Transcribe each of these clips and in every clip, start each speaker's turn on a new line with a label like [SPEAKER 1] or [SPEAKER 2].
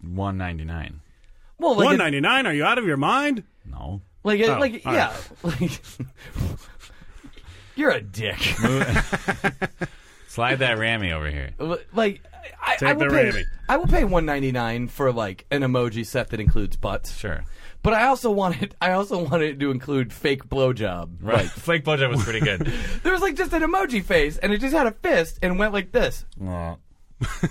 [SPEAKER 1] one ninety nine.
[SPEAKER 2] Well, like,
[SPEAKER 3] One
[SPEAKER 2] it-
[SPEAKER 3] ninety nine? Are you out of your mind?
[SPEAKER 1] No.
[SPEAKER 2] like, it-
[SPEAKER 3] Oh,
[SPEAKER 2] like,
[SPEAKER 3] all
[SPEAKER 2] yeah, like, you're a dick.
[SPEAKER 1] Slide that Rammy over here.
[SPEAKER 2] like, I, I
[SPEAKER 3] Take
[SPEAKER 2] will
[SPEAKER 3] the
[SPEAKER 2] pay.
[SPEAKER 3] Rammy.
[SPEAKER 2] I will pay one ninety nine for like an emoji set that includes butts.
[SPEAKER 1] Sure.
[SPEAKER 2] But I also wanted. I also wanted to include fake blowjob.
[SPEAKER 1] Right. Flake blowjob was pretty good.
[SPEAKER 2] There was like just an emoji face, and it just had a fist and went like this.
[SPEAKER 3] Uh,
[SPEAKER 1] well,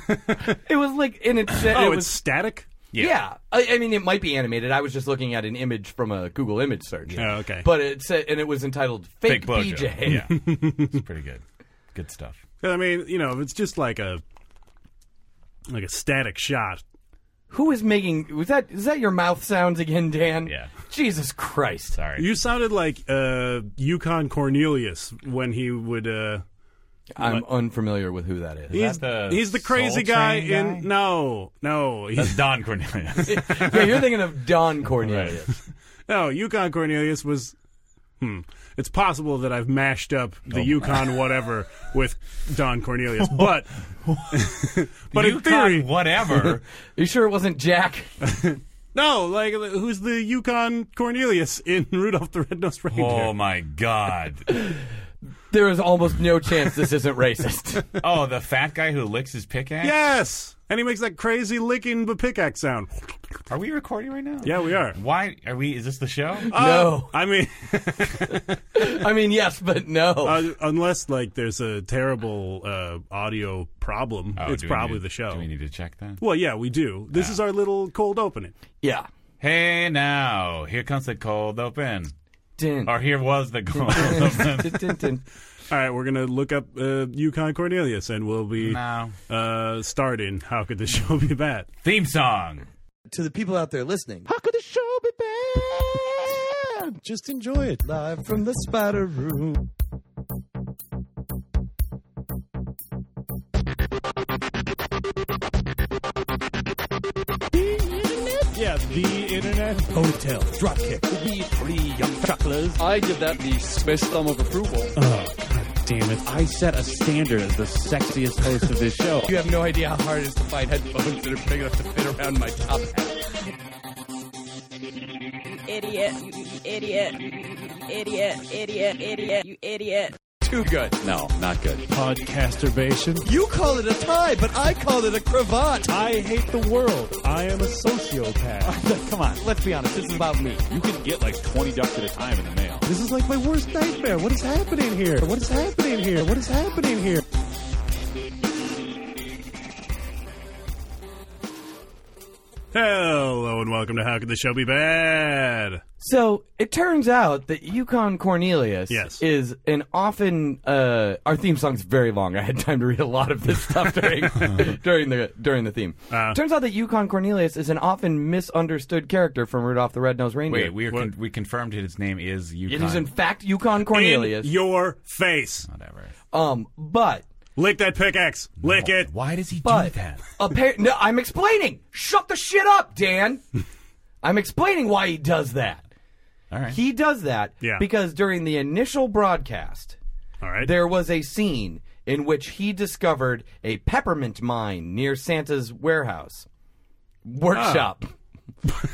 [SPEAKER 2] It was like, and it said, it
[SPEAKER 3] Oh, it's
[SPEAKER 2] was,
[SPEAKER 3] static.
[SPEAKER 2] yeah. I, I mean, it might be animated. I was just looking at an image from a Google image search.
[SPEAKER 3] Oh, okay.
[SPEAKER 2] But it said, and it was entitled
[SPEAKER 1] Fake
[SPEAKER 2] "Fake,
[SPEAKER 1] blowjob.
[SPEAKER 2] BJ."
[SPEAKER 1] Yeah. it's pretty good. Good stuff.
[SPEAKER 3] 'Cause, I mean, you know, if it's just like a like a static shot.
[SPEAKER 2] Who is making? Was that? Is that your mouth sounds again, Dan?
[SPEAKER 1] Yeah.
[SPEAKER 2] Jesus Christ!
[SPEAKER 1] Sorry.
[SPEAKER 3] You sounded like uh, Yukon Cornelius when he would. Uh,
[SPEAKER 2] I'm unfamiliar with who that is.
[SPEAKER 3] he's
[SPEAKER 1] the
[SPEAKER 3] he's the crazy
[SPEAKER 1] Soul
[SPEAKER 3] guy,
[SPEAKER 1] Train guy?
[SPEAKER 3] in no no he,
[SPEAKER 1] That's Don Cornelius.
[SPEAKER 2] yeah, you're thinking of Don Cornelius.
[SPEAKER 3] no Yukon Cornelius was. Hmm. It's possible that I've mashed up
[SPEAKER 1] Oh.
[SPEAKER 3] the Yukon whatever with Don Cornelius, but but in
[SPEAKER 1] Yukon
[SPEAKER 3] theory,
[SPEAKER 1] whatever.
[SPEAKER 2] you sure it wasn't Jack?
[SPEAKER 3] no. Like, who's the Yukon Cornelius in Rudolph the Red-Nosed Reindeer?
[SPEAKER 1] oh my god.
[SPEAKER 2] There is almost no chance this isn't racist.
[SPEAKER 1] Oh, the fat guy who licks his pickaxe.
[SPEAKER 3] Yes, and he makes that crazy licking the pickaxe sound.
[SPEAKER 1] Are we recording right now?
[SPEAKER 3] Yeah, we are.
[SPEAKER 1] Why are we? Is this the show?
[SPEAKER 2] No.
[SPEAKER 3] Uh, I mean,
[SPEAKER 2] I mean, yes, but no.
[SPEAKER 3] uh, unless like there's a terrible uh, audio problem,
[SPEAKER 1] Oh,
[SPEAKER 3] it's
[SPEAKER 1] do we
[SPEAKER 3] probably
[SPEAKER 1] need-
[SPEAKER 3] the show.
[SPEAKER 1] Do we need Ah. to check that?
[SPEAKER 3] well, yeah, we do. This is our little cold opening.
[SPEAKER 2] yeah.
[SPEAKER 1] Hey, now here comes the cold open.
[SPEAKER 2] Dun,
[SPEAKER 1] Or here was the cold open.
[SPEAKER 2] dun, dun, dun.
[SPEAKER 3] All right, we're gonna look up uh, Yukon Cornelius, and we'll be
[SPEAKER 1] No.
[SPEAKER 3] uh, starting. How could the show be bad?
[SPEAKER 1] Theme song.
[SPEAKER 4] to the people out there listening. How could the show be bad? Just enjoy it live from the spider room.
[SPEAKER 3] Yeah, the internet.
[SPEAKER 4] Hotel dropkick. We three young chucklers.
[SPEAKER 5] I give that the space thumb of approval.
[SPEAKER 6] Oh, God damn it. I set a standard as the sexiest host of this show.
[SPEAKER 4] You have no idea how hard it is to find headphones that are big enough to fit around my top hat.
[SPEAKER 7] idiot, you idiot, idiot, idiot, idiot, you idiot.
[SPEAKER 4] Too good.
[SPEAKER 6] No, not good. Podcasturbation.
[SPEAKER 4] You call it a tie, but I call it a cravat.
[SPEAKER 6] I hate the world. I am a sociopath.
[SPEAKER 4] Come on, let's be honest. This is about me.
[SPEAKER 6] you can get like 20 ducks at a time in the mail.
[SPEAKER 4] This is like my worst nightmare. What is happening here? What is happening here? What is happening here?
[SPEAKER 3] Hello, and welcome to How Could the Show Be Bad?
[SPEAKER 2] So it turns out that Yukon Cornelius
[SPEAKER 3] Yes.
[SPEAKER 2] is an often uh, our theme song's very long. I had time to read a lot of this stuff during during the during the theme. turns out that Yukon Cornelius is an often misunderstood character from Rudolph the Red-Nosed Reindeer.
[SPEAKER 1] Wait, we are con- we confirmed his name is Yukon.
[SPEAKER 2] it is in fact Yukon Cornelius.
[SPEAKER 3] In your face.
[SPEAKER 1] Whatever.
[SPEAKER 2] um, but
[SPEAKER 3] Lick that pickaxe. Lick it.
[SPEAKER 1] Why does he
[SPEAKER 2] but
[SPEAKER 1] do that?
[SPEAKER 2] appa- no, I'm explaining. Shut the shit up, Dan. I'm explaining why he does that.
[SPEAKER 1] All right.
[SPEAKER 2] He does that
[SPEAKER 3] Yeah.
[SPEAKER 2] because during the initial broadcast,
[SPEAKER 3] All right.
[SPEAKER 2] there was a scene in which he discovered a peppermint mine near Santa's warehouse workshop.
[SPEAKER 1] Ah.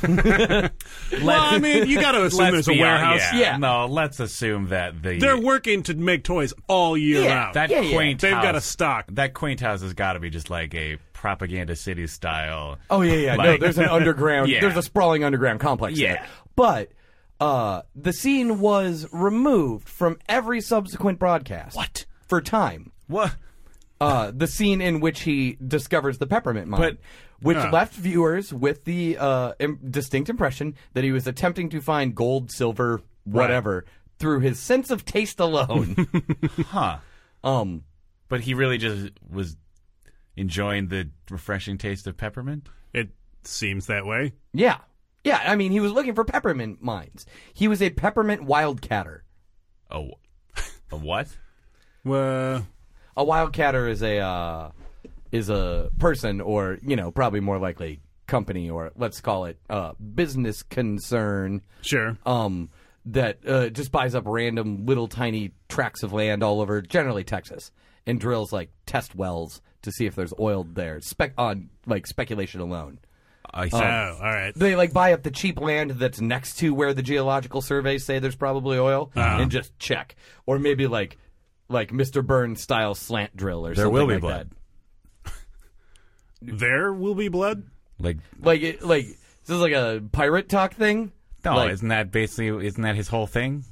[SPEAKER 3] Well, I mean, you got to assume
[SPEAKER 1] Let's
[SPEAKER 3] there's a
[SPEAKER 1] be hon-
[SPEAKER 3] warehouse.
[SPEAKER 1] Yeah.
[SPEAKER 2] Yeah.
[SPEAKER 1] No, let's assume that the
[SPEAKER 3] They're working to make toys all year
[SPEAKER 2] Yeah,
[SPEAKER 3] round.
[SPEAKER 1] that
[SPEAKER 2] Yeah, yeah.
[SPEAKER 1] quaint.
[SPEAKER 3] They've
[SPEAKER 1] house,
[SPEAKER 3] got a stock.
[SPEAKER 1] That quaint house has got to be just like a propaganda city style.
[SPEAKER 2] Oh yeah, yeah. no,
[SPEAKER 1] Like-
[SPEAKER 2] there's an underground.
[SPEAKER 1] Yeah.
[SPEAKER 2] There's a sprawling underground complex. there.
[SPEAKER 1] Yeah.
[SPEAKER 2] but uh, the scene was removed from every subsequent broadcast. What for time?
[SPEAKER 1] What?
[SPEAKER 2] Uh, the scene in which he discovers the peppermint mine,
[SPEAKER 1] But- uh.
[SPEAKER 2] which left viewers with the uh, Im- distinct impression that he was attempting to find gold, silver, whatever through his sense of taste alone.
[SPEAKER 1] Huh?
[SPEAKER 2] um,
[SPEAKER 1] But he really just was enjoying the refreshing taste of peppermint.
[SPEAKER 3] It seems that way.
[SPEAKER 2] yeah, yeah. I mean, he was looking for peppermint mines. He was a peppermint wildcatter.
[SPEAKER 1] Oh, a what?
[SPEAKER 3] Well,
[SPEAKER 2] A wildcatter is a uh, is a person, or you know, probably more likely company, or let's call it uh, business concern.
[SPEAKER 3] sure.
[SPEAKER 1] Uh,
[SPEAKER 2] Um, that uh, just buys up random little tiny tracts of land all over, generally Texas, and drills like test wells to see if there's oil there, spec on like speculation alone.
[SPEAKER 1] I
[SPEAKER 3] Oh,
[SPEAKER 1] said,
[SPEAKER 3] all right.
[SPEAKER 2] They like buy up the cheap land that's next to where the geological surveys say there's probably oil,
[SPEAKER 1] Uh-huh.
[SPEAKER 2] and just check, or maybe like like Mr. Burns style slant drill or
[SPEAKER 1] there
[SPEAKER 2] something
[SPEAKER 1] will be
[SPEAKER 2] like
[SPEAKER 1] blood.
[SPEAKER 2] that.
[SPEAKER 3] There will be blood.
[SPEAKER 1] Like,
[SPEAKER 2] Like it, like this is like a pirate talk thing.
[SPEAKER 1] no,
[SPEAKER 2] Like-
[SPEAKER 1] isn't that basically, isn't that his whole thing?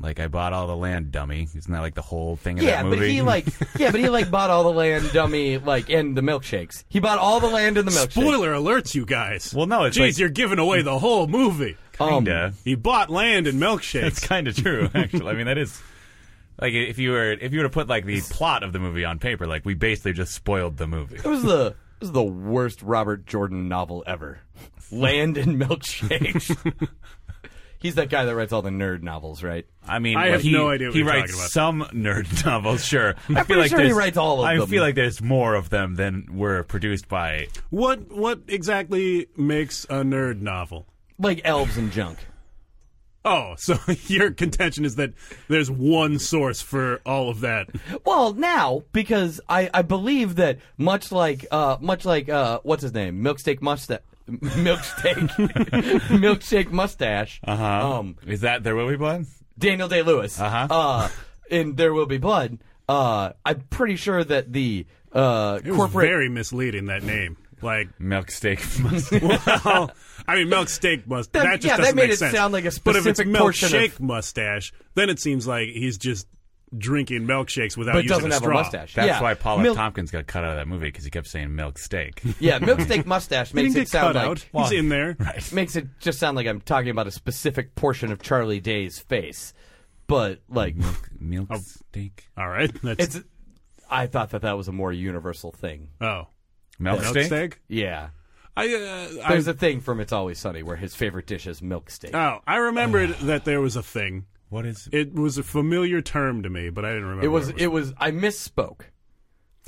[SPEAKER 1] Like, I bought all the land, dummy. Isn't that like the whole thing of that
[SPEAKER 2] Yeah, but
[SPEAKER 1] movie?
[SPEAKER 2] he like yeah, but he like bought all the land dummy like and the milkshakes. He bought all the land and the milkshakes.
[SPEAKER 3] Spoiler alerts, you guys.
[SPEAKER 1] Well, no, it's
[SPEAKER 3] Jeez,
[SPEAKER 1] like-
[SPEAKER 3] you're giving away the whole movie.
[SPEAKER 2] Um,
[SPEAKER 1] Kinda.
[SPEAKER 3] He bought land and
[SPEAKER 1] That's
[SPEAKER 3] milkshakes.
[SPEAKER 1] kind of true, actually. I mean, that is like if you were if you were to put like the plot of the movie on paper, like we basically just spoiled the movie.
[SPEAKER 2] It was the it was the worst Robert Jordan novel ever. Land and milkshakes. He's that guy that writes all the nerd novels, right?
[SPEAKER 1] I mean,
[SPEAKER 3] I
[SPEAKER 1] well,
[SPEAKER 3] have
[SPEAKER 1] he,
[SPEAKER 3] no idea what
[SPEAKER 1] he
[SPEAKER 3] you're
[SPEAKER 1] writes
[SPEAKER 3] talking about.
[SPEAKER 1] some nerd novels, sure. I feel
[SPEAKER 2] pretty
[SPEAKER 1] like
[SPEAKER 2] sure he
[SPEAKER 1] there's-
[SPEAKER 2] writes all of
[SPEAKER 1] I
[SPEAKER 2] them.
[SPEAKER 1] feel like there's more of them than were produced by.
[SPEAKER 3] What what exactly makes a nerd novel?
[SPEAKER 2] Like elves and junk.
[SPEAKER 3] Oh, so your contention is that there's one source for all of that.
[SPEAKER 2] Well, now because I, I believe that much like uh, much like uh, what's his name, milkshake mustache, milkshake, milkshake mustache. Uh huh.
[SPEAKER 3] Uh-huh.
[SPEAKER 2] Um,
[SPEAKER 1] Is that there will be blood?
[SPEAKER 2] Daniel Day Lewis. Uh-huh. in There Will Be Blood. Uh, I'm pretty sure that the uh,
[SPEAKER 3] It was
[SPEAKER 2] corporate
[SPEAKER 3] very misleading that name. Like,
[SPEAKER 1] Milk steak.
[SPEAKER 3] well, I mean, milk steak must. That,
[SPEAKER 2] That-
[SPEAKER 3] just
[SPEAKER 2] yeah, that
[SPEAKER 3] doesn't
[SPEAKER 2] made
[SPEAKER 3] make
[SPEAKER 2] it
[SPEAKER 3] sense.
[SPEAKER 2] sound like a
[SPEAKER 3] But if it's
[SPEAKER 2] specific portion
[SPEAKER 3] milkshake
[SPEAKER 2] of-
[SPEAKER 3] mustache, then it seems like he's just drinking milkshakes without
[SPEAKER 2] but
[SPEAKER 3] using
[SPEAKER 2] doesn't
[SPEAKER 3] a
[SPEAKER 2] have
[SPEAKER 3] straw.
[SPEAKER 2] a mustache.
[SPEAKER 1] That's
[SPEAKER 2] yeah.
[SPEAKER 1] why Paula
[SPEAKER 2] Mil-
[SPEAKER 1] Tompkins got cut out of that movie because he kept saying milk steak.
[SPEAKER 2] Yeah, milkshake mustache
[SPEAKER 3] He
[SPEAKER 2] makes
[SPEAKER 3] didn't
[SPEAKER 2] it
[SPEAKER 3] get
[SPEAKER 2] sound
[SPEAKER 3] cut
[SPEAKER 2] like
[SPEAKER 3] out. He's in there.
[SPEAKER 2] makes it just sound like I'm talking about a specific portion of Charlie Day's face, but like
[SPEAKER 1] milk milk steak.
[SPEAKER 3] All right. That's
[SPEAKER 2] it's. I thought that that was a more universal thing.
[SPEAKER 3] oh
[SPEAKER 1] Milk
[SPEAKER 3] milk
[SPEAKER 1] steak.
[SPEAKER 3] steak.
[SPEAKER 2] Yeah,
[SPEAKER 3] I uh, I
[SPEAKER 2] there's a thing from It's Always Sunny where his favorite dish is milkshake.
[SPEAKER 3] oh I remembered that there was a thing.
[SPEAKER 1] What is?
[SPEAKER 3] It was a familiar term to me, but I didn't remember.
[SPEAKER 2] it was
[SPEAKER 3] what
[SPEAKER 2] it was I misspoke.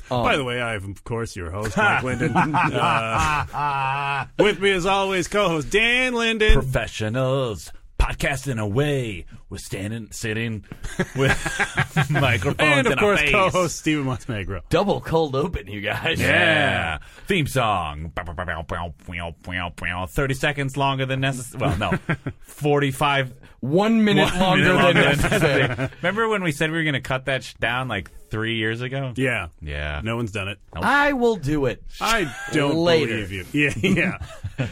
[SPEAKER 3] By the way, I am, of course, your host, Mike Linden. Uh, with me, as always, co host Dan Linden.
[SPEAKER 1] professionals podcasting away. We're standing, sitting with microphones
[SPEAKER 3] and, of
[SPEAKER 1] in
[SPEAKER 3] course,
[SPEAKER 1] our face.
[SPEAKER 3] co host Stephen Montenegro.
[SPEAKER 2] Double cold open, you guys.
[SPEAKER 1] Yeah. Theme song. Bow, bow, bow, bow, bow, bow, bow, bow. 30 seconds longer than necessary. Well, no. 45
[SPEAKER 2] one minute
[SPEAKER 1] one
[SPEAKER 2] longer
[SPEAKER 1] minute
[SPEAKER 2] than
[SPEAKER 1] longer
[SPEAKER 2] necessary.
[SPEAKER 1] Remember when we said we were going to cut that sh- down like three years ago?
[SPEAKER 3] Yeah.
[SPEAKER 1] Yeah.
[SPEAKER 3] No one's done it.
[SPEAKER 2] I will do it.
[SPEAKER 3] I don't
[SPEAKER 2] Later.
[SPEAKER 3] believe you. Yeah, yeah.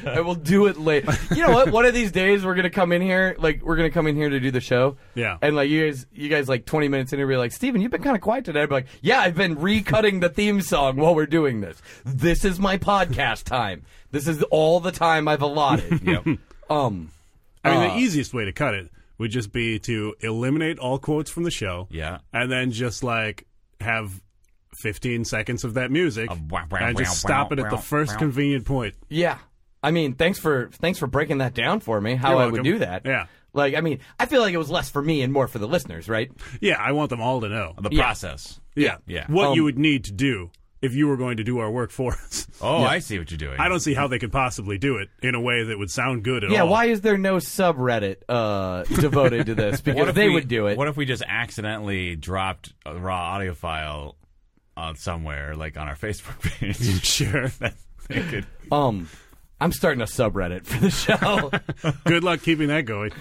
[SPEAKER 2] I will do it later. You know what? One of these days we're gonna come in here, like we're gonna come in here to do the show.
[SPEAKER 3] Yeah.
[SPEAKER 2] And like you guys, you guys like twenty minutes in, you'll be like, Steven, you've been kind of quiet today. I'd be like, Yeah, I've been recutting the theme song while we're doing this. This is my podcast time. This is all the time I've allotted.
[SPEAKER 1] Yep.
[SPEAKER 2] Um.
[SPEAKER 3] I mean, the easiest way to cut it would just be to eliminate all quotes from the show.
[SPEAKER 1] Yeah.
[SPEAKER 3] And then just like have 15 seconds of that music.
[SPEAKER 1] wow, wow,
[SPEAKER 3] and just
[SPEAKER 1] wow,
[SPEAKER 3] stop it at
[SPEAKER 1] wow,
[SPEAKER 3] the first
[SPEAKER 1] wow.
[SPEAKER 3] convenient point.
[SPEAKER 2] Yeah. I mean, thanks for thanks for breaking that down for me. How
[SPEAKER 3] You're
[SPEAKER 2] I
[SPEAKER 3] welcome.
[SPEAKER 2] would do that.
[SPEAKER 3] Yeah.
[SPEAKER 2] Like, I mean, I feel like it was less for me and more for the listeners, right?
[SPEAKER 3] Yeah, I want them all to know.
[SPEAKER 1] The
[SPEAKER 2] Yeah.
[SPEAKER 1] process.
[SPEAKER 3] Yeah.
[SPEAKER 1] Yeah.
[SPEAKER 3] What you
[SPEAKER 2] Um,
[SPEAKER 3] would need to do if you were going to do our work for us.
[SPEAKER 1] Oh, I see what you're doing.
[SPEAKER 3] I don't see how they could possibly do it in a way that would sound good at
[SPEAKER 2] Yeah,
[SPEAKER 3] all.
[SPEAKER 2] why is there no subreddit uh, devoted to this? Because they
[SPEAKER 1] we,
[SPEAKER 2] would do it.
[SPEAKER 1] What if we just accidentally dropped a raw audio file on somewhere, like on our Facebook page?
[SPEAKER 3] Sure.
[SPEAKER 1] They could-
[SPEAKER 2] um, I'm starting a subreddit for the show.
[SPEAKER 3] good luck keeping that going.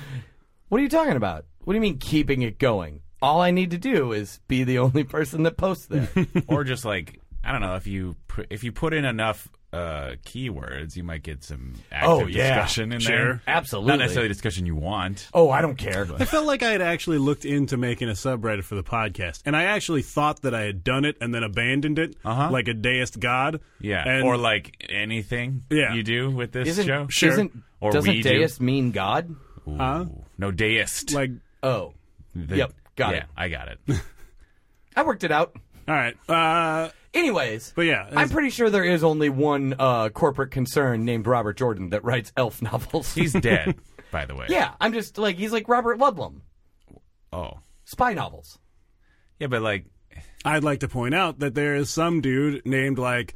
[SPEAKER 2] what are you talking about? What do you mean keeping it going? All I need to do is be the only person that posts there.
[SPEAKER 1] or just like I don't know if you pr- if you put in enough uh, keywords, you might get some active
[SPEAKER 2] Oh, yeah.
[SPEAKER 1] discussion in
[SPEAKER 3] Sure.
[SPEAKER 1] there.
[SPEAKER 2] Absolutely.
[SPEAKER 1] not necessarily discussion you want.
[SPEAKER 2] oh, I don't care.
[SPEAKER 3] I felt like I had actually looked into making a subreddit for the podcast, and I actually thought that I had done it and then abandoned it,
[SPEAKER 1] Uh-huh.
[SPEAKER 3] like a deist god.
[SPEAKER 1] Yeah,
[SPEAKER 3] And-
[SPEAKER 1] or like anything
[SPEAKER 3] Yeah.
[SPEAKER 1] you do with this
[SPEAKER 2] Isn't,
[SPEAKER 1] show.
[SPEAKER 3] Sure.
[SPEAKER 2] isn't
[SPEAKER 1] Or
[SPEAKER 2] doesn't
[SPEAKER 1] we do.
[SPEAKER 2] deist mean God?
[SPEAKER 1] Ooh.
[SPEAKER 3] Huh?
[SPEAKER 1] No deist.
[SPEAKER 3] like,
[SPEAKER 2] Oh,
[SPEAKER 1] The-
[SPEAKER 2] yep, got
[SPEAKER 1] yeah,
[SPEAKER 2] it.
[SPEAKER 1] I got it.
[SPEAKER 2] I worked it out.
[SPEAKER 3] all right, uh,
[SPEAKER 2] Anyways,
[SPEAKER 3] but yeah,
[SPEAKER 2] I'm pretty sure there is only one uh, corporate concern named Robert Jordan that writes elf novels.
[SPEAKER 1] He's dead, by the way.
[SPEAKER 2] yeah, I'm just like he's like Robert Ludlum,
[SPEAKER 1] Oh.
[SPEAKER 2] spy novels.
[SPEAKER 1] Yeah, but like
[SPEAKER 3] I'd like to point out that there is some dude named like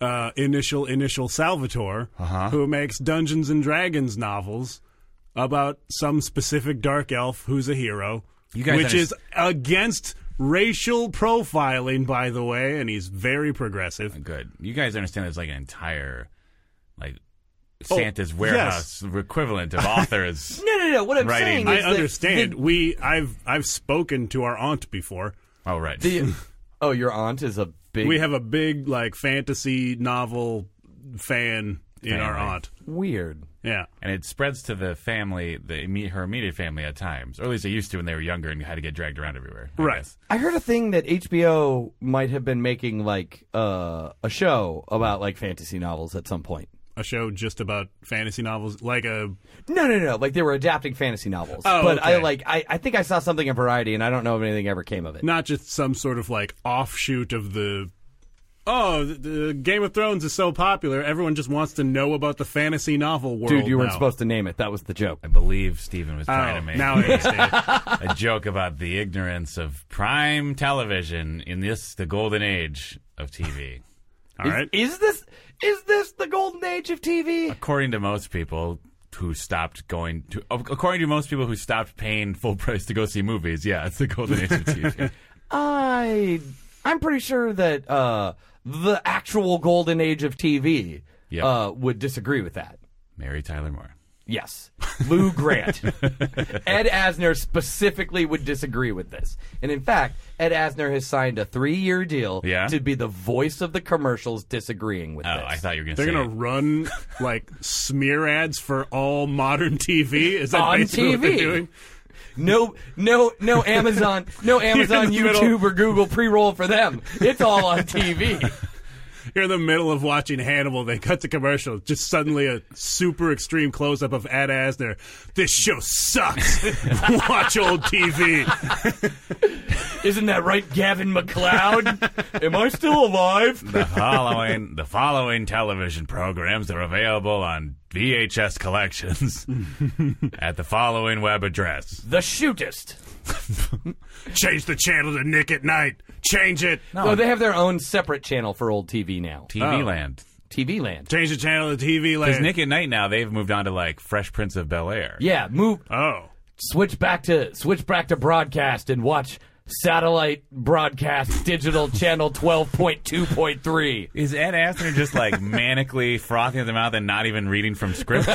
[SPEAKER 3] uh, initial initial Salvatore who makes Dungeons and Dragons novels about some specific dark elf who's a hero,
[SPEAKER 1] You guys
[SPEAKER 3] which
[SPEAKER 1] underst-
[SPEAKER 3] is against racial profiling, by the way, and he's very progressive.
[SPEAKER 1] good. You guys understand there's like an entire like
[SPEAKER 3] Oh,
[SPEAKER 1] Santa's warehouse equivalent of authors.
[SPEAKER 2] No, no, no. What I'm
[SPEAKER 1] Writing.
[SPEAKER 2] saying
[SPEAKER 3] I
[SPEAKER 2] is that
[SPEAKER 3] understand. we I've I've spoken to our aunt before.
[SPEAKER 1] oh, right.
[SPEAKER 2] the- the- oh, your aunt is a big.
[SPEAKER 3] We have a big like fantasy novel fan in our
[SPEAKER 1] Family.
[SPEAKER 3] aunt.
[SPEAKER 2] weird.
[SPEAKER 3] Yeah.
[SPEAKER 1] and it spreads to the family, the imme- her immediate family at times, or at least it used to when they were younger and had to get dragged around everywhere. I
[SPEAKER 3] Right.
[SPEAKER 1] guess.
[SPEAKER 2] I heard a thing that HBO might have been making like uh, a show about like fantasy novels at some point.
[SPEAKER 3] A show just about fantasy novels like a
[SPEAKER 2] No, no, no. Like they were adapting fantasy novels.
[SPEAKER 3] Oh,
[SPEAKER 2] but I
[SPEAKER 3] okay.
[SPEAKER 2] like I, I think I saw something in Variety and I don't know if anything ever came of it.
[SPEAKER 3] not just some sort of like offshoot of the Oh, the, the Game of Thrones is so popular. Everyone just wants to know about the fantasy novel world.
[SPEAKER 2] Dude, you weren't
[SPEAKER 3] now.
[SPEAKER 2] supposed to name it. That was the joke.
[SPEAKER 1] I believe Stephen was
[SPEAKER 3] Oh,
[SPEAKER 1] trying to make
[SPEAKER 3] now I understand.
[SPEAKER 1] a joke about the ignorance of prime television in this the golden age of TV.
[SPEAKER 3] All right.
[SPEAKER 2] Is, is this is this the golden age of TV?
[SPEAKER 1] According to most people who stopped going to according to most people who stopped paying full price to go see movies, yeah, it's the golden age of TV.
[SPEAKER 2] I I'm pretty sure that uh, the actual golden age of TV
[SPEAKER 1] Yep.
[SPEAKER 2] uh, would disagree with that.
[SPEAKER 1] Mary Tyler Moore.
[SPEAKER 2] Yes. Lou Grant. Ed Asner specifically would disagree with this. And in fact, Ed Asner has signed a three year deal
[SPEAKER 1] Yeah?
[SPEAKER 2] to be the voice of the commercials disagreeing with
[SPEAKER 1] Oh,
[SPEAKER 2] this.
[SPEAKER 1] I thought you were going to
[SPEAKER 3] They're
[SPEAKER 1] say
[SPEAKER 3] gonna run like smear ads for all modern TV. Is that
[SPEAKER 2] On
[SPEAKER 3] basically what they're
[SPEAKER 2] TV.
[SPEAKER 3] doing?
[SPEAKER 2] No no no Amazon no Amazon,
[SPEAKER 3] in the middle.
[SPEAKER 2] YouTube or Google pre roll for them. It's all on TV.
[SPEAKER 3] You're in the middle of watching Hannibal. They cut to commercial. Just suddenly a super extreme close up of Ad Asner. This show sucks. Watch old TV.
[SPEAKER 2] Isn't that right, Gavin McLeod? Am I still alive?
[SPEAKER 1] the following the following television programs are available on VHS collections at the following web address.
[SPEAKER 2] The shootist.
[SPEAKER 3] Change the channel to Nick at Night. Change it.
[SPEAKER 2] No, they have their own separate channel for old TV now.
[SPEAKER 1] TV
[SPEAKER 3] Oh.
[SPEAKER 1] Land.
[SPEAKER 2] TV Land.
[SPEAKER 3] Change the channel to TV
[SPEAKER 1] Because
[SPEAKER 3] Land.
[SPEAKER 1] Nick at Night now they've moved on to like Fresh Prince of Bel Air.
[SPEAKER 2] Yeah, move
[SPEAKER 3] oh.
[SPEAKER 2] switch back to switch back to broadcast and watch satellite broadcast digital channel 12.2.3
[SPEAKER 1] Is Ed Asner just like manically frothing at the mouth and not even reading from script?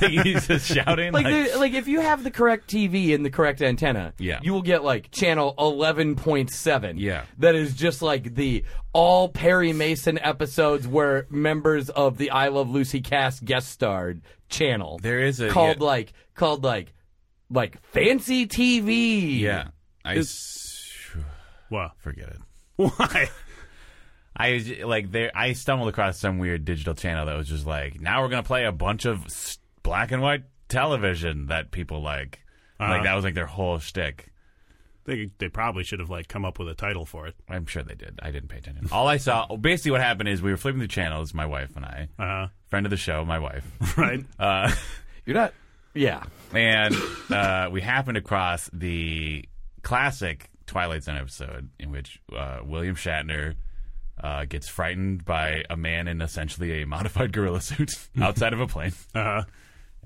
[SPEAKER 1] He's just shouting.
[SPEAKER 2] like
[SPEAKER 1] Like,
[SPEAKER 2] the, like if you have the correct tv and the correct antenna
[SPEAKER 1] Yeah.
[SPEAKER 2] you will get like channel 11.7
[SPEAKER 1] Yeah.
[SPEAKER 2] that is just like the all perry mason episodes where members of the i love lucy cast guest starred channel
[SPEAKER 1] there is a
[SPEAKER 2] called
[SPEAKER 1] yeah,
[SPEAKER 2] like called like like fancy tv
[SPEAKER 1] yeah. I s-
[SPEAKER 3] Well,
[SPEAKER 1] forget it.
[SPEAKER 3] why?
[SPEAKER 1] I was j- like there. I stumbled across some weird digital channel that was just like, now we're gonna play a bunch of s- black and white television that people like. Like that was like their whole shtick.
[SPEAKER 3] They, they probably should have like come up with a title for it.
[SPEAKER 1] I'm sure they did. I didn't pay attention. All I saw, basically, what happened is we were flipping through channels, my wife and I,
[SPEAKER 3] Uh,
[SPEAKER 1] friend of the show, my wife,
[SPEAKER 3] right?
[SPEAKER 1] uh,
[SPEAKER 2] you're not yeah
[SPEAKER 1] and uh, we happened across the classic Twilight Zone episode in which uh, William Shatner uh, gets frightened by a man in essentially a modified gorilla suit outside of a plane,
[SPEAKER 3] Uh,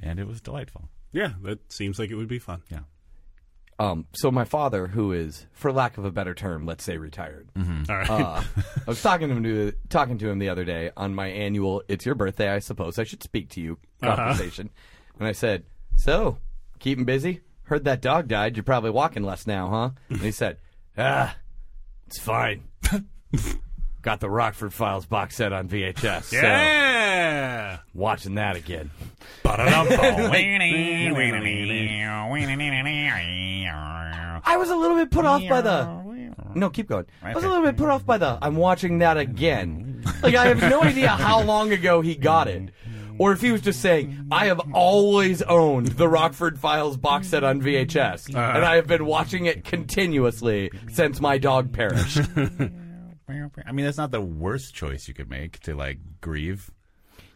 [SPEAKER 1] and it was delightful.
[SPEAKER 3] yeah, that seems like it would be fun.
[SPEAKER 1] Yeah.
[SPEAKER 2] Um, so my father, who is, for lack of a better term, let's say retired,
[SPEAKER 3] All right.
[SPEAKER 2] uh, I was talking to him to, talking to him the other day on my annual "It's your birthday, I suppose I should speak to you" conversation, and I said, "So, keeping busy? Heard that dog died. You're probably walking less now, huh?" And he said, "Ah, it's fine. Got the Rockford Files box set on VHS. So
[SPEAKER 3] yeah.
[SPEAKER 2] watching that again." I was a little bit put off by the. No, keep going. I was a little bit put off by the. I'm watching that again. Like I have no idea how long ago he got it, or if he was just saying, "I have always owned the Rockford Files box set on VHS,
[SPEAKER 3] Uh-huh.
[SPEAKER 2] and I have been watching it continuously since my dog perished."
[SPEAKER 1] I mean, that's not the worst choice you could make to like grieve.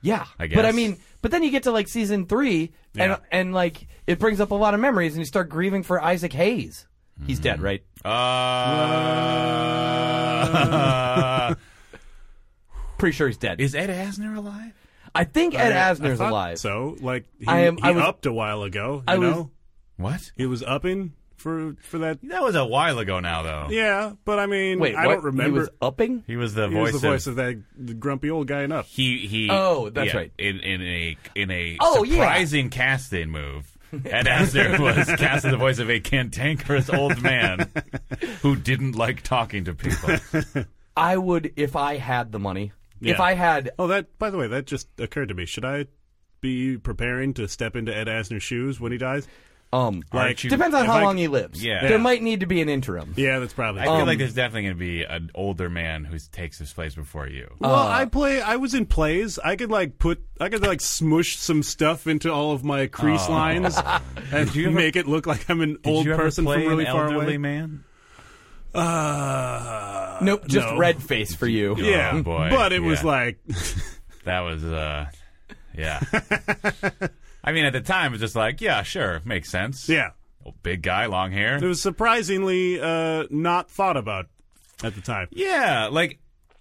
[SPEAKER 2] yeah,
[SPEAKER 1] I
[SPEAKER 2] but I
[SPEAKER 1] guess.
[SPEAKER 2] mean, but then you get to like season three, and
[SPEAKER 3] Yeah.
[SPEAKER 2] and like it brings up a lot of memories, and you start grieving for Isaac Hayes. He's dead,
[SPEAKER 3] Mm-hmm.
[SPEAKER 2] right?
[SPEAKER 1] Uh,
[SPEAKER 2] Pretty sure he's dead.
[SPEAKER 1] is Ed Asner alive?
[SPEAKER 2] I think Ed
[SPEAKER 3] I
[SPEAKER 2] Asner's
[SPEAKER 3] thought
[SPEAKER 2] alive.
[SPEAKER 3] So, like, he,
[SPEAKER 2] I am-
[SPEAKER 3] he
[SPEAKER 2] I was-
[SPEAKER 3] upped a while ago. You
[SPEAKER 2] I was-
[SPEAKER 3] know,
[SPEAKER 1] What?
[SPEAKER 3] he was upping for for that?
[SPEAKER 1] That was a while ago now, though.
[SPEAKER 3] Yeah, but I mean,
[SPEAKER 2] Wait,
[SPEAKER 3] I
[SPEAKER 2] what?
[SPEAKER 3] don't remember.
[SPEAKER 2] He was upping.
[SPEAKER 1] He was the
[SPEAKER 3] He
[SPEAKER 1] voice.
[SPEAKER 3] was the voice of, that grumpy old guy in Up.
[SPEAKER 1] he he.
[SPEAKER 2] Oh, that's
[SPEAKER 1] yeah,
[SPEAKER 2] right.
[SPEAKER 1] In in a in a
[SPEAKER 2] Oh, yeah.
[SPEAKER 1] surprising casting move. Ed Asner was cast as the voice of a cantankerous old man who didn't like talking to people.
[SPEAKER 2] I would if I had the money. If
[SPEAKER 3] Yeah.
[SPEAKER 2] I had,
[SPEAKER 3] Oh, that by the way, that just occurred to me. Should I be preparing to step into Ed Asner's shoes when he dies?
[SPEAKER 2] um,
[SPEAKER 1] Aren't you-
[SPEAKER 2] depends on
[SPEAKER 3] if
[SPEAKER 2] how
[SPEAKER 3] I-
[SPEAKER 2] long he lives.
[SPEAKER 1] Yeah.
[SPEAKER 2] there might need to be an interim.
[SPEAKER 3] Yeah, that's probably.
[SPEAKER 1] I feel like there's definitely going to be an older man who takes his place before you.
[SPEAKER 3] Um, well, I play. I was in plays. I could like put. I could like smush some stuff into all of my crease lines and
[SPEAKER 1] Uh, you ever-
[SPEAKER 3] make it look like I'm an
[SPEAKER 1] Did
[SPEAKER 3] old
[SPEAKER 1] you ever
[SPEAKER 3] person
[SPEAKER 1] play
[SPEAKER 3] from really
[SPEAKER 1] an
[SPEAKER 3] far
[SPEAKER 1] elderly
[SPEAKER 3] away.
[SPEAKER 1] man?
[SPEAKER 3] Uh,
[SPEAKER 2] Nope, just
[SPEAKER 3] no.
[SPEAKER 2] red face for you.
[SPEAKER 3] Yeah,
[SPEAKER 1] Oh, boy.
[SPEAKER 3] but it was
[SPEAKER 1] Yeah.
[SPEAKER 3] like
[SPEAKER 1] That was, uh, yeah. I mean, at the time, it was just like, yeah, sure, makes sense.
[SPEAKER 3] yeah,
[SPEAKER 1] Oh, big guy, long hair.
[SPEAKER 3] it was surprisingly uh, not thought about at the time.
[SPEAKER 1] Yeah, like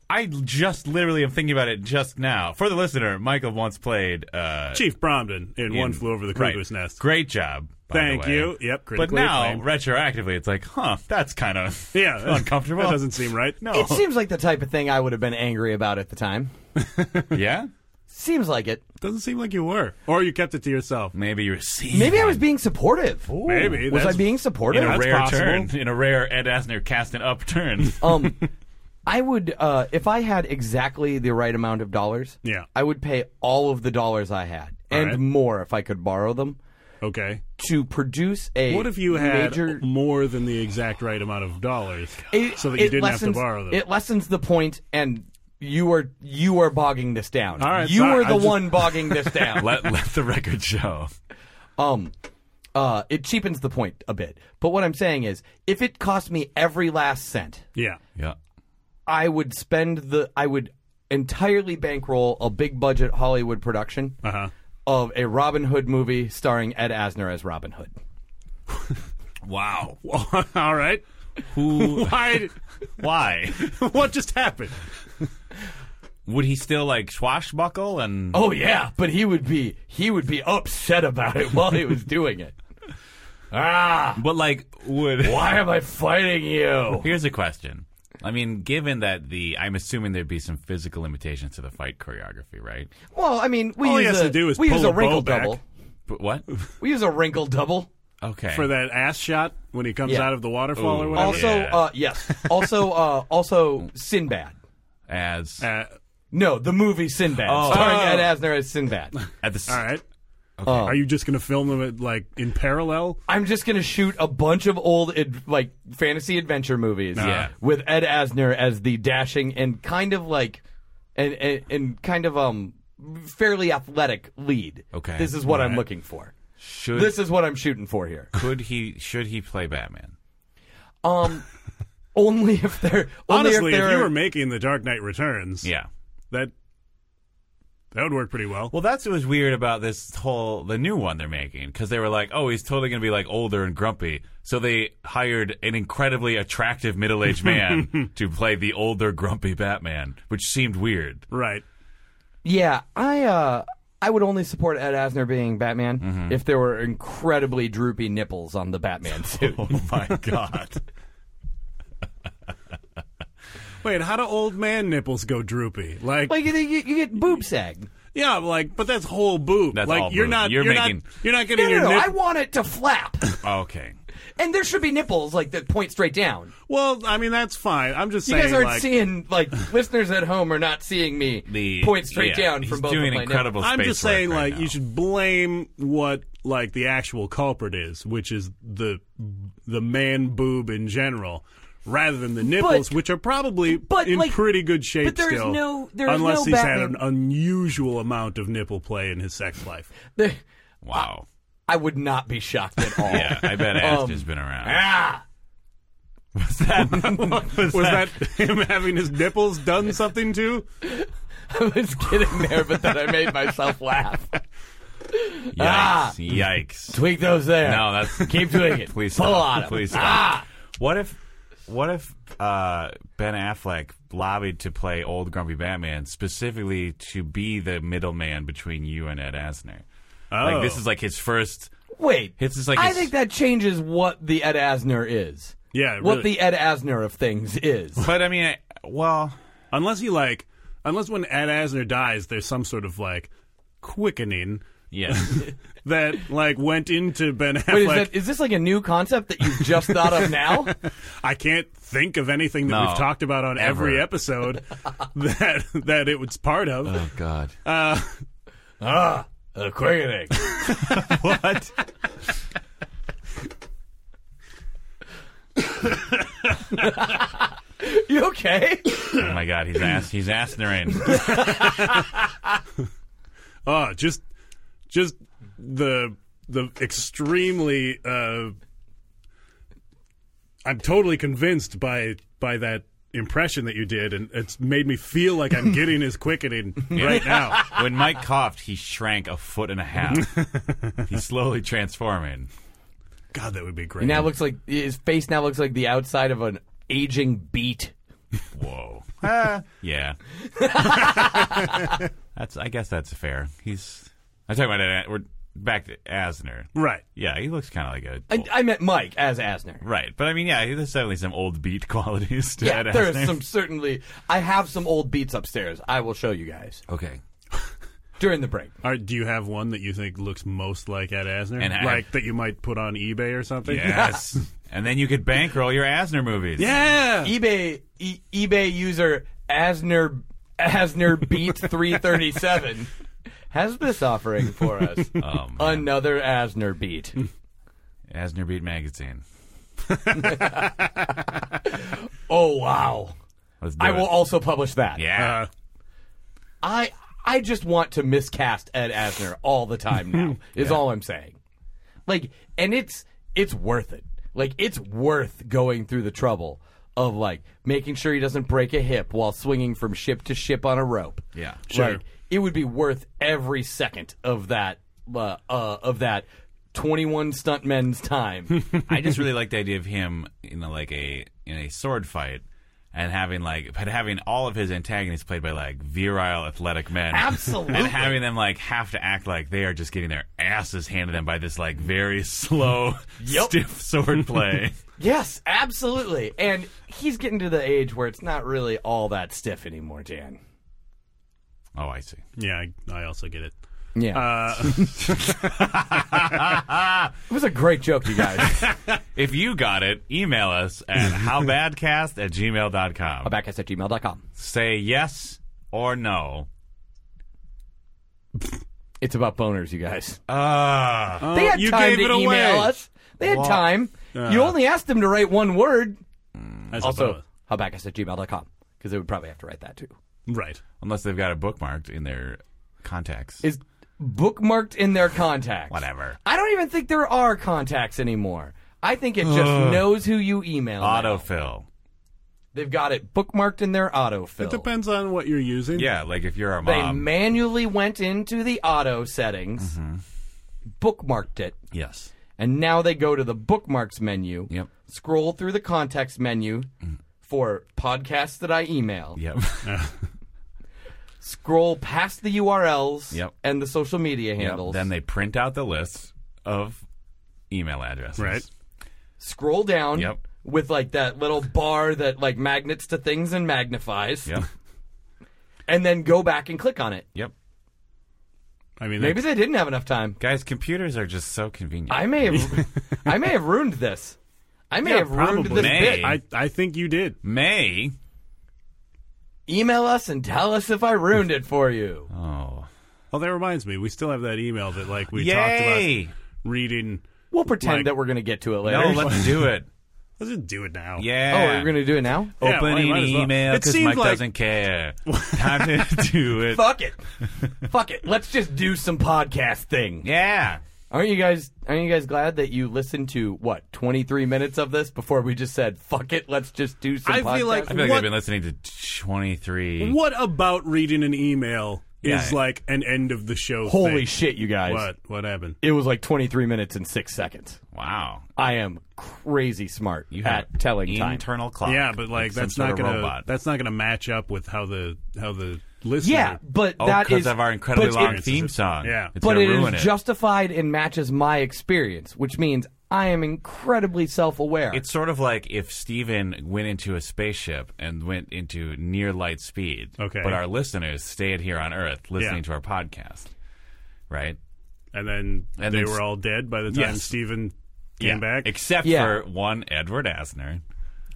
[SPEAKER 1] I just literally am thinking about it just now. For the listener, Michael once played uh,
[SPEAKER 3] Chief Bromden in, One
[SPEAKER 1] in-
[SPEAKER 3] Flew Over the
[SPEAKER 1] right.
[SPEAKER 3] Cuckoo's Nest.
[SPEAKER 1] Great job. by the
[SPEAKER 3] Thank
[SPEAKER 1] way.
[SPEAKER 3] you. Yep,
[SPEAKER 1] But
[SPEAKER 3] critically
[SPEAKER 1] now,
[SPEAKER 3] acclaimed.
[SPEAKER 1] retroactively, it's like, huh, that's kind of
[SPEAKER 3] yeah, that-
[SPEAKER 1] uncomfortable.
[SPEAKER 3] That doesn't seem right. No,
[SPEAKER 2] It seems like the type of thing I would have been angry about at the time.
[SPEAKER 1] yeah.
[SPEAKER 2] Seems like it.
[SPEAKER 3] doesn't seem like you were, or you kept it to yourself.
[SPEAKER 1] Maybe you received.
[SPEAKER 2] Maybe I was being supportive.
[SPEAKER 3] Maybe,
[SPEAKER 2] was I
[SPEAKER 3] that's-
[SPEAKER 2] being supportive?
[SPEAKER 1] in a
[SPEAKER 3] That's
[SPEAKER 1] rare
[SPEAKER 3] possible.
[SPEAKER 1] turn, in a rare Ed Asner cast an upturn.
[SPEAKER 2] Um, I would uh, if I had exactly the right amount of dollars.
[SPEAKER 3] Yeah.
[SPEAKER 2] I would pay all of the dollars I had and
[SPEAKER 3] right.
[SPEAKER 2] more if I could borrow them
[SPEAKER 3] Okay.
[SPEAKER 2] to produce a.
[SPEAKER 3] What if you had
[SPEAKER 2] major?
[SPEAKER 3] more than the exact right amount of dollars
[SPEAKER 2] It-
[SPEAKER 3] so that you
[SPEAKER 2] it
[SPEAKER 3] didn't have
[SPEAKER 2] lessens-
[SPEAKER 3] to borrow them?
[SPEAKER 2] It lessens the point and. You are you are bogging this down.
[SPEAKER 3] All right,
[SPEAKER 2] you
[SPEAKER 3] sorry,
[SPEAKER 2] are the
[SPEAKER 3] I just-
[SPEAKER 2] one bogging this down.
[SPEAKER 1] let let the record show.
[SPEAKER 2] Um, uh, it cheapens the point a bit. But what I'm saying is, if it cost me every last cent,
[SPEAKER 3] yeah.
[SPEAKER 1] Yeah.
[SPEAKER 2] I would spend the, I would entirely bankroll a big budget Hollywood production
[SPEAKER 3] Uh-huh.
[SPEAKER 2] of a Robin Hood movie starring Ed Asner as Robin Hood.
[SPEAKER 1] Wow.
[SPEAKER 3] All right.
[SPEAKER 1] Who?
[SPEAKER 3] Why?
[SPEAKER 1] why
[SPEAKER 3] what just happened?
[SPEAKER 1] would he still like swashbuckle and?
[SPEAKER 2] Oh yeah, but he would be, he would be upset about it while he was doing it. Ah,
[SPEAKER 1] But like, would
[SPEAKER 2] why am I fighting you?
[SPEAKER 1] Here's a question. I mean, given that the, I'm assuming there'd be some physical limitations to the fight choreography, right?
[SPEAKER 2] Well, I mean, we
[SPEAKER 3] All he
[SPEAKER 2] use
[SPEAKER 3] has
[SPEAKER 2] a,
[SPEAKER 3] to do is
[SPEAKER 2] we
[SPEAKER 3] pull
[SPEAKER 2] use a
[SPEAKER 3] a bow
[SPEAKER 2] wrinkle
[SPEAKER 3] back.
[SPEAKER 2] double.
[SPEAKER 1] But what?
[SPEAKER 2] We use a wrinkle double.
[SPEAKER 1] Okay.
[SPEAKER 3] For that ass shot when he comes
[SPEAKER 2] Yeah.
[SPEAKER 3] out of the waterfall or
[SPEAKER 1] Ooh.
[SPEAKER 3] whatever?
[SPEAKER 2] Also,
[SPEAKER 1] Yeah.
[SPEAKER 2] uh, yes. Also, uh, also Sinbad.
[SPEAKER 1] As
[SPEAKER 3] Uh,
[SPEAKER 2] No, the movie Sinbad,
[SPEAKER 1] Oh.
[SPEAKER 2] starring Ed Asner as Sinbad.
[SPEAKER 1] at the s-
[SPEAKER 3] all right.
[SPEAKER 2] Oh.
[SPEAKER 3] Are you just going to film them at, like in parallel?
[SPEAKER 2] I'm just gonna shoot a bunch of old ad- like fantasy adventure movies
[SPEAKER 1] Yeah.
[SPEAKER 2] with Ed Asner as the dashing and kind of like and and, and kind of um fairly athletic lead.
[SPEAKER 1] Okay.
[SPEAKER 2] this is what I'm looking for.
[SPEAKER 1] should
[SPEAKER 2] This is what I'm shooting for here.
[SPEAKER 1] could he should he play Batman?
[SPEAKER 2] Um, only if they're only
[SPEAKER 3] Honestly,
[SPEAKER 2] if,
[SPEAKER 3] if,
[SPEAKER 2] they're,
[SPEAKER 3] you were making The Dark Knight Returns,
[SPEAKER 1] Yeah.
[SPEAKER 3] that that would work pretty well.
[SPEAKER 1] Well, that's what was weird about this whole the new one they're making because they were like, oh, he's totally gonna be like older and grumpy, so they hired an incredibly attractive middle aged man to play the older grumpy Batman, which seemed weird.
[SPEAKER 3] right.
[SPEAKER 2] Yeah, I uh I would only support Ed Asner being Batman if there were incredibly droopy nipples on the Batman suit.
[SPEAKER 1] Oh my god.
[SPEAKER 3] Wait, how do old man nipples go droopy? Like,
[SPEAKER 2] like you, you, you get boob sag.
[SPEAKER 3] yeah, like, but that's whole boob.
[SPEAKER 1] That's
[SPEAKER 3] like,
[SPEAKER 1] all
[SPEAKER 3] you're
[SPEAKER 1] boob.
[SPEAKER 3] not,
[SPEAKER 1] You're
[SPEAKER 3] you're,
[SPEAKER 1] making-
[SPEAKER 3] not, you're not
[SPEAKER 2] No,
[SPEAKER 3] getting
[SPEAKER 2] no, no,
[SPEAKER 3] your
[SPEAKER 2] I
[SPEAKER 3] nip-
[SPEAKER 2] want it to flap,
[SPEAKER 1] okay.
[SPEAKER 2] and there should be nipples like that point straight down.
[SPEAKER 3] Well, I mean, that's fine. I'm just
[SPEAKER 2] You
[SPEAKER 3] saying,
[SPEAKER 2] guys aren't
[SPEAKER 3] like,
[SPEAKER 2] seeing like listeners at home are not seeing me
[SPEAKER 1] The
[SPEAKER 2] point straight
[SPEAKER 1] yeah,
[SPEAKER 2] down
[SPEAKER 1] he's
[SPEAKER 2] from both
[SPEAKER 1] doing
[SPEAKER 2] of my
[SPEAKER 1] incredible.
[SPEAKER 3] I'm
[SPEAKER 1] space
[SPEAKER 3] just saying,
[SPEAKER 1] work right
[SPEAKER 3] like, you
[SPEAKER 1] now.
[SPEAKER 3] should blame what like the actual culprit is, which is the the man boob in general, rather than the nipples, which are probably
[SPEAKER 2] but,
[SPEAKER 3] in
[SPEAKER 2] like-
[SPEAKER 3] pretty good shape
[SPEAKER 2] but there's
[SPEAKER 3] still.
[SPEAKER 2] no- there's
[SPEAKER 3] unless
[SPEAKER 2] no
[SPEAKER 3] he's had an
[SPEAKER 2] Batman-
[SPEAKER 3] unusual amount of nipple play in his sex life.
[SPEAKER 2] nipples.
[SPEAKER 1] Wow.
[SPEAKER 2] I would not be shocked at all.
[SPEAKER 1] Yeah, I bet
[SPEAKER 2] Um,
[SPEAKER 1] Astor's been around.
[SPEAKER 2] Ah,
[SPEAKER 1] Was that, what was
[SPEAKER 3] Was
[SPEAKER 1] that?
[SPEAKER 3] that him having his nipples done something to?
[SPEAKER 2] I was kidding there, but then I made myself laugh.
[SPEAKER 1] Yikes!
[SPEAKER 2] Ah!
[SPEAKER 1] Yikes!
[SPEAKER 2] Tweak those there.
[SPEAKER 1] No, that's
[SPEAKER 2] Keep doing it.
[SPEAKER 1] Please
[SPEAKER 2] Pull
[SPEAKER 1] stop.
[SPEAKER 2] on 'em.
[SPEAKER 1] Please stop.
[SPEAKER 2] Ah!
[SPEAKER 1] What if? What if uh, Ben Affleck lobbied to play old grumpy Batman specifically to be the middleman between you and Ed Asner? Like
[SPEAKER 3] Oh.
[SPEAKER 1] this is like his first.
[SPEAKER 2] Wait,
[SPEAKER 1] It's just like
[SPEAKER 2] I
[SPEAKER 1] it's-
[SPEAKER 2] think that changes what the Ed Asner is.
[SPEAKER 3] Yeah, it
[SPEAKER 2] what
[SPEAKER 3] really-
[SPEAKER 2] the Ed Asner of things is.
[SPEAKER 1] But I mean, I, well,
[SPEAKER 3] Unless he like, unless when Ed Asner dies, there's some sort of like quickening
[SPEAKER 1] yeah.
[SPEAKER 3] that like went into Ben Affleck.
[SPEAKER 2] Wait, is, that, is this like a new concept that you've just thought of now?
[SPEAKER 3] I can't think of anything that
[SPEAKER 1] No.
[SPEAKER 3] we've talked about on every
[SPEAKER 1] Ever.
[SPEAKER 3] episode that that it was part of.
[SPEAKER 1] oh God.
[SPEAKER 2] a quickening.
[SPEAKER 3] what?
[SPEAKER 2] You okay?
[SPEAKER 1] oh my God. He's ass. He's Asnering.
[SPEAKER 3] Oh, just just the the extremely uh I'm totally convinced by by that impression that you did and it's made me feel like I'm getting his quickening right now.
[SPEAKER 1] when Mike coughed, he shrank a foot and a half. He's slowly transforming.
[SPEAKER 3] God, that would be great.
[SPEAKER 2] He now looks like his face now looks like the outside of an aging beet.
[SPEAKER 1] Whoa. yeah. that's. I guess that's fair. He's. I'm talking about it. uh, We're back to Asner.
[SPEAKER 3] right.
[SPEAKER 1] Yeah, he looks kind of like a.
[SPEAKER 2] I, I meant Mike as Asner.
[SPEAKER 1] right, but I mean, yeah, there's definitely some old beat qualities to
[SPEAKER 2] Yeah,
[SPEAKER 1] Ed
[SPEAKER 2] there
[SPEAKER 1] Asner.
[SPEAKER 2] is some certainly. I have some old beats upstairs. I will show you guys
[SPEAKER 1] Okay.
[SPEAKER 2] during the break.
[SPEAKER 3] All right, do you have one that you think looks most like Ed Asner?
[SPEAKER 1] And I-
[SPEAKER 3] like that you might put on eBay or something?
[SPEAKER 1] Yes. and then you could bankroll your Asner movies.
[SPEAKER 3] Yeah.
[SPEAKER 2] eBay e- eBay user Asner Asner Beat 337 has this offering for us.
[SPEAKER 1] Oh, man.
[SPEAKER 2] Another Asner beat.
[SPEAKER 1] Asner Beat Magazine.
[SPEAKER 2] Oh wow.
[SPEAKER 1] Let's do
[SPEAKER 2] I
[SPEAKER 1] it.
[SPEAKER 2] will also publish that.
[SPEAKER 1] Yeah.
[SPEAKER 3] Uh,
[SPEAKER 2] I I just want to miscast Ed Asner all the time now. is all I'm saying. Like, and it's it's worth it. Like, it's worth going through the trouble of like making sure he doesn't break a hip while swinging from ship to ship on a rope.
[SPEAKER 1] Yeah.
[SPEAKER 3] Sure.
[SPEAKER 2] Like, it would be worth every second of that uh, uh, of that. 21 stuntmen's time.
[SPEAKER 1] I just really like the idea of him in a, like a in a sword fight and having like but having all of his antagonists played by like virile athletic men.
[SPEAKER 2] Absolutely.
[SPEAKER 1] And having them like have to act like they are just getting their asses handed to them by this like very slow
[SPEAKER 2] Yep.
[SPEAKER 1] stiff sword play.
[SPEAKER 2] yes, absolutely. And he's getting to the age where it's not really all that stiff anymore, Dan.
[SPEAKER 1] oh, I see.
[SPEAKER 3] yeah, I, I also get it.
[SPEAKER 2] Yeah.
[SPEAKER 3] Uh,
[SPEAKER 2] It was a great joke, you guys.
[SPEAKER 1] If you got it, email us at howbadcast at gmail.com.
[SPEAKER 2] Backcast at gmail.com.
[SPEAKER 1] Say yes or no.
[SPEAKER 2] It's about boners, you guys.
[SPEAKER 1] Uh,
[SPEAKER 2] they had
[SPEAKER 3] you
[SPEAKER 2] time
[SPEAKER 3] gave
[SPEAKER 2] to
[SPEAKER 3] it
[SPEAKER 2] email
[SPEAKER 3] away.
[SPEAKER 2] us. They had time. you only asked them to write one word.
[SPEAKER 3] I
[SPEAKER 2] Also,
[SPEAKER 3] suppose.
[SPEAKER 2] howbackcast at gmail.com. Because they would probably have to write that too.
[SPEAKER 3] right.
[SPEAKER 1] unless they've got it bookmarked in their contacts.
[SPEAKER 2] Is bookmarked in their contacts.
[SPEAKER 1] Whatever.
[SPEAKER 2] I don't even think there are contacts anymore. I think it just knows who you email. now.
[SPEAKER 1] Autofill.
[SPEAKER 2] They've got it bookmarked in their autofill.
[SPEAKER 3] It depends on what you're using.
[SPEAKER 1] Yeah, like if you're our
[SPEAKER 2] They
[SPEAKER 1] mom.
[SPEAKER 2] manually went into the auto settings, bookmarked it,
[SPEAKER 1] yes.
[SPEAKER 2] And now they go to the bookmarks menu.
[SPEAKER 1] Yep.
[SPEAKER 2] Scroll through the context menu for podcasts that I email.
[SPEAKER 1] Yep.
[SPEAKER 2] Scroll past the URLs
[SPEAKER 1] Yep.
[SPEAKER 2] and the social media
[SPEAKER 1] yep.
[SPEAKER 2] handles.
[SPEAKER 1] Then they print out the list of email addresses.
[SPEAKER 3] Right.
[SPEAKER 2] scroll down
[SPEAKER 1] Yep.
[SPEAKER 2] with like that little bar that like magnets to things and magnifies.
[SPEAKER 1] Yep.
[SPEAKER 2] And then go back and click on it.
[SPEAKER 1] yep.
[SPEAKER 3] I mean,
[SPEAKER 2] Maybe they didn't have enough time.
[SPEAKER 1] Guys, computers are just so convenient.
[SPEAKER 2] I may have I may have ruined this. I may
[SPEAKER 3] Yeah,
[SPEAKER 2] have ruined
[SPEAKER 3] probably.
[SPEAKER 2] this
[SPEAKER 1] May.
[SPEAKER 2] bit.
[SPEAKER 3] I, I think you did.
[SPEAKER 1] May.
[SPEAKER 2] Email us and tell us if I ruined it for you.
[SPEAKER 1] Oh.
[SPEAKER 3] Oh, that reminds me. We still have that email that like we
[SPEAKER 1] Yay.
[SPEAKER 3] talked about reading.
[SPEAKER 2] We'll pretend
[SPEAKER 3] Like-
[SPEAKER 2] that we're going to get to it later.
[SPEAKER 1] No, let's do it.
[SPEAKER 3] Let's just do it now.
[SPEAKER 2] Oh,
[SPEAKER 1] Yeah.
[SPEAKER 2] we're going to do it now?
[SPEAKER 3] Yeah,
[SPEAKER 1] Open
[SPEAKER 3] why-
[SPEAKER 1] an
[SPEAKER 3] might as well.
[SPEAKER 1] email
[SPEAKER 3] It
[SPEAKER 1] because
[SPEAKER 3] seemed
[SPEAKER 1] Mike
[SPEAKER 3] like-
[SPEAKER 1] doesn't care. Time to do it.
[SPEAKER 2] Fuck it. Fuck it. Let's just do some podcast thing.
[SPEAKER 1] Yeah.
[SPEAKER 2] Aren't you guys aren't you guys glad that you listened to what, 23 minutes of this before we just said fuck it, let's just do some
[SPEAKER 3] I
[SPEAKER 2] podcast?
[SPEAKER 3] feel like-
[SPEAKER 1] I feel like
[SPEAKER 3] What-
[SPEAKER 1] they've been listening to 23.
[SPEAKER 3] What about reading an email is
[SPEAKER 1] Yeah.
[SPEAKER 3] like an end of the show?
[SPEAKER 2] holy
[SPEAKER 3] thing?
[SPEAKER 2] shit, you guys.
[SPEAKER 3] What? What happened?
[SPEAKER 2] It was like 23 minutes and 6 seconds.
[SPEAKER 1] Wow.
[SPEAKER 2] I am crazy smart
[SPEAKER 1] You have
[SPEAKER 2] at telling time.
[SPEAKER 1] internal clock.
[SPEAKER 3] yeah, but like
[SPEAKER 1] some
[SPEAKER 3] that's
[SPEAKER 1] sort
[SPEAKER 3] not
[SPEAKER 1] of
[SPEAKER 3] gonna
[SPEAKER 1] robot.
[SPEAKER 3] that's not gonna match up with how the how the listener.
[SPEAKER 2] Yeah, but
[SPEAKER 1] Oh,
[SPEAKER 2] that
[SPEAKER 1] because
[SPEAKER 2] is
[SPEAKER 1] of our incredibly
[SPEAKER 2] but
[SPEAKER 1] long
[SPEAKER 2] it-
[SPEAKER 1] theme song.
[SPEAKER 3] Yeah.
[SPEAKER 1] it's
[SPEAKER 2] but
[SPEAKER 1] gonna
[SPEAKER 2] it
[SPEAKER 1] ruin
[SPEAKER 2] is justified and matches my experience, which means I am incredibly self-aware.
[SPEAKER 1] It's sort of like if Steven went into a spaceship and went into near light speed.
[SPEAKER 3] Okay.
[SPEAKER 1] But our listeners stayed here on Earth listening
[SPEAKER 3] Yeah.
[SPEAKER 1] to our podcast, right?
[SPEAKER 3] and then
[SPEAKER 1] And
[SPEAKER 3] they
[SPEAKER 1] then s-
[SPEAKER 3] were all dead by the time
[SPEAKER 1] Yes.
[SPEAKER 3] Steven came back.
[SPEAKER 1] Except
[SPEAKER 2] Yeah.
[SPEAKER 1] for one Edward Asner.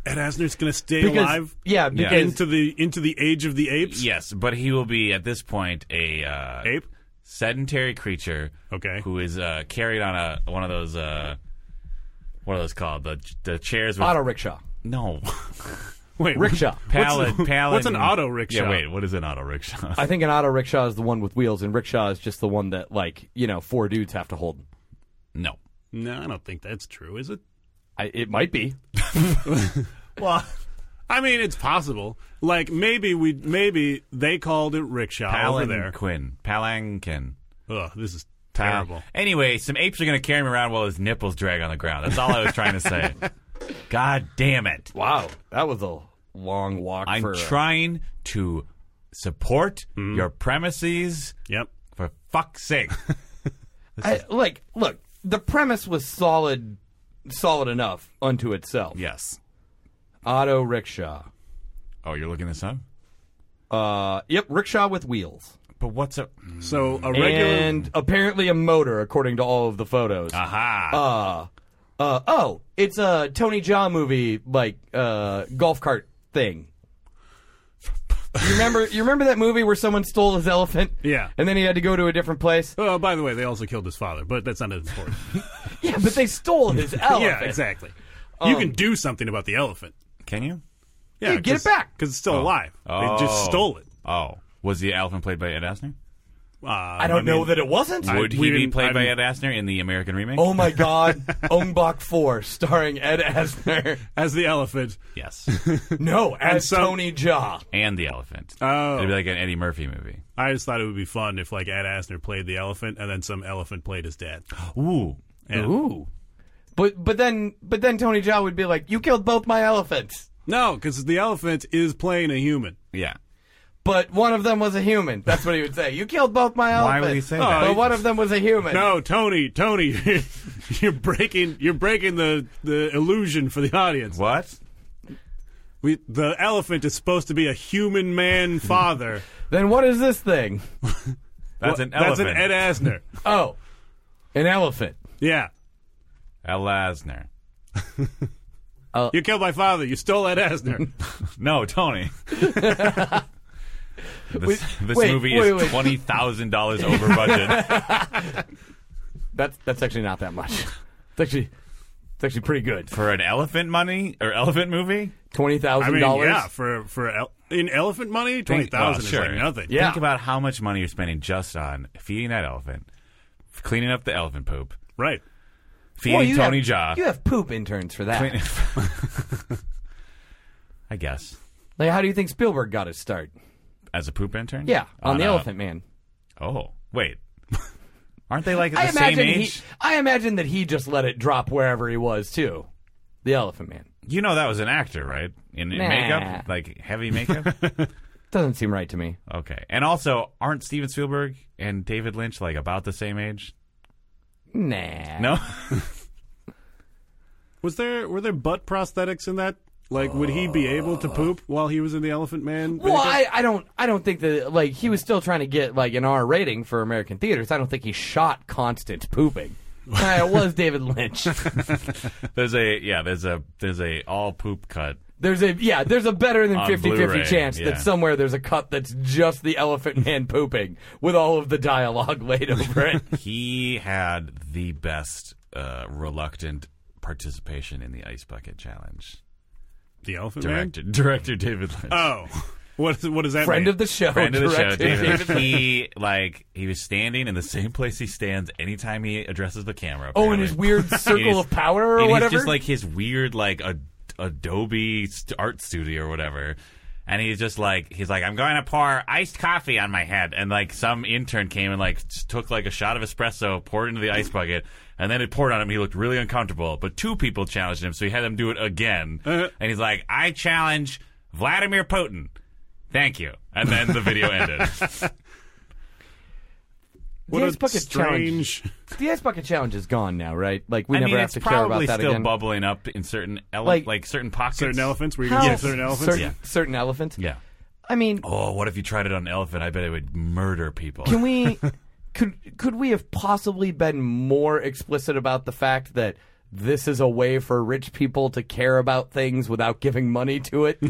[SPEAKER 3] Ed Asner's going to stay
[SPEAKER 2] because,
[SPEAKER 3] alive
[SPEAKER 2] Yeah, because
[SPEAKER 3] into the into the age of the apes.
[SPEAKER 1] Yes, but he will be at this point a uh,
[SPEAKER 3] Ape.
[SPEAKER 1] sedentary creature.
[SPEAKER 3] Okay.
[SPEAKER 1] Who is uh, carried on a one of those uh, what are those called the the chairs? With,
[SPEAKER 2] auto rickshaw,
[SPEAKER 1] No.
[SPEAKER 3] Wait,
[SPEAKER 2] rickshaw.
[SPEAKER 1] Pallet, pallet.
[SPEAKER 3] what's an auto rickshaw?
[SPEAKER 1] Yeah, wait, what is an auto rickshaw?
[SPEAKER 2] I think an auto rickshaw is the one with wheels, and rickshaw is just the one that like you know four dudes have to hold.
[SPEAKER 1] no.
[SPEAKER 3] No, I don't think that's true. Is it?
[SPEAKER 2] I, it might be.
[SPEAKER 3] Well, I mean, it's possible. Like maybe we maybe they called it rickshaw over there.
[SPEAKER 1] Palanquin. Palanquin.
[SPEAKER 3] Ugh, this is
[SPEAKER 1] Pal-
[SPEAKER 3] terrible.
[SPEAKER 1] Anyway, some apes are going to carry him around while his nipples drag on the ground. That's all I was trying to say. God damn it.
[SPEAKER 2] Wow, that was a long walk.
[SPEAKER 1] I'm
[SPEAKER 2] for, uh,
[SPEAKER 1] trying to support your premises
[SPEAKER 3] Yep.
[SPEAKER 1] for fuck's sake.
[SPEAKER 2] I, like, look, the premise was solid, solid enough unto itself.
[SPEAKER 1] yes.
[SPEAKER 2] Auto rickshaw.
[SPEAKER 1] Oh, you're looking this up?
[SPEAKER 2] Uh, yep, rickshaw with wheels
[SPEAKER 1] But what's a.
[SPEAKER 3] So a regular
[SPEAKER 2] Mm. and apparently a motor, according to all of the photos.
[SPEAKER 1] Aha.
[SPEAKER 2] Uh, oh, it's a Tony Jaa movie, like uh, golf cart thing. You remember? You remember that movie where someone stole his elephant?
[SPEAKER 3] Yeah.
[SPEAKER 2] and then he had to go to a different place.
[SPEAKER 3] Oh, by the way, they also killed his father, but that's not as important.
[SPEAKER 2] Yeah, but they stole his elephant. Um,
[SPEAKER 3] yeah, exactly. you can do something about the elephant.
[SPEAKER 1] Can you?
[SPEAKER 3] Yeah,
[SPEAKER 2] get it back. Oh.
[SPEAKER 3] because it's still alive. They just
[SPEAKER 1] Oh.
[SPEAKER 3] stole it.
[SPEAKER 1] Oh. Was the elephant played by Ed Asner?
[SPEAKER 3] Uh,
[SPEAKER 2] I don't know that it wasn't.
[SPEAKER 1] Would he
[SPEAKER 3] we
[SPEAKER 1] be
[SPEAKER 3] didn't-
[SPEAKER 1] played by Ed
[SPEAKER 3] I'm-
[SPEAKER 1] Asner in the American remake?
[SPEAKER 2] Oh my God, Ongbok Four, starring Ed Asner.
[SPEAKER 3] as the elephant.
[SPEAKER 1] Yes.
[SPEAKER 2] No, as
[SPEAKER 3] some-
[SPEAKER 2] Tony Jaa.
[SPEAKER 1] and the elephant.
[SPEAKER 3] Oh.
[SPEAKER 1] It'd be like an Eddie Murphy movie.
[SPEAKER 3] I just thought it would be fun if like Ed Asner played the elephant and then some elephant played his dad.
[SPEAKER 1] Ooh.
[SPEAKER 3] Yeah.
[SPEAKER 2] Ooh, but but then but then Tony Jaa would be like, "You killed both my elephants."
[SPEAKER 3] No, because the elephant is playing a human.
[SPEAKER 1] Yeah.
[SPEAKER 2] But one of them was a human. That's what he would say. You killed both my
[SPEAKER 1] Why
[SPEAKER 2] elephants.
[SPEAKER 1] would he say
[SPEAKER 3] that?
[SPEAKER 2] But one of them was a human.
[SPEAKER 3] No, Tony, Tony, you're breaking you're breaking the the illusion for the audience.
[SPEAKER 1] What?
[SPEAKER 3] We, the elephant is supposed to be a human man father.
[SPEAKER 2] Then what is this thing?
[SPEAKER 1] That's an
[SPEAKER 3] That's
[SPEAKER 1] elephant.
[SPEAKER 3] an Ed Asner.
[SPEAKER 2] Oh, an elephant.
[SPEAKER 3] Yeah.
[SPEAKER 1] Al Asner.
[SPEAKER 3] You killed my father. You stole Ed Asner.
[SPEAKER 1] No, Tony. this this
[SPEAKER 2] wait,
[SPEAKER 1] movie
[SPEAKER 2] wait,
[SPEAKER 1] is
[SPEAKER 2] wait.
[SPEAKER 1] twenty thousand dollars over budget.
[SPEAKER 2] That's that's actually not that much. It's actually it's actually pretty good.
[SPEAKER 1] For an elephant money or elephant movie?
[SPEAKER 2] Twenty
[SPEAKER 3] I
[SPEAKER 2] thousand
[SPEAKER 3] mean,
[SPEAKER 2] dollars.
[SPEAKER 3] yeah, for for el- in elephant money, twenty
[SPEAKER 1] Think-
[SPEAKER 3] thousand
[SPEAKER 1] oh,
[SPEAKER 3] is
[SPEAKER 1] sure.
[SPEAKER 3] like nothing.
[SPEAKER 2] Yeah.
[SPEAKER 1] Think about how much money you're spending just on feeding that elephant, cleaning up the elephant poop,
[SPEAKER 3] right.
[SPEAKER 1] feeding
[SPEAKER 2] you
[SPEAKER 1] Tony
[SPEAKER 2] have,
[SPEAKER 1] Jaa.
[SPEAKER 2] You have poop interns for that.
[SPEAKER 1] Clean- I guess.
[SPEAKER 2] Like, how do you think Spielberg got his start?
[SPEAKER 1] As a poop intern?
[SPEAKER 2] Yeah, on, the
[SPEAKER 1] a-
[SPEAKER 2] Elephant Man.
[SPEAKER 1] Oh. Wait. Aren't they like at
[SPEAKER 2] I
[SPEAKER 1] the same
[SPEAKER 2] imagine
[SPEAKER 1] age?
[SPEAKER 2] he. I imagine that he just let it drop wherever he was too. The Elephant Man
[SPEAKER 1] You know that was an actor, right? In, in
[SPEAKER 2] Nah.
[SPEAKER 1] makeup, like heavy makeup.
[SPEAKER 2] doesn't seem right to me.
[SPEAKER 1] okay, and also, aren't Steven Spielberg and David Lynch like about the same age?
[SPEAKER 2] Nah.
[SPEAKER 1] No,
[SPEAKER 3] Was there were there butt prosthetics in that? Like, would he be able to poop while he was in the Elephant Man?
[SPEAKER 2] Well,
[SPEAKER 3] makeup?
[SPEAKER 2] I, I don't I don't think that like he was still trying to get like an R rating for American theaters. I don't think he shot constant pooping. Uh, it was David Lynch.
[SPEAKER 1] there's a yeah, there's a there's a all poop cut.
[SPEAKER 2] There's a yeah, there's a better than
[SPEAKER 1] On
[SPEAKER 2] 50-50
[SPEAKER 1] Blu-ray,
[SPEAKER 2] chance
[SPEAKER 1] yeah.
[SPEAKER 2] that somewhere there's a cut that's just the elephant man pooping with all of the dialogue laid over it.
[SPEAKER 1] He had the best uh, reluctant participation in the ice bucket challenge.
[SPEAKER 3] the Elephant
[SPEAKER 1] Director director David Lynch.
[SPEAKER 3] Man. Oh, what what does that
[SPEAKER 2] Friend
[SPEAKER 3] mean?
[SPEAKER 2] of the show.
[SPEAKER 1] Friend of the show,
[SPEAKER 2] directed
[SPEAKER 1] David.
[SPEAKER 2] David Lynch.
[SPEAKER 1] He like he was standing in the same place he stands anytime he addresses the camera.
[SPEAKER 2] Oh, in
[SPEAKER 1] apparently.
[SPEAKER 2] his weird
[SPEAKER 1] And
[SPEAKER 2] circle
[SPEAKER 1] he's-
[SPEAKER 2] of power or
[SPEAKER 1] and
[SPEAKER 2] whatever.
[SPEAKER 1] He's just like his weird like a, Adobe st- art studio or whatever. And he's just like he's like I'm going to pour iced coffee on my head, and like some intern came and like s- took like a shot of espresso, poured it into the ice bucket, and then it poured on him. He looked really uncomfortable, but two people challenged him, so he had them do it again.
[SPEAKER 3] Uh-huh.
[SPEAKER 1] And he's like, I challenge Vladimir Putin Thank you. And then the video ended.
[SPEAKER 3] What
[SPEAKER 2] James
[SPEAKER 3] a
[SPEAKER 2] Puckett challenge.
[SPEAKER 3] strange.
[SPEAKER 2] The ice bucket challenge is gone now, right? Like we
[SPEAKER 1] I
[SPEAKER 2] never
[SPEAKER 1] mean,
[SPEAKER 2] have
[SPEAKER 1] it's
[SPEAKER 2] to care about
[SPEAKER 1] probably
[SPEAKER 2] that
[SPEAKER 1] still
[SPEAKER 2] again.
[SPEAKER 1] bubbling up in certain ele-
[SPEAKER 2] Like-
[SPEAKER 1] like, certain pockets.
[SPEAKER 3] Certain elephants. Were you
[SPEAKER 2] How-
[SPEAKER 3] going to say certain elephants?
[SPEAKER 2] Certain,
[SPEAKER 1] Yeah.
[SPEAKER 2] certain elephants.
[SPEAKER 1] Yeah.
[SPEAKER 2] I mean,
[SPEAKER 1] Oh, what if you tried it on an elephant? I bet it would murder people.
[SPEAKER 2] can we could could we have possibly been more explicit about the fact that this is a way for rich people to care about things without giving money to it?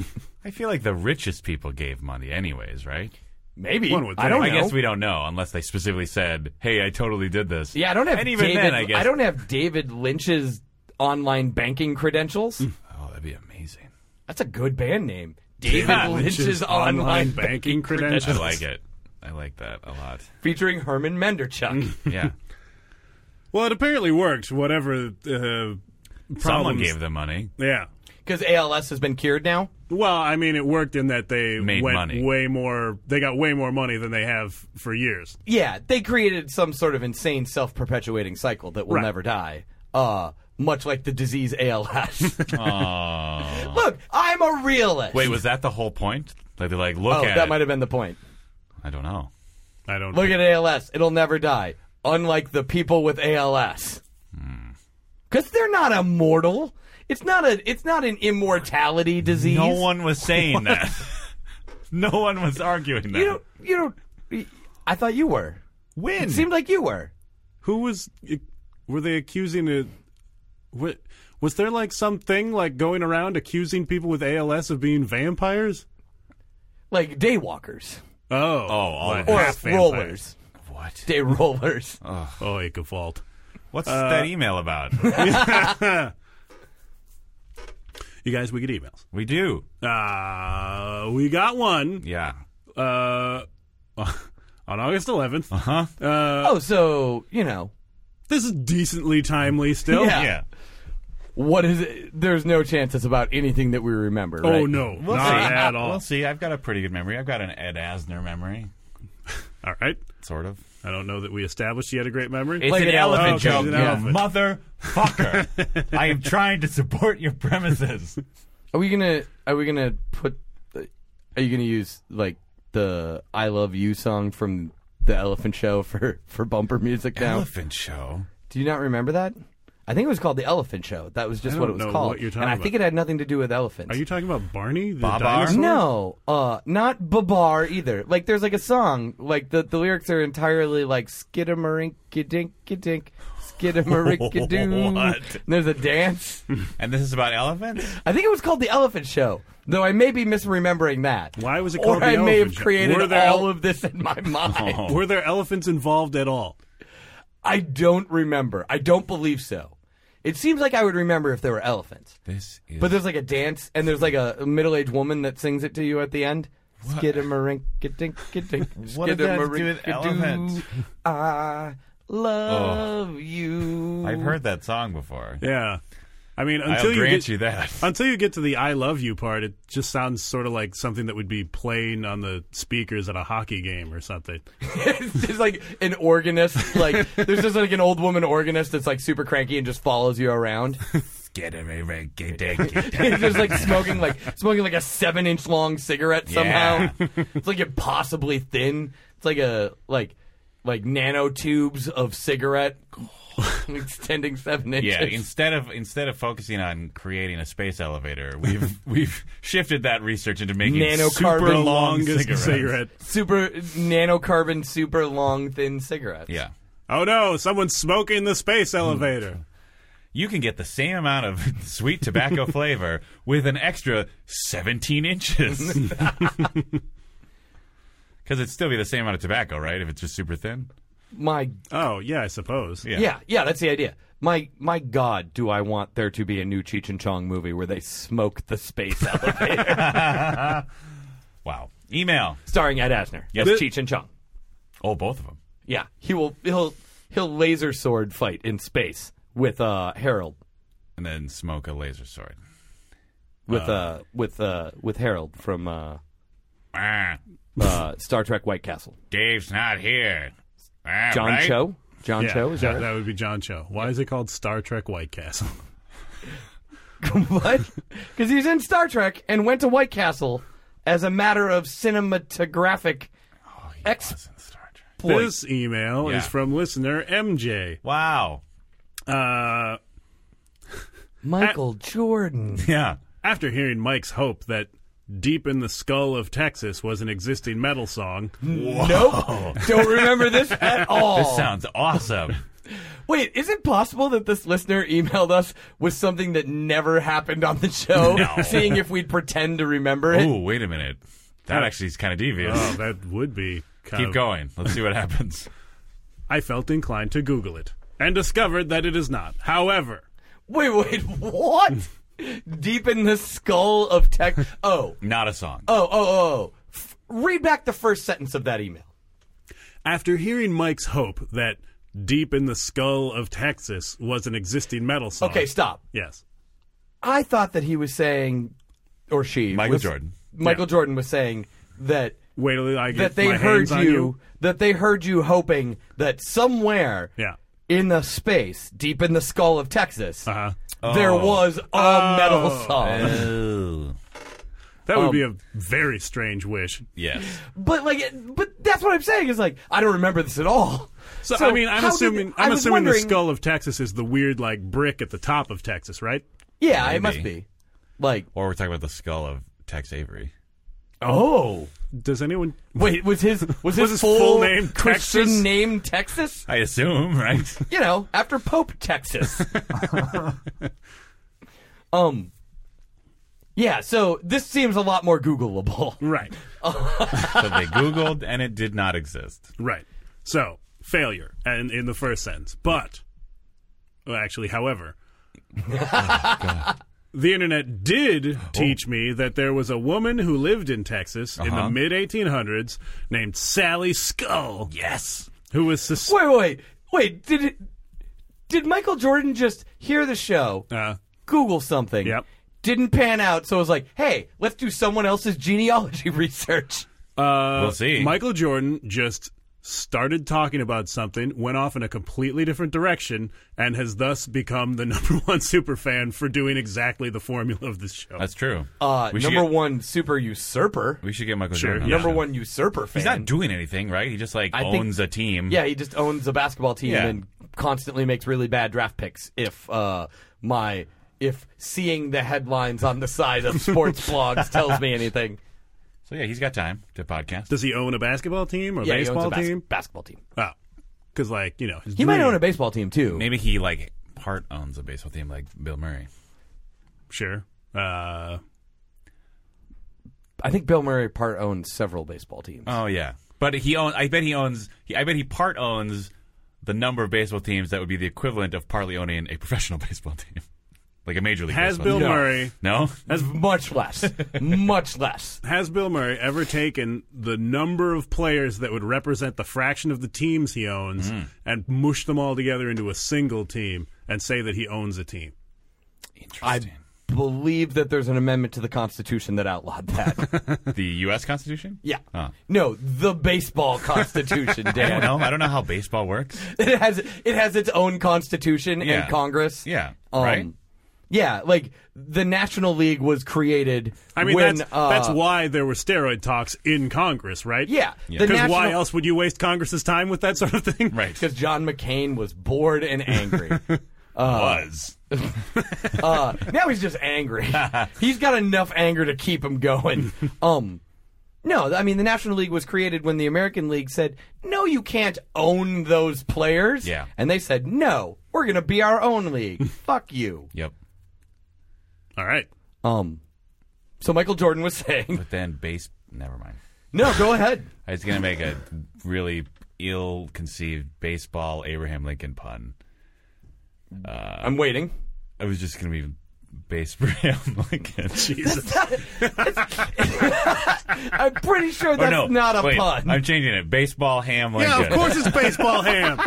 [SPEAKER 1] I feel like the richest people gave money, anyways, right?
[SPEAKER 2] Maybe
[SPEAKER 3] One would
[SPEAKER 2] I don't
[SPEAKER 3] think.
[SPEAKER 1] I
[SPEAKER 2] know.
[SPEAKER 1] guess we don't know unless they specifically said, "Hey, I totally did this."
[SPEAKER 2] yeah, I don't have
[SPEAKER 1] And even
[SPEAKER 2] David,
[SPEAKER 1] then, I guess
[SPEAKER 2] don't have David Lynch's online banking credentials.
[SPEAKER 1] Oh, that'd be amazing.
[SPEAKER 2] That's a good band name. David Lynch's,
[SPEAKER 3] Lynch's
[SPEAKER 2] online,
[SPEAKER 3] online
[SPEAKER 2] banking,
[SPEAKER 3] banking credentials.
[SPEAKER 1] I like it. I like that a lot.
[SPEAKER 2] featuring Herman Menderchuk.
[SPEAKER 1] Yeah,
[SPEAKER 3] Well, it apparently worked. Whatever. Uh,
[SPEAKER 1] someone
[SPEAKER 3] problems-
[SPEAKER 1] gave them money.
[SPEAKER 3] Yeah.
[SPEAKER 2] Because ALS has been cured now.
[SPEAKER 3] Well, I mean, it worked in that they
[SPEAKER 1] Made
[SPEAKER 3] went
[SPEAKER 1] money.
[SPEAKER 3] way more. They got way more money than they have for years.
[SPEAKER 2] Yeah, they created some sort of insane self perpetuating cycle that will
[SPEAKER 3] Right.
[SPEAKER 2] never die. Uh, much like the disease ALS. Look, I'm a realist.
[SPEAKER 1] Wait, was that the whole point? Like they're like, look
[SPEAKER 2] oh,
[SPEAKER 1] at
[SPEAKER 2] that
[SPEAKER 1] it.
[SPEAKER 2] might have been the point.
[SPEAKER 1] I don't know.
[SPEAKER 3] I don't.
[SPEAKER 2] Look at ALS; it'll never die. Unlike the people with ALS,
[SPEAKER 1] Hmm.
[SPEAKER 2] because they're not immortal. It's not a. It's not an immortality disease.
[SPEAKER 1] No one was saying that. no one was arguing that.
[SPEAKER 2] You don't. You don't. I thought you were.
[SPEAKER 1] When?
[SPEAKER 2] It seemed like you were.
[SPEAKER 3] Who was? Were they accusing it? What, was there like something like going around accusing people with ALS of being vampires?
[SPEAKER 2] Like daywalkers
[SPEAKER 3] Oh, oh,
[SPEAKER 1] all of
[SPEAKER 2] or
[SPEAKER 3] half vampires.
[SPEAKER 2] rollers.
[SPEAKER 1] what?
[SPEAKER 2] Day rollers.
[SPEAKER 3] Oh, it could fault.
[SPEAKER 1] What's
[SPEAKER 2] Uh,
[SPEAKER 1] that email about?
[SPEAKER 3] You guys, we get emails.
[SPEAKER 1] we do.
[SPEAKER 3] Uh, we got one
[SPEAKER 1] Yeah.
[SPEAKER 3] uh, on August 11th.
[SPEAKER 1] Huh?
[SPEAKER 2] oh, so you know
[SPEAKER 3] This is decently timely still.
[SPEAKER 2] Yeah. what is it? There's no chance it's about anything that we remember.
[SPEAKER 3] Oh,
[SPEAKER 2] right?
[SPEAKER 3] no.
[SPEAKER 1] We'll
[SPEAKER 3] not
[SPEAKER 1] see.
[SPEAKER 3] at all.
[SPEAKER 1] We'll see. I've got a pretty good memory. I've got an Ed Asner memory,
[SPEAKER 3] All right.
[SPEAKER 1] sort of.
[SPEAKER 3] I don't know that we established you had a great memory.
[SPEAKER 1] It's
[SPEAKER 2] Like
[SPEAKER 1] an,
[SPEAKER 2] an
[SPEAKER 1] elephant joke,
[SPEAKER 2] elephant.
[SPEAKER 3] Okay,
[SPEAKER 1] you
[SPEAKER 3] it's an
[SPEAKER 1] motherfucker. I am trying to support your premises.
[SPEAKER 2] Are we gonna? Are we gonna put? Are you gonna use like the "I Love You" song from the Elephant Show for for bumper music now?
[SPEAKER 1] Elephant show.
[SPEAKER 2] Do you not remember that? I think it was called the Elephant Show. That was just
[SPEAKER 3] I
[SPEAKER 2] what it
[SPEAKER 3] don't
[SPEAKER 2] was
[SPEAKER 3] know
[SPEAKER 2] called,
[SPEAKER 3] what you're talking
[SPEAKER 2] and I
[SPEAKER 3] about.
[SPEAKER 2] think it had nothing to do with elephants.
[SPEAKER 3] Are you talking about Barney? The
[SPEAKER 1] Babar?
[SPEAKER 3] dinosaur?
[SPEAKER 2] No, uh, not Babar either. Like, there's like a song, like the, the lyrics are entirely like skidamarinky-dink-dink, skidamarinky-doo.
[SPEAKER 1] What?
[SPEAKER 2] There's a dance.
[SPEAKER 1] And this is about elephants?
[SPEAKER 2] I think it was called the Elephant Show, though I may be misremembering that.
[SPEAKER 3] Why was it
[SPEAKER 2] Or
[SPEAKER 3] called The
[SPEAKER 2] I may
[SPEAKER 3] Elephant
[SPEAKER 2] have
[SPEAKER 3] Show?
[SPEAKER 2] created
[SPEAKER 3] Were there
[SPEAKER 2] all
[SPEAKER 3] ele- Oh.
[SPEAKER 2] of this in my mind.
[SPEAKER 3] Were there elephants involved at all?
[SPEAKER 2] I don't remember. I don't believe so. It seems like I would remember if there were elephants.
[SPEAKER 1] This is.
[SPEAKER 2] But there's like a dance, and there's like a middle-aged woman that sings it to you at the end. Skidamarinka-dink, dink,
[SPEAKER 1] What did that have to do with elephants?
[SPEAKER 2] I love you.
[SPEAKER 1] I've heard that song before.
[SPEAKER 3] Yeah. I mean,
[SPEAKER 1] I'll
[SPEAKER 3] until you,
[SPEAKER 1] grant
[SPEAKER 3] get,
[SPEAKER 1] you that.
[SPEAKER 3] until you get to the I love you part, it just sounds sort of like something that would be playing on the speakers at a hockey game or something.
[SPEAKER 2] it's just like an organist. Like there's just like an old woman organist that's like super cranky and just follows you around.
[SPEAKER 1] Skidamarinky-dinky.
[SPEAKER 2] It's just like smoking like smoking like a seven inch long cigarette somehow. It's like impossibly thin. It's like a like like nanotubes of cigarette extending seven inches.
[SPEAKER 1] Yeah, instead of instead of focusing on creating a space elevator, we've we've shifted that research into making
[SPEAKER 2] Nanocarbon
[SPEAKER 1] super long
[SPEAKER 3] Longest
[SPEAKER 1] cigarettes.
[SPEAKER 3] cigarette.
[SPEAKER 2] super nanocarbon, super long thin cigarettes.
[SPEAKER 1] Yeah.
[SPEAKER 3] Oh no, someone's smoking the space
[SPEAKER 1] Hmm.
[SPEAKER 3] elevator.
[SPEAKER 1] You can get the same amount of sweet tobacco flavor with an extra 17 inches. Because it'd still be the same amount of tobacco, right? If it's just super thin?
[SPEAKER 2] My
[SPEAKER 3] Oh, yeah, I suppose.
[SPEAKER 1] Yeah.
[SPEAKER 2] Yeah, yeah, that's the idea. My my God, do I want there to be a new Cheech and Chong movie where they smoke the space elevator,
[SPEAKER 1] Wow. Email.
[SPEAKER 2] starring Ed Asner
[SPEAKER 1] Yes.
[SPEAKER 2] as Cheech and Chong?
[SPEAKER 1] Oh, both of them.
[SPEAKER 2] Yeah, he will he'll he'll laser sword fight in space with uh Harold
[SPEAKER 1] And then smoke a laser sword.
[SPEAKER 2] with uh, with uh with Harold from uh,
[SPEAKER 1] Ah,
[SPEAKER 2] uh Star Trek White Castle.
[SPEAKER 1] Dave's not here. Ah,
[SPEAKER 2] John
[SPEAKER 1] right?
[SPEAKER 2] Cho, John
[SPEAKER 3] Yeah,
[SPEAKER 2] Cho is that
[SPEAKER 3] that, that would be John Cho. Why is it called Star Trek White Castle?
[SPEAKER 2] right? what? Because he's in Star Trek and went to White Castle. as a matter of cinematographic
[SPEAKER 1] Oh, he
[SPEAKER 2] Ex-
[SPEAKER 1] was in Star Trek.
[SPEAKER 2] ploy.
[SPEAKER 3] This email
[SPEAKER 1] Yeah.
[SPEAKER 3] is from listener MJ.
[SPEAKER 1] Wow.
[SPEAKER 3] Uh,
[SPEAKER 2] Michael Jordan.
[SPEAKER 1] Yeah.
[SPEAKER 3] after hearing Mike's hope that Deep in the Skull of Texas was an existing metal song,
[SPEAKER 2] Nope. Don't remember this at all.
[SPEAKER 1] This sounds awesome.
[SPEAKER 2] Wait, is it possible that this listener emailed us with something that never happened on the show,
[SPEAKER 1] No.
[SPEAKER 2] seeing if we'd pretend to remember it?
[SPEAKER 1] Ooh, wait a minute. That actually is kind of devious.
[SPEAKER 3] oh, that would be kind
[SPEAKER 1] Keep
[SPEAKER 3] of-
[SPEAKER 1] going. Let's see what happens.
[SPEAKER 3] I felt inclined to Google it and discovered that it is not. However,
[SPEAKER 2] Wait, wait, what? Deep in the skull of tech. Oh,
[SPEAKER 1] Not a song.
[SPEAKER 2] oh, oh, oh. F- read back the first sentence of that email.
[SPEAKER 3] after hearing Mike's hope that Deep in the Skull of Texas was an existing metal song.
[SPEAKER 2] Okay, stop.
[SPEAKER 3] Yes.
[SPEAKER 2] I thought that he was saying, or she,
[SPEAKER 1] Michael
[SPEAKER 2] was-
[SPEAKER 1] Jordan.
[SPEAKER 2] Michael
[SPEAKER 3] Yeah.
[SPEAKER 2] Jordan was saying that
[SPEAKER 3] Wait till I get
[SPEAKER 2] that they
[SPEAKER 3] my
[SPEAKER 2] heard
[SPEAKER 3] hands on
[SPEAKER 2] you, that they heard you hoping that somewhere
[SPEAKER 3] Yeah.
[SPEAKER 2] in the space deep in the skull of Texas
[SPEAKER 3] Uh-huh.
[SPEAKER 2] there was a metal song.
[SPEAKER 1] Oh.
[SPEAKER 3] That would be
[SPEAKER 2] Um,
[SPEAKER 3] a very strange wish.
[SPEAKER 1] Yes.
[SPEAKER 2] But like it- but that's what I'm saying is like I don't remember this at all.
[SPEAKER 3] So,
[SPEAKER 2] So
[SPEAKER 3] I mean, I'm
[SPEAKER 2] how did-
[SPEAKER 3] assuming
[SPEAKER 2] I
[SPEAKER 3] I'm
[SPEAKER 2] was
[SPEAKER 3] assuming the
[SPEAKER 2] wondering-
[SPEAKER 3] skull of Texas is the weird like brick at the top of Texas, right?
[SPEAKER 2] Yeah,
[SPEAKER 1] Maybe.
[SPEAKER 2] it must be. Like
[SPEAKER 1] Or we're talking about the skull of Tex Avery.
[SPEAKER 2] oh
[SPEAKER 3] Does anyone
[SPEAKER 2] wait was his was his,
[SPEAKER 3] his
[SPEAKER 2] full,
[SPEAKER 3] full name
[SPEAKER 2] Christian
[SPEAKER 3] Texas?
[SPEAKER 2] name Texas?
[SPEAKER 1] I assume, right?
[SPEAKER 2] You know after Pope Texas. um. Yeah, so this seems a lot more Googleable.
[SPEAKER 3] Right.
[SPEAKER 1] so they Googled and it did not exist.
[SPEAKER 3] Right. So, failure and in the first sentence. But well, actually, however, the internet did teach me that there was a woman who lived in Texas in the mid 1800s named Sally Skull,
[SPEAKER 1] Yes.
[SPEAKER 3] who was sus-
[SPEAKER 2] Wait, wait, wait, wait. Did it, did Michael Jordan just hear the show,
[SPEAKER 3] uh,
[SPEAKER 2] Google something?
[SPEAKER 3] Yep.
[SPEAKER 2] Didn't pan out, so it was like, hey, let's do someone else's genealogy research.
[SPEAKER 3] Uh,
[SPEAKER 1] We'll see.
[SPEAKER 3] Michael Jordan just started talking about something, went off in a completely different direction, and has thus become the number one superfan for doing exactly the formula of this show.
[SPEAKER 1] That's true.
[SPEAKER 2] Uh,
[SPEAKER 1] we should
[SPEAKER 2] number
[SPEAKER 1] get,
[SPEAKER 2] one super usurper.
[SPEAKER 1] We should get Michael
[SPEAKER 3] Sure,
[SPEAKER 1] Jordan. on
[SPEAKER 3] yeah.
[SPEAKER 1] the
[SPEAKER 2] Number
[SPEAKER 1] show.
[SPEAKER 2] one usurper fan.
[SPEAKER 1] He's not doing anything, right? He just like
[SPEAKER 2] I think-
[SPEAKER 1] owns a team.
[SPEAKER 2] yeah, he just owns a basketball team
[SPEAKER 1] Yeah.
[SPEAKER 2] and constantly makes really bad draft picks. If uh, my if seeing the headlines on the side of sports blogs tells me anything,
[SPEAKER 1] So yeah, he's got time to podcast.
[SPEAKER 3] Does he own a basketball team or
[SPEAKER 2] yeah, he
[SPEAKER 3] baseball
[SPEAKER 2] owns a bas-
[SPEAKER 3] team?
[SPEAKER 2] basketball team.
[SPEAKER 3] Oh, because like you know, his
[SPEAKER 2] He might
[SPEAKER 3] dream-
[SPEAKER 2] own a baseball team too.
[SPEAKER 1] Maybe he like part owns a baseball team like Bill Murray.
[SPEAKER 3] sure. Uh,
[SPEAKER 2] I think Bill Murray part owns several baseball teams.
[SPEAKER 1] Oh yeah, but he owns. I bet he owns. he- I bet he part owns the number of baseball teams that would be the equivalent of partly owning a professional baseball team, like a major league.
[SPEAKER 3] has
[SPEAKER 1] baseball
[SPEAKER 3] Bill
[SPEAKER 1] team.
[SPEAKER 3] Murray
[SPEAKER 1] No.
[SPEAKER 2] That's much less. much less.
[SPEAKER 3] has Bill Murray ever taken the number of players that would represent the fraction of the teams he owns
[SPEAKER 2] Mm.
[SPEAKER 3] and mushed them all together into a single team and say that he owns a team?
[SPEAKER 1] Interesting.
[SPEAKER 2] Believe that there's an amendment to the Constitution that outlawed that.
[SPEAKER 1] the U.S. Constitution.
[SPEAKER 2] Yeah.
[SPEAKER 1] Huh.
[SPEAKER 2] No, the baseball Constitution,
[SPEAKER 1] I don't
[SPEAKER 2] Dan.
[SPEAKER 1] know. I don't know how baseball works.
[SPEAKER 2] It has it has its own Constitution
[SPEAKER 1] Yeah.
[SPEAKER 2] and Congress.
[SPEAKER 1] Yeah.
[SPEAKER 2] Um,
[SPEAKER 1] right.
[SPEAKER 2] Yeah, like the National League was created.
[SPEAKER 3] I mean,
[SPEAKER 2] when,
[SPEAKER 3] that's,
[SPEAKER 2] uh,
[SPEAKER 3] that's why there were steroid talks in Congress, right?
[SPEAKER 2] Yeah, Yeah. the
[SPEAKER 3] Because why
[SPEAKER 2] national-
[SPEAKER 3] else would you waste Congress's time with that sort of thing?
[SPEAKER 1] Right.
[SPEAKER 2] because John McCain was bored and angry.
[SPEAKER 1] was.
[SPEAKER 2] Uh, now he's just angry. he's got enough anger to keep him going. Um, no, I mean the National League was created when the American League said, "No, you can't own those players."
[SPEAKER 1] Yeah.
[SPEAKER 2] and they said, "No, we're gonna be our own league. Fuck you."
[SPEAKER 1] Yep.
[SPEAKER 3] All right.
[SPEAKER 2] Um, so Michael Jordan was saying,
[SPEAKER 1] But then base. Never mind.
[SPEAKER 2] "No, go ahead."
[SPEAKER 1] I was gonna make a really ill-conceived baseball Abraham Lincoln pun. Uh,
[SPEAKER 2] I'm waiting.
[SPEAKER 1] I was just gonna be base Abraham Lincoln.
[SPEAKER 3] Jesus.
[SPEAKER 2] I'm pretty sure
[SPEAKER 1] Oh,
[SPEAKER 2] that's
[SPEAKER 1] no.
[SPEAKER 2] not a
[SPEAKER 1] Wait,
[SPEAKER 2] pun.
[SPEAKER 1] I'm changing it. Baseball ham Lincoln.
[SPEAKER 3] yeah, of course it's baseball ham.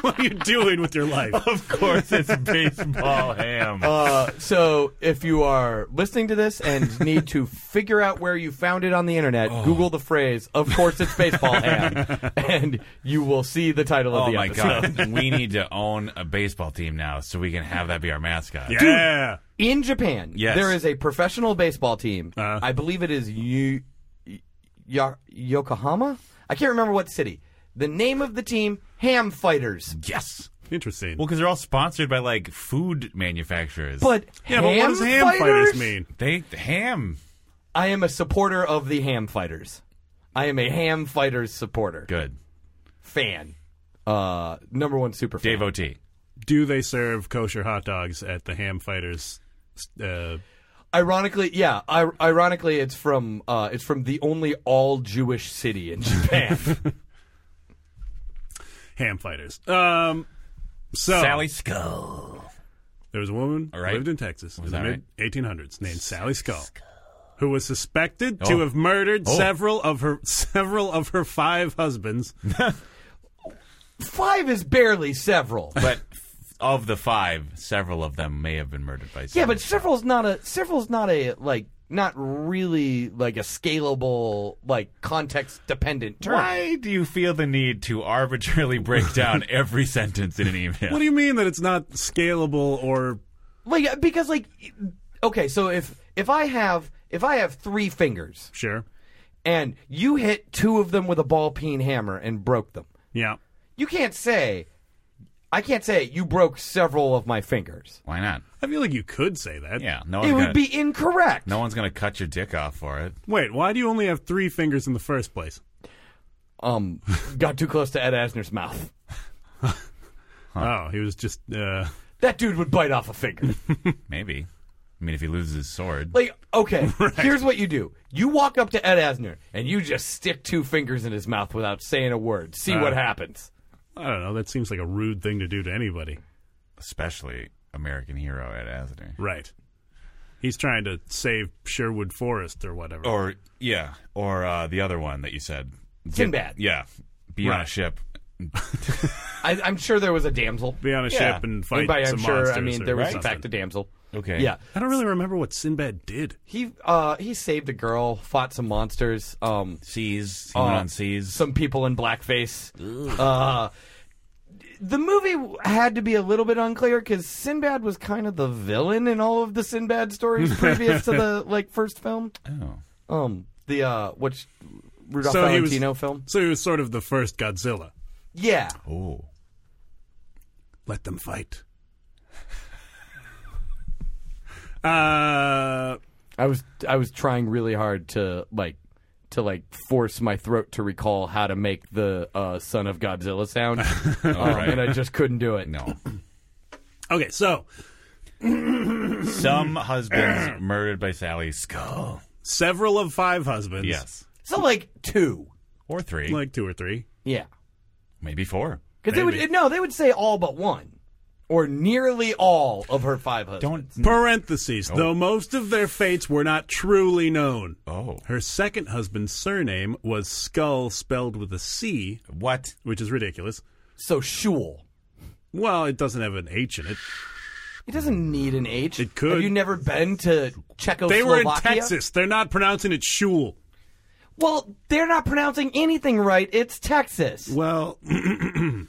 [SPEAKER 3] what are you doing with your life?
[SPEAKER 1] Of course it's baseball ham.
[SPEAKER 2] Uh, so if you are listening to this and need to figure out where you found it on the internet,
[SPEAKER 3] Oh.
[SPEAKER 2] Google the phrase "Of course it's baseball ham," and you will see the title of
[SPEAKER 1] oh
[SPEAKER 2] the
[SPEAKER 1] my
[SPEAKER 2] episode.
[SPEAKER 1] god. we need to own a baseball team now so we can have that be our mascot.
[SPEAKER 3] Yeah.
[SPEAKER 2] In Japan,
[SPEAKER 1] Yes.
[SPEAKER 2] there is a professional baseball team.
[SPEAKER 3] Uh-huh.
[SPEAKER 2] I believe it is U- Yo- Yokohama. I can't remember what city. The name of the team: Ham Fighters.
[SPEAKER 1] Yes.
[SPEAKER 3] Interesting.
[SPEAKER 1] Well, because they're all sponsored by like food manufacturers.
[SPEAKER 2] But
[SPEAKER 3] yeah, but what does ham fighters mean?
[SPEAKER 1] they ham.
[SPEAKER 2] I am a supporter of the Ham Fighters. I am a Ham Fighters supporter
[SPEAKER 1] Good.
[SPEAKER 2] fan. Uh, number one super fan.
[SPEAKER 1] Dave OT.
[SPEAKER 3] Do they serve kosher hot dogs at the ham fighters? Uh,
[SPEAKER 2] Ironically, yeah. I- ironically, it's from uh, it's from the only all Jewish city in Japan.
[SPEAKER 3] ham fighters. Um, so
[SPEAKER 1] Sally Skull.
[SPEAKER 3] There was a woman who
[SPEAKER 1] All right.
[SPEAKER 3] lived in Texas in the
[SPEAKER 1] that
[SPEAKER 3] mid 1800s named Sally Skull, who was suspected
[SPEAKER 1] Oh.
[SPEAKER 3] to have murdered
[SPEAKER 1] Oh.
[SPEAKER 3] several of her several of her five husbands.
[SPEAKER 2] Five is barely several.
[SPEAKER 1] But f- of the five, several of them may have been murdered by.
[SPEAKER 2] Yeah,
[SPEAKER 1] Sally
[SPEAKER 2] but
[SPEAKER 1] Skull.
[SPEAKER 2] several's not a several's not a like not really like a scalable like context dependent term.
[SPEAKER 1] Why do you feel the need to arbitrarily break down every sentence in an email?
[SPEAKER 3] What do you mean that it's not scalable or
[SPEAKER 2] Like because like okay, so if if I have if I have three fingers
[SPEAKER 3] sure?
[SPEAKER 2] and you hit two of them with a ball peen hammer and broke them,
[SPEAKER 3] Yeah,
[SPEAKER 2] you can't say I can't say you broke several of my fingers.
[SPEAKER 1] Why not?
[SPEAKER 3] I feel like you could say that.
[SPEAKER 1] Yeah, no one's
[SPEAKER 2] It
[SPEAKER 1] gonna,
[SPEAKER 2] would be incorrect.
[SPEAKER 1] no one's gonna cut your dick off for it.
[SPEAKER 3] Wait, why do you only have three fingers in the first place?
[SPEAKER 2] Um, got too close to Ed Asner's mouth.
[SPEAKER 3] Oh, he was just uh,
[SPEAKER 2] That dude would bite off a finger.
[SPEAKER 1] Maybe. I mean, if he loses his sword,
[SPEAKER 2] Like, okay, here's what you do. You walk up to Ed Asner and you just stick two fingers in his mouth without saying a word.
[SPEAKER 3] Uh,
[SPEAKER 2] See what happens.
[SPEAKER 3] I don't know. That seems like a rude thing to do to anybody.
[SPEAKER 1] especially American hero Ed Asner.
[SPEAKER 3] Right. He's trying to save Sherwood Forest or whatever.
[SPEAKER 2] Oh,
[SPEAKER 1] Or yeah, or uh, the other one that you said, Get-
[SPEAKER 2] Sinbad.
[SPEAKER 1] Yeah, be on a
[SPEAKER 3] Right.
[SPEAKER 1] ship.
[SPEAKER 2] I, I'm sure there was a damsel.
[SPEAKER 3] be on a
[SPEAKER 1] Yeah.
[SPEAKER 3] ship and fight
[SPEAKER 2] By
[SPEAKER 3] some
[SPEAKER 2] I'm sure,
[SPEAKER 3] monsters.
[SPEAKER 2] I mean
[SPEAKER 3] or
[SPEAKER 2] there was in
[SPEAKER 3] something.
[SPEAKER 2] fact a damsel.
[SPEAKER 1] Okay.
[SPEAKER 2] Yeah,
[SPEAKER 3] I don't really remember what Sinbad did.
[SPEAKER 2] he uh, he saved a girl, fought some monsters, um,
[SPEAKER 1] Seas. He went
[SPEAKER 2] Uh,
[SPEAKER 1] on seas.
[SPEAKER 2] some people in blackface. Uh, the movie had to be a little bit unclear because Sinbad was kind of the villain in all of the Sinbad stories previous to the like first film.
[SPEAKER 1] oh.
[SPEAKER 2] Um, the uh, which Rudolph
[SPEAKER 3] So he was-
[SPEAKER 2] Valentino film?
[SPEAKER 3] So he was sort of the first Godzilla.
[SPEAKER 2] Yeah,
[SPEAKER 1] Oh.
[SPEAKER 3] Let them fight. uh,
[SPEAKER 2] I was I was trying really hard to like to like force my throat to recall how to make the uh, son of Godzilla sound, um,
[SPEAKER 1] right.
[SPEAKER 2] and I just couldn't do it.
[SPEAKER 1] No.
[SPEAKER 3] okay, so
[SPEAKER 1] Some husbands murdered by Sally's skull.
[SPEAKER 3] several of five husbands.
[SPEAKER 1] Yes.
[SPEAKER 2] So like two,
[SPEAKER 1] Or three.
[SPEAKER 3] Like two or three.
[SPEAKER 2] yeah,
[SPEAKER 1] maybe four.
[SPEAKER 2] because they would
[SPEAKER 3] Maybe.
[SPEAKER 2] no, they would say all but one, or nearly all of her five husbands.
[SPEAKER 1] Don't.
[SPEAKER 3] Parentheses. Though most of their fates were not truly known.
[SPEAKER 1] Oh.
[SPEAKER 3] Her second husband's surname was Skull, spelled with a C,
[SPEAKER 1] What?
[SPEAKER 3] which is ridiculous.
[SPEAKER 2] So Shul.
[SPEAKER 3] Well, it doesn't have an H in it.
[SPEAKER 2] It doesn't need an H.
[SPEAKER 3] It could.
[SPEAKER 2] Have you never been to Czechoslovakia?
[SPEAKER 3] They were in Texas. They're not pronouncing it Shul.
[SPEAKER 2] Well, they're not pronouncing anything right. It's Texas.
[SPEAKER 3] Well, uh,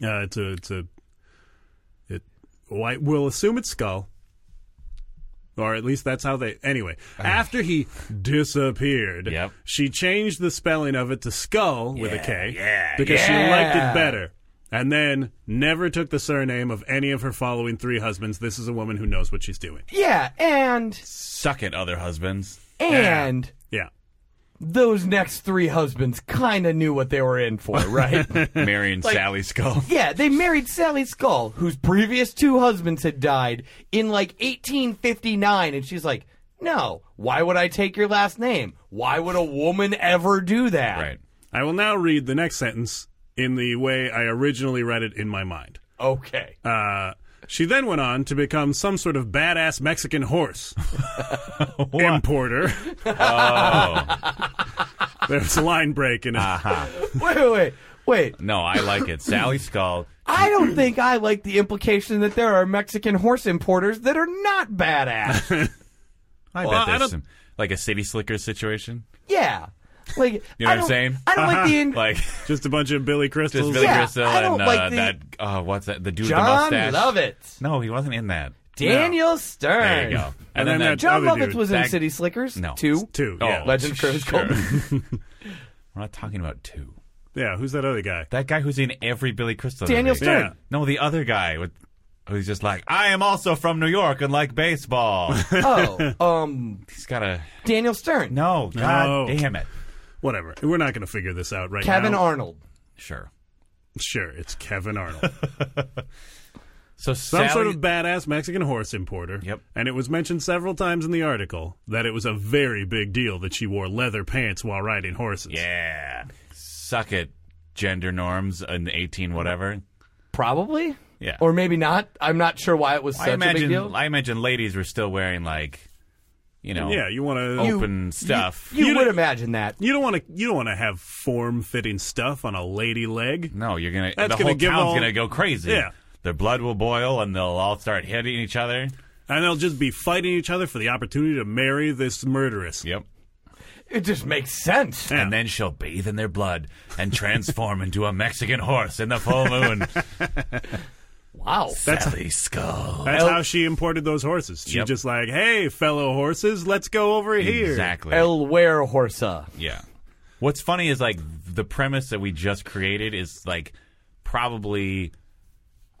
[SPEAKER 3] it's a it's a it. Why, we'll assume it's skull, or at least that's how they. Anyway, after he disappeared,
[SPEAKER 1] Uh-huh. Yep.
[SPEAKER 3] she changed the spelling of it to skull with a K,
[SPEAKER 1] yeah,
[SPEAKER 3] because she liked
[SPEAKER 2] yeah.
[SPEAKER 3] it better. And then never took the surname of any of her following three husbands. This is a woman who knows what she's doing.
[SPEAKER 2] Yeah, and
[SPEAKER 1] Suck it, other husbands.
[SPEAKER 2] and
[SPEAKER 3] Yeah,
[SPEAKER 2] those next three husbands kind of knew what they were in for, right?
[SPEAKER 1] Marrying Sally's skull.
[SPEAKER 2] yeah, they married Sally Skull, whose previous two husbands had died in like 1859, and she's like, "No, why would I take your last name? Why would a woman ever do that?"
[SPEAKER 1] Right.
[SPEAKER 3] I will now read the next sentence in the way I originally read it in my mind.
[SPEAKER 2] Okay.
[SPEAKER 3] Uh, she then went on to become some sort of badass Mexican horse importer.
[SPEAKER 1] Oh.
[SPEAKER 3] there was a line break in it.
[SPEAKER 1] Uh-huh.
[SPEAKER 2] wait, wait, wait. Wait,
[SPEAKER 1] No, I like it. Sally's skull.
[SPEAKER 2] I don't think I like the implication that there are Mexican horse importers that are not badass.
[SPEAKER 1] I
[SPEAKER 3] Well, I
[SPEAKER 1] bet there's
[SPEAKER 3] don't-
[SPEAKER 1] some like a city slicker situation.
[SPEAKER 2] Yeah. Like
[SPEAKER 1] You know what
[SPEAKER 2] I
[SPEAKER 1] I'm
[SPEAKER 2] don't-
[SPEAKER 1] saying?
[SPEAKER 2] I don't like the in-
[SPEAKER 1] Like
[SPEAKER 3] Just a bunch of Billy
[SPEAKER 1] just
[SPEAKER 3] Crystals.
[SPEAKER 1] Billy
[SPEAKER 2] Yeah,
[SPEAKER 1] Crystal
[SPEAKER 2] I don't
[SPEAKER 1] and uh,
[SPEAKER 2] like the-
[SPEAKER 1] that. Uh, what's that? The dude with the
[SPEAKER 2] John
[SPEAKER 1] mustache.
[SPEAKER 2] love it.
[SPEAKER 1] No, he wasn't in that.
[SPEAKER 2] Daniel Stern.
[SPEAKER 1] There you go.
[SPEAKER 3] And then that-
[SPEAKER 2] John
[SPEAKER 3] Other
[SPEAKER 2] Lovitz
[SPEAKER 3] dude.
[SPEAKER 2] was in
[SPEAKER 1] That-
[SPEAKER 2] City Slickers.
[SPEAKER 1] No.
[SPEAKER 2] Two.
[SPEAKER 3] Two. yeah.
[SPEAKER 2] Legend of Curtis
[SPEAKER 1] Oh, Sure.
[SPEAKER 2] Colton.
[SPEAKER 1] We're not talking about two.
[SPEAKER 3] yeah. Who's that other guy?
[SPEAKER 1] That guy who's in every Billy Crystal.
[SPEAKER 2] Daniel
[SPEAKER 1] movie.
[SPEAKER 2] Stern.
[SPEAKER 3] Yeah.
[SPEAKER 1] No, the other guy with who's just like, I am also from New York and like baseball.
[SPEAKER 2] Oh, um,
[SPEAKER 1] He's got a
[SPEAKER 2] Daniel Stern.
[SPEAKER 1] no. God
[SPEAKER 3] No.
[SPEAKER 1] damn it.
[SPEAKER 3] Whatever. We're not going to figure this out right
[SPEAKER 2] Kevin
[SPEAKER 3] now.
[SPEAKER 2] Arnold.
[SPEAKER 1] Sure.
[SPEAKER 3] Sure, it's Kevin Arnold.
[SPEAKER 1] So
[SPEAKER 3] Some
[SPEAKER 1] Sally,
[SPEAKER 3] sort of badass Mexican horse importer.
[SPEAKER 1] Yep.
[SPEAKER 3] And it was mentioned several times in the article that it was a very big deal that she wore leather pants while riding horses.
[SPEAKER 1] yeah. Suck it. Gender norms in the eighteen whatever.
[SPEAKER 2] Probably.
[SPEAKER 1] Yeah.
[SPEAKER 2] Or maybe not. I'm not sure why it was such
[SPEAKER 1] I
[SPEAKER 2] a big
[SPEAKER 1] imagine
[SPEAKER 2] deal.
[SPEAKER 1] I imagine ladies were still wearing like, you know,
[SPEAKER 3] Yeah, you want to. You,
[SPEAKER 1] open
[SPEAKER 3] uh,
[SPEAKER 1] stuff.
[SPEAKER 2] you,
[SPEAKER 3] You
[SPEAKER 2] would
[SPEAKER 3] don't-
[SPEAKER 2] imagine that.
[SPEAKER 3] don't want to. You don't want to have form-fitting stuff on a lady leg.
[SPEAKER 1] No, you're gonna.
[SPEAKER 3] That's
[SPEAKER 1] the
[SPEAKER 3] gonna
[SPEAKER 1] whole
[SPEAKER 3] give
[SPEAKER 1] town's
[SPEAKER 3] all-
[SPEAKER 1] gonna go crazy.
[SPEAKER 3] Yeah.
[SPEAKER 1] Their blood will boil, and they'll all start hitting each other.
[SPEAKER 3] And they'll just be fighting each other for the opportunity to marry this murderess.
[SPEAKER 1] Yep.
[SPEAKER 2] It just makes sense.
[SPEAKER 3] Yeah.
[SPEAKER 1] And then she'll bathe in their blood and transform into a Mexican horse in the full moon.
[SPEAKER 2] Wow.
[SPEAKER 1] Sally Skull.
[SPEAKER 3] That's how she imported those horses. She
[SPEAKER 1] Yep.
[SPEAKER 3] just like, hey, fellow horses, let's go over here.
[SPEAKER 1] Exactly.
[SPEAKER 2] El Ware Horsa.
[SPEAKER 1] yeah. What's funny is like the premise that we just created is like probably.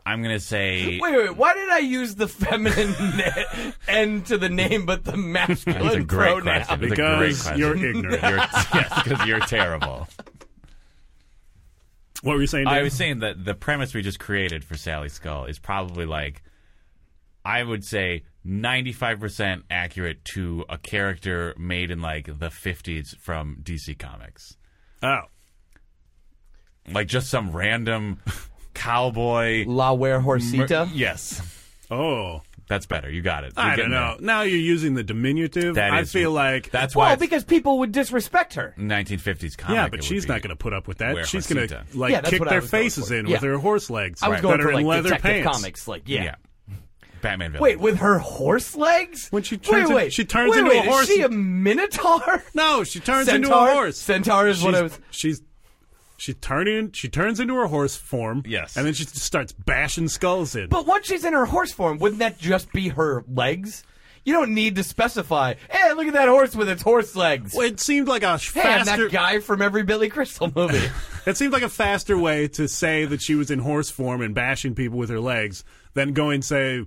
[SPEAKER 1] I'm gonna say.
[SPEAKER 2] Wait, wait, why did I use the feminine na- end to the name but the masculine
[SPEAKER 1] That's a great
[SPEAKER 2] pronoun?
[SPEAKER 1] question. That's a great
[SPEAKER 3] Because
[SPEAKER 1] question.
[SPEAKER 3] you're ignorant.
[SPEAKER 1] You're- yes, because you're terrible.
[SPEAKER 3] what were you saying?
[SPEAKER 1] I
[SPEAKER 3] Dave?
[SPEAKER 1] was saying that the premise we just created for Sally Skull is probably like, I would say, 95% accurate to a character made in like the 50s from DC Comics.
[SPEAKER 3] oh,
[SPEAKER 1] Like just some random cowboy.
[SPEAKER 2] La Ware
[SPEAKER 1] mur-
[SPEAKER 2] Horsita.
[SPEAKER 1] yes,
[SPEAKER 3] oh.
[SPEAKER 1] that's better. You got it. You're
[SPEAKER 3] I don't
[SPEAKER 1] getting
[SPEAKER 3] know.
[SPEAKER 1] there.
[SPEAKER 3] Now you're using the diminutive.
[SPEAKER 1] That
[SPEAKER 3] I
[SPEAKER 1] is-
[SPEAKER 3] feel like
[SPEAKER 1] That's why
[SPEAKER 2] well,
[SPEAKER 1] it's
[SPEAKER 2] because people would disrespect her.
[SPEAKER 1] 1950s comic.
[SPEAKER 3] yeah, but she's not going to put up with
[SPEAKER 1] Where
[SPEAKER 3] that. She's going to
[SPEAKER 1] Jacinta.
[SPEAKER 3] like
[SPEAKER 2] Yeah, that's
[SPEAKER 3] kick
[SPEAKER 2] what I
[SPEAKER 3] their
[SPEAKER 2] was going
[SPEAKER 3] faces
[SPEAKER 2] for.
[SPEAKER 3] in
[SPEAKER 2] Yeah.
[SPEAKER 3] with her horse legs.
[SPEAKER 2] I was
[SPEAKER 3] Right.
[SPEAKER 2] going
[SPEAKER 3] that
[SPEAKER 2] for
[SPEAKER 3] are in
[SPEAKER 2] like
[SPEAKER 3] leather
[SPEAKER 2] detective
[SPEAKER 3] pants.
[SPEAKER 2] comics, like yeah.
[SPEAKER 1] Yeah. Batman villain.
[SPEAKER 2] Wait, with her horse legs?
[SPEAKER 3] When she turns
[SPEAKER 2] wait,
[SPEAKER 3] in-
[SPEAKER 2] wait,
[SPEAKER 3] she turns
[SPEAKER 2] wait,
[SPEAKER 3] into
[SPEAKER 2] wait,
[SPEAKER 3] a horse-
[SPEAKER 2] Is she a minotaur?
[SPEAKER 3] No, she turns
[SPEAKER 2] Centaur?
[SPEAKER 3] into a horse.
[SPEAKER 2] Centaur is
[SPEAKER 3] she's,
[SPEAKER 2] what I was.
[SPEAKER 3] She's she turning. She turns into her horse form.
[SPEAKER 1] Yes.
[SPEAKER 3] and then she just starts bashing skulls in.
[SPEAKER 2] But once she's in her horse form, wouldn't that just be her legs? You don't need to specify. Hey, look at that horse with its horse legs.
[SPEAKER 3] Well, it seemed like a
[SPEAKER 2] hey, I'm
[SPEAKER 3] faster.
[SPEAKER 2] that guy from every Billy Crystal movie.
[SPEAKER 3] It seemed like a faster way to say that she was in horse form and bashing people with her legs than going say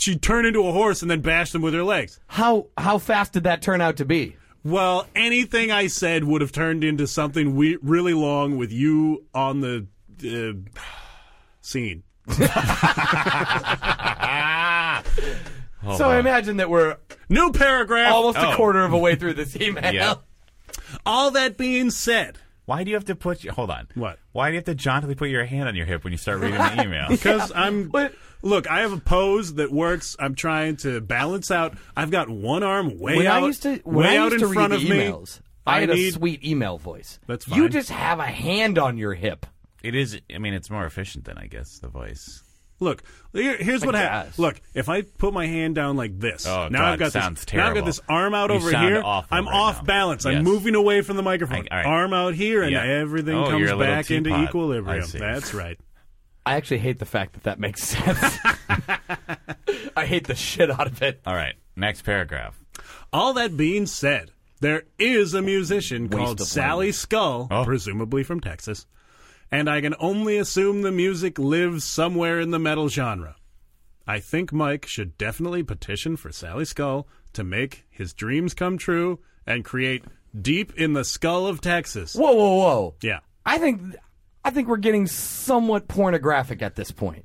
[SPEAKER 3] she turned into a horse and then bashed them with her legs.
[SPEAKER 2] how how fast did that turn out to be?
[SPEAKER 3] Well, anything I said would have turned into something we- really long with you on the uh, scene.
[SPEAKER 2] so I imagine that we're
[SPEAKER 3] New paragraph.
[SPEAKER 2] almost
[SPEAKER 1] Oh.
[SPEAKER 2] a quarter of a way through this email.
[SPEAKER 1] Yeah.
[SPEAKER 3] All that being said,
[SPEAKER 1] Why do you have to put? Your, hold on.
[SPEAKER 3] What?
[SPEAKER 1] Why do you have to jauntily put your hand on your hip when you start reading the email?
[SPEAKER 3] because I'm
[SPEAKER 2] But-
[SPEAKER 3] look, I have a pose that works. I'm trying to balance out. I've got one arm way
[SPEAKER 2] When
[SPEAKER 3] out,
[SPEAKER 2] I used to when I
[SPEAKER 3] way out
[SPEAKER 2] used
[SPEAKER 3] in
[SPEAKER 2] to read
[SPEAKER 3] front
[SPEAKER 2] the
[SPEAKER 3] of
[SPEAKER 2] emails,
[SPEAKER 3] me.
[SPEAKER 2] I had
[SPEAKER 3] need,
[SPEAKER 2] a sweet email voice.
[SPEAKER 3] That's
[SPEAKER 2] You
[SPEAKER 3] fine.
[SPEAKER 2] just have a hand on your hip.
[SPEAKER 1] It is. I mean, it's more efficient than I guess the voice.
[SPEAKER 3] Look, here, here's what happens.
[SPEAKER 2] guess.
[SPEAKER 3] Look, if I put my hand down like this,
[SPEAKER 1] Oh,
[SPEAKER 3] now
[SPEAKER 1] God,
[SPEAKER 3] I've got
[SPEAKER 1] sounds
[SPEAKER 3] this. Now I've got
[SPEAKER 1] terrible.
[SPEAKER 3] this arm out
[SPEAKER 1] You
[SPEAKER 3] over
[SPEAKER 1] sound
[SPEAKER 3] here.
[SPEAKER 1] awful
[SPEAKER 3] I'm
[SPEAKER 1] right
[SPEAKER 3] off
[SPEAKER 1] now.
[SPEAKER 3] balance.
[SPEAKER 1] Yes.
[SPEAKER 3] I'm moving away from the microphone.
[SPEAKER 1] I- all right.
[SPEAKER 3] Arm out here, and
[SPEAKER 1] Yeah.
[SPEAKER 3] everything
[SPEAKER 1] Oh,
[SPEAKER 3] comes
[SPEAKER 1] you're a little
[SPEAKER 3] back into
[SPEAKER 1] teapot.
[SPEAKER 3] equilibrium.
[SPEAKER 1] I see.
[SPEAKER 3] That's right.
[SPEAKER 2] I actually hate the fact that that makes sense. I hate the shit out of it.
[SPEAKER 1] All right. Next paragraph.
[SPEAKER 3] All that being said, there is a musician called
[SPEAKER 2] of
[SPEAKER 3] Sally Skull, presumably from Texas, and I can only assume the music lives somewhere in the metal genre. I think Mike should definitely petition for Sally Skull to make his dreams come true and create Deep in the Skull of Texas.
[SPEAKER 2] Whoa, whoa, whoa!
[SPEAKER 3] Yeah.
[SPEAKER 2] I think I think we're getting somewhat pornographic at this point.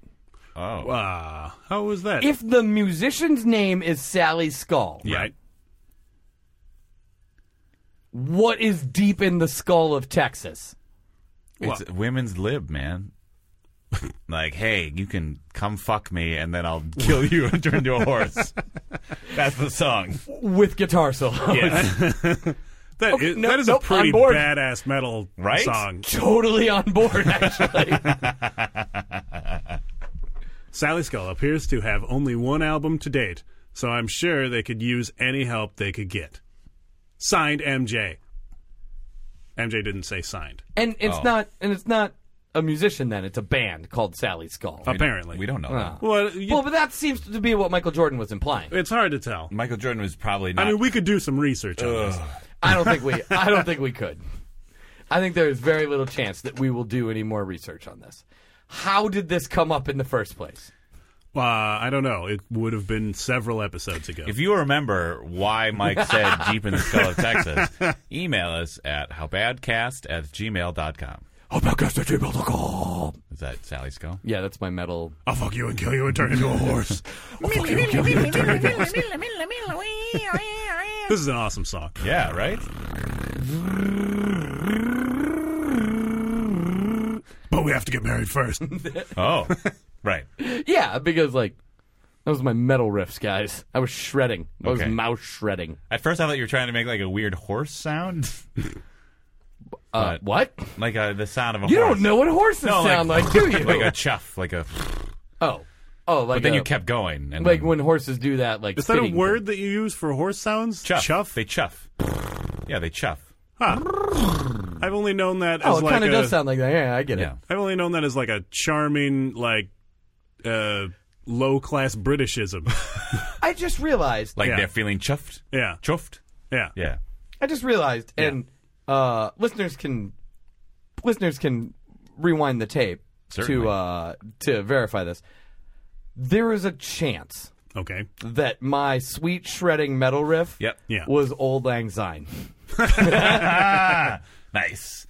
[SPEAKER 1] Oh.
[SPEAKER 3] Uh, how was that?
[SPEAKER 2] If the musician's name is Sally Skull,
[SPEAKER 3] right.
[SPEAKER 2] what is deep in the skull of Texas?
[SPEAKER 1] It's women's lib, man. like, hey, you can come fuck me, and then I'll kill you and turn into a horse. That's the song.
[SPEAKER 2] With guitar solo.
[SPEAKER 3] That is,
[SPEAKER 2] no,
[SPEAKER 3] that is
[SPEAKER 2] nope,
[SPEAKER 3] a
[SPEAKER 2] on
[SPEAKER 3] pretty
[SPEAKER 2] board.
[SPEAKER 3] badass metal
[SPEAKER 1] Right?
[SPEAKER 3] song.
[SPEAKER 2] totally on board, actually.
[SPEAKER 3] Sally Skull appears to have only one album to date, so I'm sure they could use any help they could get. Signed MJ. MJ didn't say signed.
[SPEAKER 2] and it's
[SPEAKER 1] Oh.
[SPEAKER 2] not and it's not a musician then. It's a band called Sally Skull.
[SPEAKER 3] apparently.
[SPEAKER 1] We don't know.
[SPEAKER 2] Uh.
[SPEAKER 1] that.
[SPEAKER 3] Well, you-
[SPEAKER 2] well, but that seems to be what Michael Jordan was implying.
[SPEAKER 3] it's hard to tell.
[SPEAKER 1] Michael Jordan was probably not.
[SPEAKER 3] I mean, we could do some research on this.
[SPEAKER 2] I don't think we. I don't think we could. I think there is very little chance that we will do any more research on this. How did this come up in the first place?
[SPEAKER 3] Uh, I don't know. It would have been several episodes ago.
[SPEAKER 1] If you remember why Mike said deep in the skull of Texas, email us at howbadcast at gmail.com. Is that Sally Skull?
[SPEAKER 2] Yeah, that's my metal.
[SPEAKER 3] I'll fuck you and kill you and turn into a horse. I'll fuck you and kill you and turn into a horse. This is an awesome song.
[SPEAKER 1] Yeah, right?
[SPEAKER 3] But we have to get married first.
[SPEAKER 1] Oh, right.
[SPEAKER 2] Yeah, because like that was my metal riffs, guys. I was shredding. I was
[SPEAKER 1] Okay.
[SPEAKER 2] mouse shredding.
[SPEAKER 1] At first, I thought you were trying to make like a weird horse sound,
[SPEAKER 2] Uh,
[SPEAKER 1] But-
[SPEAKER 2] what?
[SPEAKER 1] like uh the sound of a
[SPEAKER 2] You
[SPEAKER 1] horse.
[SPEAKER 2] don't know what horses
[SPEAKER 1] No, like-
[SPEAKER 2] sound like, do you?
[SPEAKER 1] Like a chuff, like a.
[SPEAKER 2] oh, oh, like
[SPEAKER 1] But then
[SPEAKER 2] a-
[SPEAKER 1] you kept going, and
[SPEAKER 2] like
[SPEAKER 1] then-
[SPEAKER 2] when horses do that. Like
[SPEAKER 3] Is that a
[SPEAKER 2] sitting
[SPEAKER 3] word that you use for horse sounds?
[SPEAKER 1] chuff,
[SPEAKER 3] Chuff?
[SPEAKER 1] they chuff. Yeah, they chuff.
[SPEAKER 3] I've only known that
[SPEAKER 2] thing. Oh,
[SPEAKER 3] as
[SPEAKER 2] it
[SPEAKER 3] like
[SPEAKER 2] kind
[SPEAKER 3] a,
[SPEAKER 2] of does sound like that. Yeah, I get it.
[SPEAKER 1] Yeah,
[SPEAKER 3] I've only known that as like a charming like uh, low class Britishism.
[SPEAKER 2] I just realized.
[SPEAKER 1] like
[SPEAKER 3] Yeah.
[SPEAKER 1] they're feeling chuffed.
[SPEAKER 3] Yeah.
[SPEAKER 1] chuffed.
[SPEAKER 3] yeah.
[SPEAKER 1] Yeah,
[SPEAKER 2] I just realized, and uh, listeners can listeners can rewind the tape
[SPEAKER 1] Certainly.
[SPEAKER 2] to uh, to verify this. There is a chance
[SPEAKER 3] Okay.
[SPEAKER 2] that my sweet shredding metal riff
[SPEAKER 1] Yep.
[SPEAKER 3] Yeah.
[SPEAKER 2] was old lang syne.
[SPEAKER 1] nice.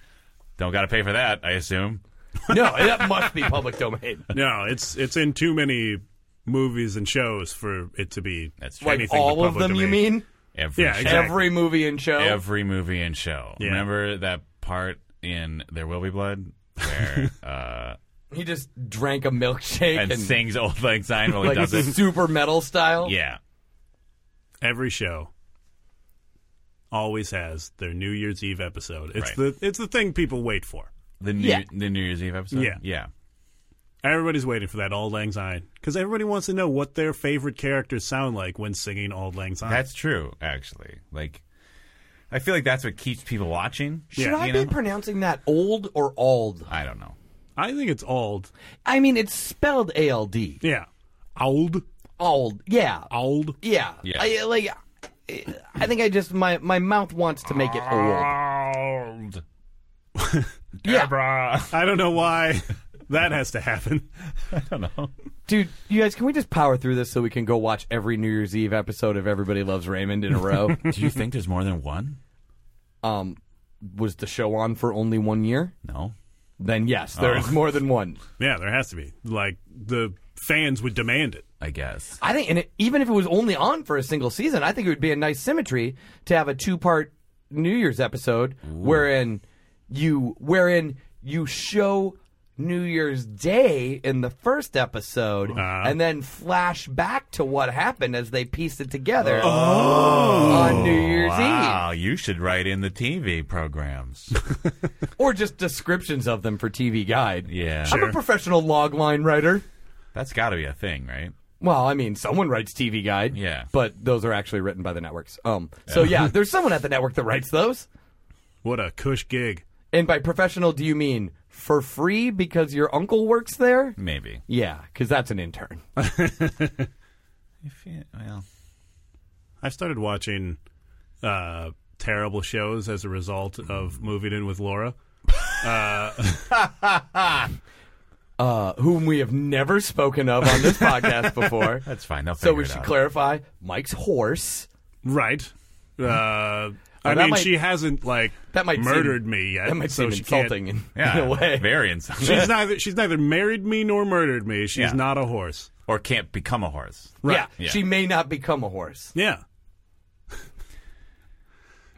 [SPEAKER 1] Don't got to pay for that, I assume.
[SPEAKER 2] No, that must be public domain.
[SPEAKER 3] No, it's it's in too many movies and shows for it to be
[SPEAKER 1] That's true.
[SPEAKER 2] Like
[SPEAKER 3] anything but
[SPEAKER 2] all of
[SPEAKER 3] public
[SPEAKER 2] them, you
[SPEAKER 3] domain.
[SPEAKER 2] mean?
[SPEAKER 1] Every
[SPEAKER 3] Yeah,
[SPEAKER 1] show.
[SPEAKER 3] exactly.
[SPEAKER 2] Every movie and show.
[SPEAKER 1] every movie and show.
[SPEAKER 3] Yeah.
[SPEAKER 1] Remember that part in There Will Be Blood where uh,
[SPEAKER 2] he just drank a milkshake
[SPEAKER 1] and
[SPEAKER 2] and,
[SPEAKER 1] sings Old Lang Syne while he
[SPEAKER 2] like
[SPEAKER 1] does it.
[SPEAKER 2] super metal style.
[SPEAKER 1] Yeah,
[SPEAKER 3] every show always has their New Year's Eve episode. It's
[SPEAKER 1] Right.
[SPEAKER 3] the it's the thing people wait for.
[SPEAKER 1] the new
[SPEAKER 2] Yeah.
[SPEAKER 1] the New Year's Eve episode.
[SPEAKER 3] Yeah.
[SPEAKER 1] yeah.
[SPEAKER 3] Everybody's waiting for that Auld Lang Syne because everybody wants to know what their favorite characters sound like when singing Auld Lang Syne.
[SPEAKER 1] That's true, actually. Like, I feel like that's what keeps people watching.
[SPEAKER 2] Should
[SPEAKER 3] Yeah.
[SPEAKER 2] I
[SPEAKER 1] You
[SPEAKER 2] be
[SPEAKER 1] know?
[SPEAKER 2] pronouncing that old or ald?
[SPEAKER 1] I don't know.
[SPEAKER 3] I think it's Auld.
[SPEAKER 2] I mean, it's spelled A L D.
[SPEAKER 3] Yeah, Auld,
[SPEAKER 2] old. Yeah.
[SPEAKER 3] Auld.
[SPEAKER 2] Yeah.
[SPEAKER 1] Yeah.
[SPEAKER 2] I, uh, like, I think I just, my, my mouth wants to make it old.
[SPEAKER 1] Old.
[SPEAKER 2] Yeah.
[SPEAKER 3] I don't know why that has to happen.
[SPEAKER 1] I don't know.
[SPEAKER 2] Dude, you guys, can we just power through this so we can go watch every New Year's Eve episode of Everybody Loves Raymond in a row?
[SPEAKER 1] Do you think there's more than one?
[SPEAKER 2] um, was the show on for only one year?
[SPEAKER 1] No.
[SPEAKER 2] Then yes, there's more than one.
[SPEAKER 3] Yeah, there has to be. Like the fans would demand it.
[SPEAKER 1] I guess.
[SPEAKER 2] I think, and it, even if it was only on for a single season, I think it would be a nice symmetry to have a two-part New Year's episode wherein you wherein you show New Year's Day in the first episode,
[SPEAKER 1] Uh-huh.
[SPEAKER 2] and then flash back to what happened as they pieced it together on New Year's
[SPEAKER 1] Oh. Wow, Ah, you should write in the TV programs.
[SPEAKER 2] Eve, or just descriptions of them for TV Guide.
[SPEAKER 1] Yeah.
[SPEAKER 2] I'm a
[SPEAKER 1] Sure.
[SPEAKER 2] professional logline writer.
[SPEAKER 1] That's got to be a thing, right?
[SPEAKER 2] Well, I mean, someone writes TV Guide.
[SPEAKER 1] Yeah.
[SPEAKER 2] But those are actually written by the networks. Um. So yeah, there's someone at the network that writes those.
[SPEAKER 3] What a cush gig.
[SPEAKER 2] And by professional, do you mean for free because your uncle works there?
[SPEAKER 1] Maybe.
[SPEAKER 2] Yeah, because that's an intern.
[SPEAKER 1] If you, well,
[SPEAKER 3] I've started watching uh, terrible shows as a result of moving in with Laura.
[SPEAKER 2] Uh, whom we have never spoken of on this podcast before.
[SPEAKER 1] that's fine. They'll
[SPEAKER 2] so
[SPEAKER 1] figure
[SPEAKER 2] we
[SPEAKER 1] it
[SPEAKER 2] should
[SPEAKER 1] out.
[SPEAKER 2] clarify Mike's horse.
[SPEAKER 3] Right. Uh, I
[SPEAKER 2] Oh, that
[SPEAKER 3] mean,
[SPEAKER 2] might-
[SPEAKER 3] she hasn't like
[SPEAKER 2] That might
[SPEAKER 3] murdered
[SPEAKER 2] seem,
[SPEAKER 3] me yet,
[SPEAKER 2] That might
[SPEAKER 3] so
[SPEAKER 2] seem
[SPEAKER 3] she
[SPEAKER 2] insulting in,
[SPEAKER 1] Yeah,
[SPEAKER 2] in a way.
[SPEAKER 1] Very insulting.
[SPEAKER 3] Can't, she's neither she's neither married me nor murdered me. She's
[SPEAKER 1] Yeah.
[SPEAKER 3] not a horse.
[SPEAKER 1] or can't become a horse.
[SPEAKER 2] Yeah,
[SPEAKER 1] Yeah.
[SPEAKER 2] she may not become a horse.
[SPEAKER 3] Yeah.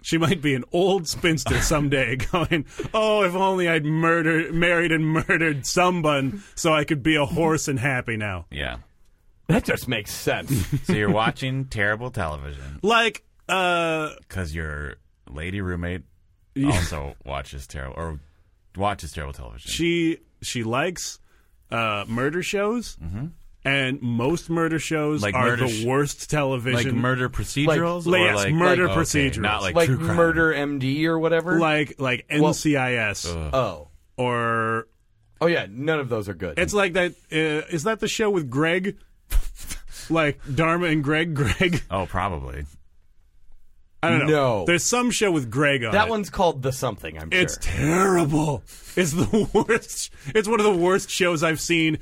[SPEAKER 3] She might be an old spinster someday, going, "Oh, if only I'd murdered, married, and murdered someone, so I could be a horse and happy now."
[SPEAKER 1] Yeah.
[SPEAKER 2] That just makes sense.
[SPEAKER 1] So you're watching terrible television
[SPEAKER 3] Like, uh,
[SPEAKER 1] because your lady roommate also watches terrible or watches terrible television.
[SPEAKER 3] she she likes uh, murder shows, and most murder shows
[SPEAKER 1] Mm-hmm. Like
[SPEAKER 3] are
[SPEAKER 1] murder
[SPEAKER 3] the
[SPEAKER 1] sh-
[SPEAKER 3] worst
[SPEAKER 1] like
[SPEAKER 3] television.
[SPEAKER 1] murder procedurals,
[SPEAKER 3] Like-
[SPEAKER 1] or
[SPEAKER 3] yes,
[SPEAKER 1] like
[SPEAKER 3] murder
[SPEAKER 1] okay,
[SPEAKER 3] procedurals.
[SPEAKER 1] not like,
[SPEAKER 2] like
[SPEAKER 1] true crime.
[SPEAKER 2] Murder MD or whatever.
[SPEAKER 3] like like NCIS
[SPEAKER 2] oh.
[SPEAKER 3] or
[SPEAKER 2] Oh yeah, none of those are good.
[SPEAKER 3] It's like that. Uh, is that the show with Greg? like Dharma and Greg. Greg.
[SPEAKER 1] Oh, probably.
[SPEAKER 3] I don't know.
[SPEAKER 2] No.
[SPEAKER 3] There's some show with Greg on
[SPEAKER 2] that
[SPEAKER 3] it.
[SPEAKER 2] one's called the something. I'm
[SPEAKER 3] It's
[SPEAKER 2] sure.
[SPEAKER 3] terrible. It's the worst. It's one of the worst shows I've seen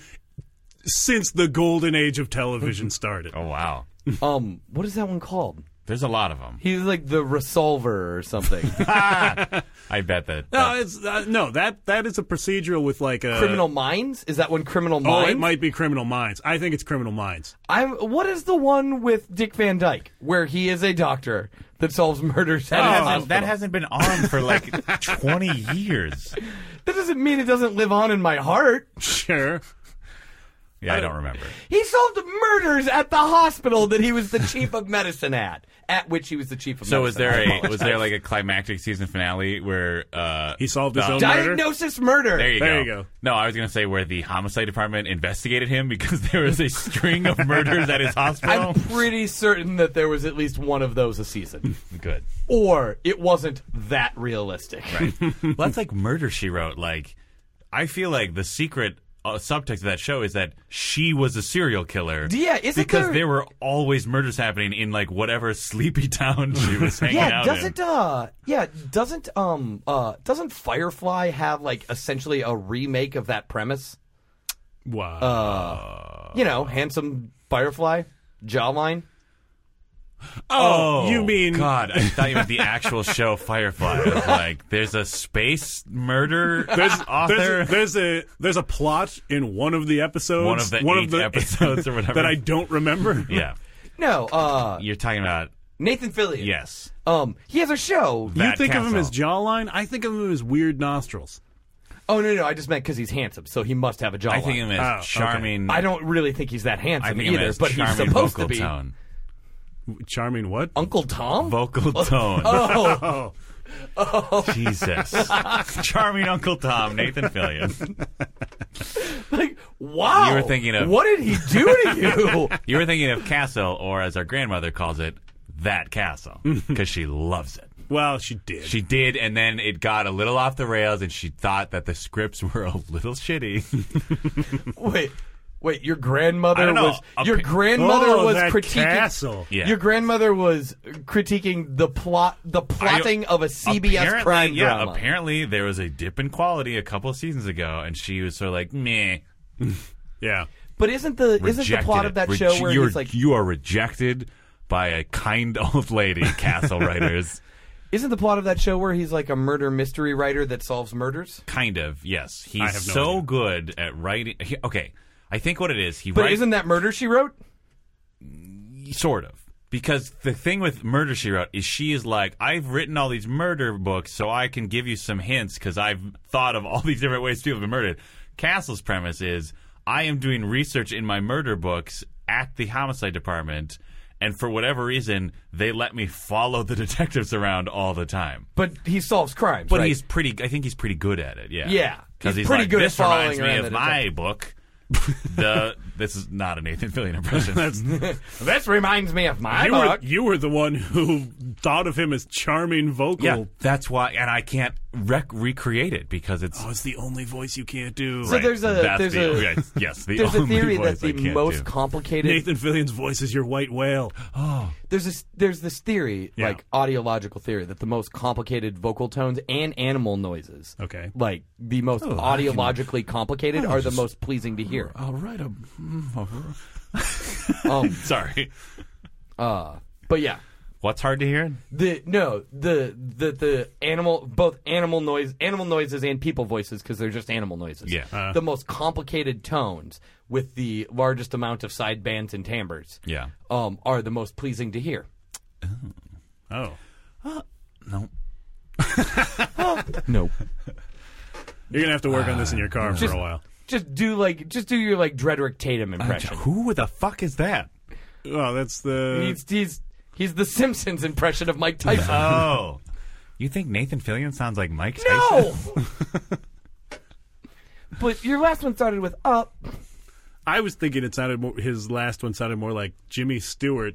[SPEAKER 3] since the golden age of television started.
[SPEAKER 1] Oh, wow.
[SPEAKER 2] um, what is that one called?
[SPEAKER 1] There's a lot of them.
[SPEAKER 2] He's like the resolver or something.
[SPEAKER 1] Uh, I bet that.
[SPEAKER 3] No, it's uh, no that that is a procedural with like a
[SPEAKER 2] Criminal Minds is that one? Criminal
[SPEAKER 3] Oh,
[SPEAKER 2] Minds.
[SPEAKER 3] it might be Criminal Minds. I think it's Criminal Minds.
[SPEAKER 2] I'm. What is the one with Dick Van Dyke where he is a doctor that solves murders? at
[SPEAKER 1] that,
[SPEAKER 2] his
[SPEAKER 1] hasn't, that
[SPEAKER 2] hospital?
[SPEAKER 1] hasn't been on for like 20 years.
[SPEAKER 2] That doesn't mean it doesn't live on in my heart.
[SPEAKER 3] Sure.
[SPEAKER 1] Yeah, I don't remember.
[SPEAKER 2] He solved murders at the hospital that he was the chief of medicine at, at which he was the chief of
[SPEAKER 1] So was
[SPEAKER 2] medicine.
[SPEAKER 1] there
[SPEAKER 2] I
[SPEAKER 1] a was there like a climactic season finale where uh
[SPEAKER 3] He solved his
[SPEAKER 1] the-
[SPEAKER 3] own murder.
[SPEAKER 2] diagnosis murder?
[SPEAKER 1] There you
[SPEAKER 3] There
[SPEAKER 1] go.
[SPEAKER 3] you go.
[SPEAKER 1] No, I was going to say where the homicide department investigated him because there was a string of murders at his hospital.
[SPEAKER 2] I'm pretty certain that there was at least one of those a season,
[SPEAKER 1] Good.
[SPEAKER 2] or it wasn't that realistic.
[SPEAKER 1] Right. well, that's like murder she wrote. Like, I feel like the secret uh, subtext of that show is that she was a serial killer.
[SPEAKER 2] Yeah, isn't
[SPEAKER 1] because
[SPEAKER 2] there-
[SPEAKER 1] there were always murders happening in like whatever sleepy town she was hanging
[SPEAKER 2] Yeah,
[SPEAKER 1] out
[SPEAKER 2] doesn't uh, yeah, doesn't um, uh, doesn't Firefly have like essentially a remake of that premise?
[SPEAKER 3] Wow.
[SPEAKER 1] Uh,
[SPEAKER 2] You know, handsome Firefly jawline.
[SPEAKER 1] Oh,
[SPEAKER 3] you mean-
[SPEAKER 1] God? I thought you meant the actual show Firefly. I was like, there's a space murder
[SPEAKER 3] there's,
[SPEAKER 1] Ah, author.
[SPEAKER 3] there's, there's a there's a plot in one of the episodes.
[SPEAKER 1] One of the eight episodes or whatever.
[SPEAKER 3] that I don't remember.
[SPEAKER 1] yeah,
[SPEAKER 2] No, uh,
[SPEAKER 1] you're talking about
[SPEAKER 2] Nathan Fillion.
[SPEAKER 1] yes.
[SPEAKER 2] Um, he has a show.
[SPEAKER 1] That
[SPEAKER 3] you think of him as
[SPEAKER 1] counts
[SPEAKER 3] jawline. I think of him as weird nostrils.
[SPEAKER 2] Oh no, no, I just meant because he's handsome, so he must have a jawline.
[SPEAKER 1] all. I think of him
[SPEAKER 3] Oh,
[SPEAKER 1] as
[SPEAKER 3] okay.
[SPEAKER 1] charming.
[SPEAKER 2] I don't really think he's that handsome
[SPEAKER 1] I think of
[SPEAKER 2] either,
[SPEAKER 1] him as
[SPEAKER 2] but he's
[SPEAKER 1] charming
[SPEAKER 2] supposed
[SPEAKER 1] vocal
[SPEAKER 2] to be.
[SPEAKER 1] tone.
[SPEAKER 3] Charming what?
[SPEAKER 2] Uncle Tom.
[SPEAKER 1] Vocal tone.
[SPEAKER 2] oh,
[SPEAKER 1] Jesus. Charming Uncle Tom, Nathan Fillion.
[SPEAKER 2] like wow!
[SPEAKER 1] You were thinking of-
[SPEAKER 2] what did he do to you?
[SPEAKER 1] You were thinking of Castle, or as our grandmother calls it, that castle,
[SPEAKER 2] Mm-hmm.
[SPEAKER 1] because she loves it.
[SPEAKER 3] Well, she did.
[SPEAKER 1] She did, and then it got a little off the rails, and she thought that the scripts were a little shitty.
[SPEAKER 2] wait, wait, your
[SPEAKER 1] I
[SPEAKER 2] grandmother
[SPEAKER 1] don't know,
[SPEAKER 2] was
[SPEAKER 1] a
[SPEAKER 2] your
[SPEAKER 1] pi-
[SPEAKER 2] grandmother
[SPEAKER 3] Oh,
[SPEAKER 2] was
[SPEAKER 3] that
[SPEAKER 2] critiquing.
[SPEAKER 3] castle.
[SPEAKER 1] Yeah.
[SPEAKER 2] Your grandmother was critiquing the plot, the plotting of a CBS
[SPEAKER 1] Apparently-
[SPEAKER 2] crime
[SPEAKER 1] yeah,
[SPEAKER 2] drama.
[SPEAKER 1] apparently there was a dip in quality a couple of seasons ago, and she was sort of like, meh.
[SPEAKER 3] Yeah.
[SPEAKER 2] But isn't the isn't the
[SPEAKER 1] rejected
[SPEAKER 2] plot
[SPEAKER 1] it.
[SPEAKER 2] of that
[SPEAKER 1] Reje-
[SPEAKER 2] show where
[SPEAKER 1] you're,
[SPEAKER 2] he's like,
[SPEAKER 1] you are rejected by a kind old lady, Castle writers.
[SPEAKER 2] isn't the plot of that show where he's like a murder mystery writer that solves murders?
[SPEAKER 1] Kind of, yes. He's
[SPEAKER 3] have no
[SPEAKER 1] so
[SPEAKER 3] idea.
[SPEAKER 1] good at writing. He, okay, I think what it is, he
[SPEAKER 2] But
[SPEAKER 1] writes
[SPEAKER 2] isn't that murder she wrote?
[SPEAKER 1] sort of because the thing with Murder She Wrote is she is like, I've written all these murder books, so I can give you some hints because I've thought of all these different ways people have been murdered. Castle's premise is, I am doing research in my murder books at the homicide department. And for whatever reason, they let me follow the detectives around all the time.
[SPEAKER 2] But he solves crimes.
[SPEAKER 1] But
[SPEAKER 2] right?
[SPEAKER 1] he's pretty. I think he's pretty good at it. Yeah.
[SPEAKER 2] Yeah.
[SPEAKER 1] Because
[SPEAKER 2] He's
[SPEAKER 1] he's,
[SPEAKER 2] pretty
[SPEAKER 1] like,
[SPEAKER 2] good at
[SPEAKER 1] this
[SPEAKER 2] following
[SPEAKER 1] reminds me
[SPEAKER 2] around the
[SPEAKER 1] of my book. the this is not a Nathan Fillion impression.
[SPEAKER 2] this reminds me of my
[SPEAKER 3] You were,
[SPEAKER 2] book.
[SPEAKER 3] you were the one who thought of him as charming vocal.
[SPEAKER 1] yeah, that's why, and I can't rec- recreate it because it's.
[SPEAKER 3] Oh, it's the only voice you can't do.
[SPEAKER 2] So there's a
[SPEAKER 1] that's
[SPEAKER 2] there's
[SPEAKER 1] the,
[SPEAKER 2] a
[SPEAKER 1] yeah, yes, the
[SPEAKER 2] there's a
[SPEAKER 1] only
[SPEAKER 2] theory
[SPEAKER 1] voice
[SPEAKER 2] that
[SPEAKER 1] I
[SPEAKER 2] the
[SPEAKER 1] can't
[SPEAKER 2] most
[SPEAKER 1] do.
[SPEAKER 2] complicated
[SPEAKER 3] Nathan Fillion's voice is your white whale.
[SPEAKER 2] there's this there's this theory
[SPEAKER 3] Yeah.
[SPEAKER 2] like audiological theory that the most complicated vocal tones and animal noises
[SPEAKER 3] Okay.
[SPEAKER 2] like the most audiologically complicated are the most pleasing to hear.
[SPEAKER 1] I'll write a.
[SPEAKER 2] Um,
[SPEAKER 1] Sorry,
[SPEAKER 2] but yeah,
[SPEAKER 1] what's hard to hear?
[SPEAKER 2] the no the the the animal both animal noise animal noises and people voices because they're just animal noises.
[SPEAKER 1] Yeah. Uh.
[SPEAKER 2] the most complicated tones with the largest amount of side bands and timbres.
[SPEAKER 1] Yeah.
[SPEAKER 2] um, are the most pleasing to hear.
[SPEAKER 3] Oh.
[SPEAKER 1] No.
[SPEAKER 2] No,
[SPEAKER 3] You're going to have to work on this in your car for
[SPEAKER 2] Just-
[SPEAKER 3] a while.
[SPEAKER 2] just do like just do your like Dredrick Tatum impression.
[SPEAKER 1] Who the fuck is that?
[SPEAKER 3] Oh, that's the.
[SPEAKER 2] He's he's he's the Simpsons impression of Mike Tyson.
[SPEAKER 1] Oh, you think Nathan Fillion sounds like Mike Tyson?
[SPEAKER 2] no. But your last one started with up.
[SPEAKER 3] I was thinking it sounded more. His last one sounded more like Jimmy Stewart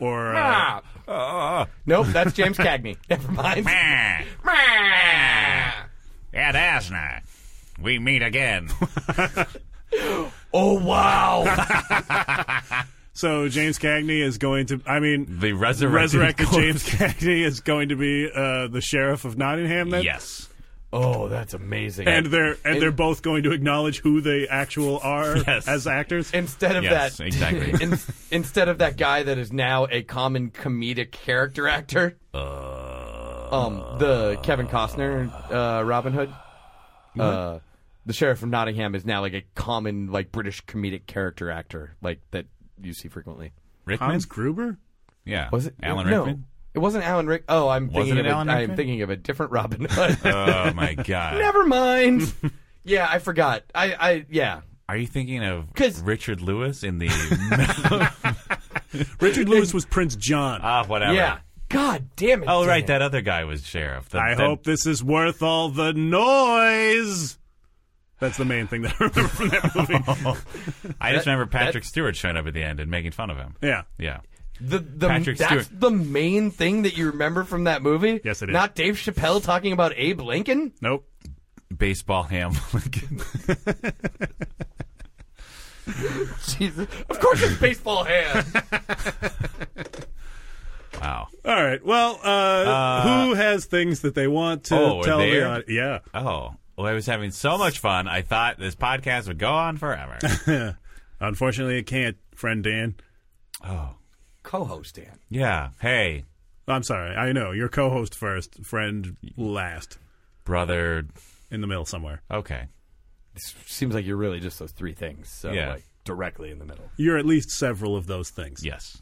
[SPEAKER 3] or. Uh,
[SPEAKER 2] Ah.
[SPEAKER 1] Oh,
[SPEAKER 2] Nope, that's James Cagney. Never mind.
[SPEAKER 1] Meh.
[SPEAKER 2] Ah.
[SPEAKER 1] Yeah, that's not. We meet again.
[SPEAKER 2] Oh wow!
[SPEAKER 3] So James Cagney is going to. I mean,
[SPEAKER 1] The resurrected,
[SPEAKER 3] resurrected
[SPEAKER 1] corpse.
[SPEAKER 3] James Cagney is going to be uh, the sheriff of Nottingham. Then?
[SPEAKER 1] Yes.
[SPEAKER 2] oh, that's amazing.
[SPEAKER 3] And they're and they're both going to acknowledge who they actual are
[SPEAKER 1] Yes.
[SPEAKER 3] as actors.
[SPEAKER 2] instead of
[SPEAKER 1] Yes,
[SPEAKER 2] that,
[SPEAKER 1] exactly.
[SPEAKER 2] in, instead of that guy that is now a common comedic character actor,
[SPEAKER 1] Uh,
[SPEAKER 2] um, the Kevin Costner uh, Robin Hood,
[SPEAKER 1] Mm-hmm.
[SPEAKER 2] uh, the sheriff from Nottingham is now like a common like British comedic character actor, like that you see frequently.
[SPEAKER 1] Rickman?
[SPEAKER 3] Hans Gruber.
[SPEAKER 1] yeah.
[SPEAKER 2] Was it
[SPEAKER 1] Alan
[SPEAKER 2] no,
[SPEAKER 1] Rickman?
[SPEAKER 2] It wasn't Alan Rick. Oh, I'm
[SPEAKER 1] Wasn't
[SPEAKER 2] thinking
[SPEAKER 1] it
[SPEAKER 2] of
[SPEAKER 1] Alan
[SPEAKER 2] a, I'm
[SPEAKER 1] Rickman?
[SPEAKER 2] thinking of a different Robin Hood.
[SPEAKER 1] Oh my god.
[SPEAKER 2] Never mind. yeah, I forgot. I, I yeah.
[SPEAKER 1] Are you thinking of
[SPEAKER 2] 'Cause-
[SPEAKER 1] Richard Lewis in the
[SPEAKER 3] Richard Lewis was Prince John.
[SPEAKER 1] Ah, whatever.
[SPEAKER 2] Yeah. God damn it.
[SPEAKER 1] Oh right,
[SPEAKER 2] Dan.
[SPEAKER 1] that other guy was sheriff. The-
[SPEAKER 3] I
[SPEAKER 1] the-
[SPEAKER 3] hope this is worth all the noise. That's the main thing that I remember from that movie.
[SPEAKER 1] I just
[SPEAKER 2] That-
[SPEAKER 1] remember Patrick Stewart showing up at the end and making fun of him.
[SPEAKER 3] yeah.
[SPEAKER 1] Yeah.
[SPEAKER 2] The, the,
[SPEAKER 1] Patrick
[SPEAKER 2] that's
[SPEAKER 1] Stewart.
[SPEAKER 2] the main thing that you remember from that movie?
[SPEAKER 3] Yes, it is.
[SPEAKER 2] Not Dave Chappelle talking about Abe Lincoln?
[SPEAKER 3] Nope.
[SPEAKER 1] Baseball ham. Lincoln.
[SPEAKER 2] Jesus. Of course it's baseball hand.
[SPEAKER 1] wow.
[SPEAKER 3] All right. Well, uh,
[SPEAKER 1] Uh,
[SPEAKER 3] who has things that they want to
[SPEAKER 1] Oh, we're
[SPEAKER 3] tell
[SPEAKER 1] there?
[SPEAKER 3] the aud- Yeah.
[SPEAKER 1] Oh. Well, I was having so much fun. I thought this podcast would go on forever.
[SPEAKER 3] Unfortunately, it can't, friend Dan.
[SPEAKER 2] Co-host Dan.
[SPEAKER 1] yeah. Hey,
[SPEAKER 3] I'm sorry. I know. Your co host first, friend last,
[SPEAKER 1] brother.
[SPEAKER 3] in the middle somewhere.
[SPEAKER 1] Okay.
[SPEAKER 2] This seems like you're really just those three things. So
[SPEAKER 1] Yeah.
[SPEAKER 2] like directly in the middle.
[SPEAKER 3] You're at least several of those things.
[SPEAKER 1] Yes.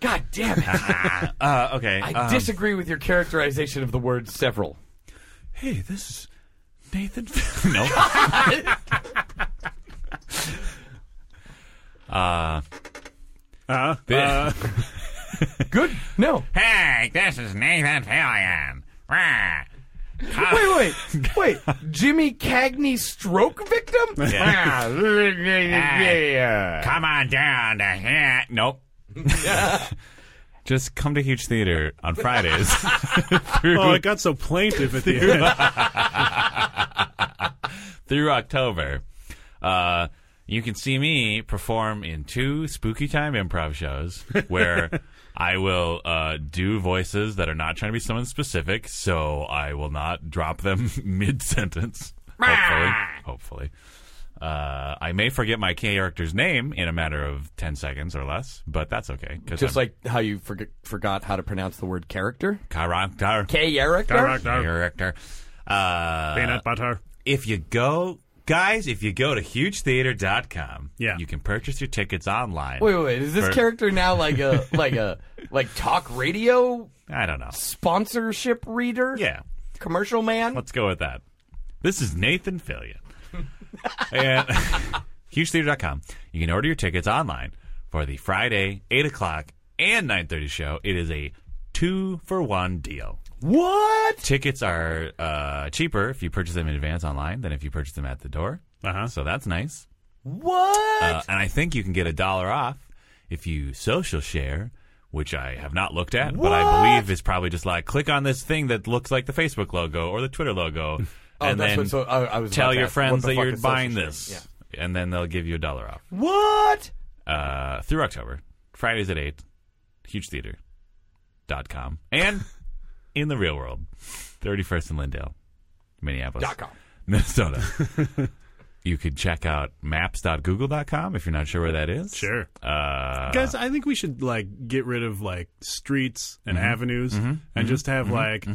[SPEAKER 2] God damn it.
[SPEAKER 1] Uh, okay.
[SPEAKER 2] I
[SPEAKER 1] um,
[SPEAKER 2] disagree with your characterization of the word several.
[SPEAKER 1] hey, this is Nathan. no.
[SPEAKER 3] Uh,
[SPEAKER 1] Thi-
[SPEAKER 3] uh,
[SPEAKER 2] Good. No.
[SPEAKER 1] hey, this is Nathan Fillion. Rah.
[SPEAKER 2] Wait, wait, wait. Jimmy Cagney stroke victim?
[SPEAKER 1] Ah. Hey, Come on down to here. Nope. Just come to Huge Theater on Fridays. through,
[SPEAKER 3] oh, it got so plaintive at the end.
[SPEAKER 1] through October. Uh, you can see me perform in two spooky time improv shows where I will uh, do voices that are not trying to be someone specific, so I will not drop them mid sentence. Hopefully. Hopefully. Uh, I may forget my character's name in a matter of 10 seconds or less, but that's okay. 'cause
[SPEAKER 2] Just
[SPEAKER 1] I'm-
[SPEAKER 2] like how you forg forgot how to pronounce the word character?
[SPEAKER 1] character.
[SPEAKER 2] Character?
[SPEAKER 1] Character. Uh,
[SPEAKER 3] Peanut butter.
[SPEAKER 1] if you go, guys, if you go to hugetheater.com,
[SPEAKER 3] Yeah.
[SPEAKER 1] you can purchase your tickets online.
[SPEAKER 2] Wait, wait, wait. Is this
[SPEAKER 1] For-
[SPEAKER 2] character now like a like a like talk radio
[SPEAKER 1] I don't know.
[SPEAKER 2] sponsorship reader?
[SPEAKER 1] Yeah,
[SPEAKER 2] Commercial man?
[SPEAKER 1] let's go with that. This is Nathan Fillion. and hugetheater.com. You can order your tickets online for the Friday, 8 o'clock and 9.30 show. It is a two-for-one deal.
[SPEAKER 2] What?
[SPEAKER 1] Tickets are uh, cheaper if you purchase them in advance online than if you purchase them at the door.
[SPEAKER 3] Uh-huh.
[SPEAKER 1] So that's nice.
[SPEAKER 2] What?
[SPEAKER 1] Uh, and I think you can get a dollar off if you social share, which I have not looked at, but I believe is probably just like click on this thing that looks like the Facebook logo or the Twitter logo,
[SPEAKER 2] oh,
[SPEAKER 1] and
[SPEAKER 2] that's
[SPEAKER 1] then
[SPEAKER 2] what so I, I was about
[SPEAKER 1] tell
[SPEAKER 2] to
[SPEAKER 1] your
[SPEAKER 2] ask, what
[SPEAKER 1] friends
[SPEAKER 2] the
[SPEAKER 1] that
[SPEAKER 2] fuck
[SPEAKER 1] you're
[SPEAKER 2] is social
[SPEAKER 1] buying
[SPEAKER 2] share?
[SPEAKER 1] this,
[SPEAKER 2] Yeah.
[SPEAKER 1] and then they'll give you a dollar off
[SPEAKER 2] What?
[SPEAKER 1] uh, through October, Fridays at eight, hugetheater.com, and in the real world, thirty first in Lindale, Minneapolis.
[SPEAKER 2] Dot com.
[SPEAKER 1] Minnesota. you could check out maps.google.com if you're not sure where that is.
[SPEAKER 3] Sure.
[SPEAKER 1] Uh,
[SPEAKER 3] Guys, I think we should like get rid of like streets and
[SPEAKER 1] Mm-hmm.
[SPEAKER 3] avenues and just have like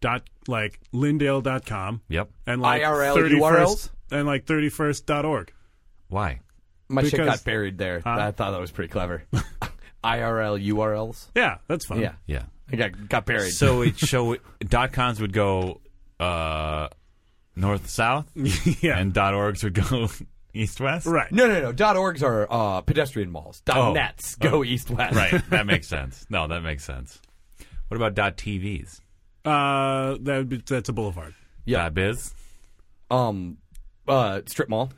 [SPEAKER 3] dot like lindale.com
[SPEAKER 1] yep.
[SPEAKER 3] and like
[SPEAKER 2] IRL
[SPEAKER 3] 31st
[SPEAKER 2] URLs?
[SPEAKER 3] and like 31st.org.
[SPEAKER 1] Why?
[SPEAKER 2] My shit
[SPEAKER 3] Because-
[SPEAKER 2] got buried there. I thought that was pretty clever. IRL URLs.
[SPEAKER 3] Yeah, that's fun.
[SPEAKER 2] Yeah.
[SPEAKER 1] Yeah.
[SPEAKER 2] I got got buried.
[SPEAKER 1] Uh-huh. So it show dot coms would go uh, north south,
[SPEAKER 3] yeah.
[SPEAKER 1] and dot orgs would go east west.
[SPEAKER 3] right.
[SPEAKER 2] no, no, no. Dot orgs are uh, pedestrian malls. Dot
[SPEAKER 1] Oh.
[SPEAKER 2] nets go east west.
[SPEAKER 1] Right. That makes sense. No, that makes sense. What about dot TVs?
[SPEAKER 3] Uh, that would be, that's a boulevard.
[SPEAKER 2] Yeah.
[SPEAKER 1] Dot biz.
[SPEAKER 2] Um, uh, strip mall.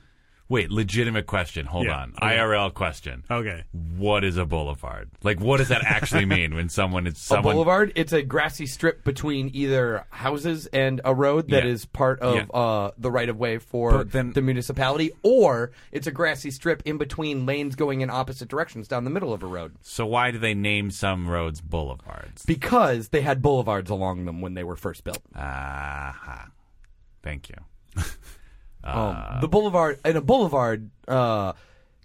[SPEAKER 1] Wait, legitimate question. Hold
[SPEAKER 3] Yeah. Uh,
[SPEAKER 1] on.
[SPEAKER 3] Okay.
[SPEAKER 1] IRL question.
[SPEAKER 3] Okay.
[SPEAKER 1] What is a boulevard? Like, what does that actually mean when someone is someone?
[SPEAKER 2] a boulevard. It's a grassy strip between either houses and a road that is
[SPEAKER 1] Yeah.
[SPEAKER 2] part of
[SPEAKER 1] Yeah.
[SPEAKER 2] uh, the right of way for
[SPEAKER 1] But then-
[SPEAKER 2] the municipality, or it's a grassy strip in between lanes going in opposite directions down the middle of a road
[SPEAKER 1] So why do they name some roads boulevards?
[SPEAKER 2] because they had boulevards along them when they were first built.
[SPEAKER 1] Aha. Thank you. Ah.
[SPEAKER 2] um, the boulevard and a boulevard uh,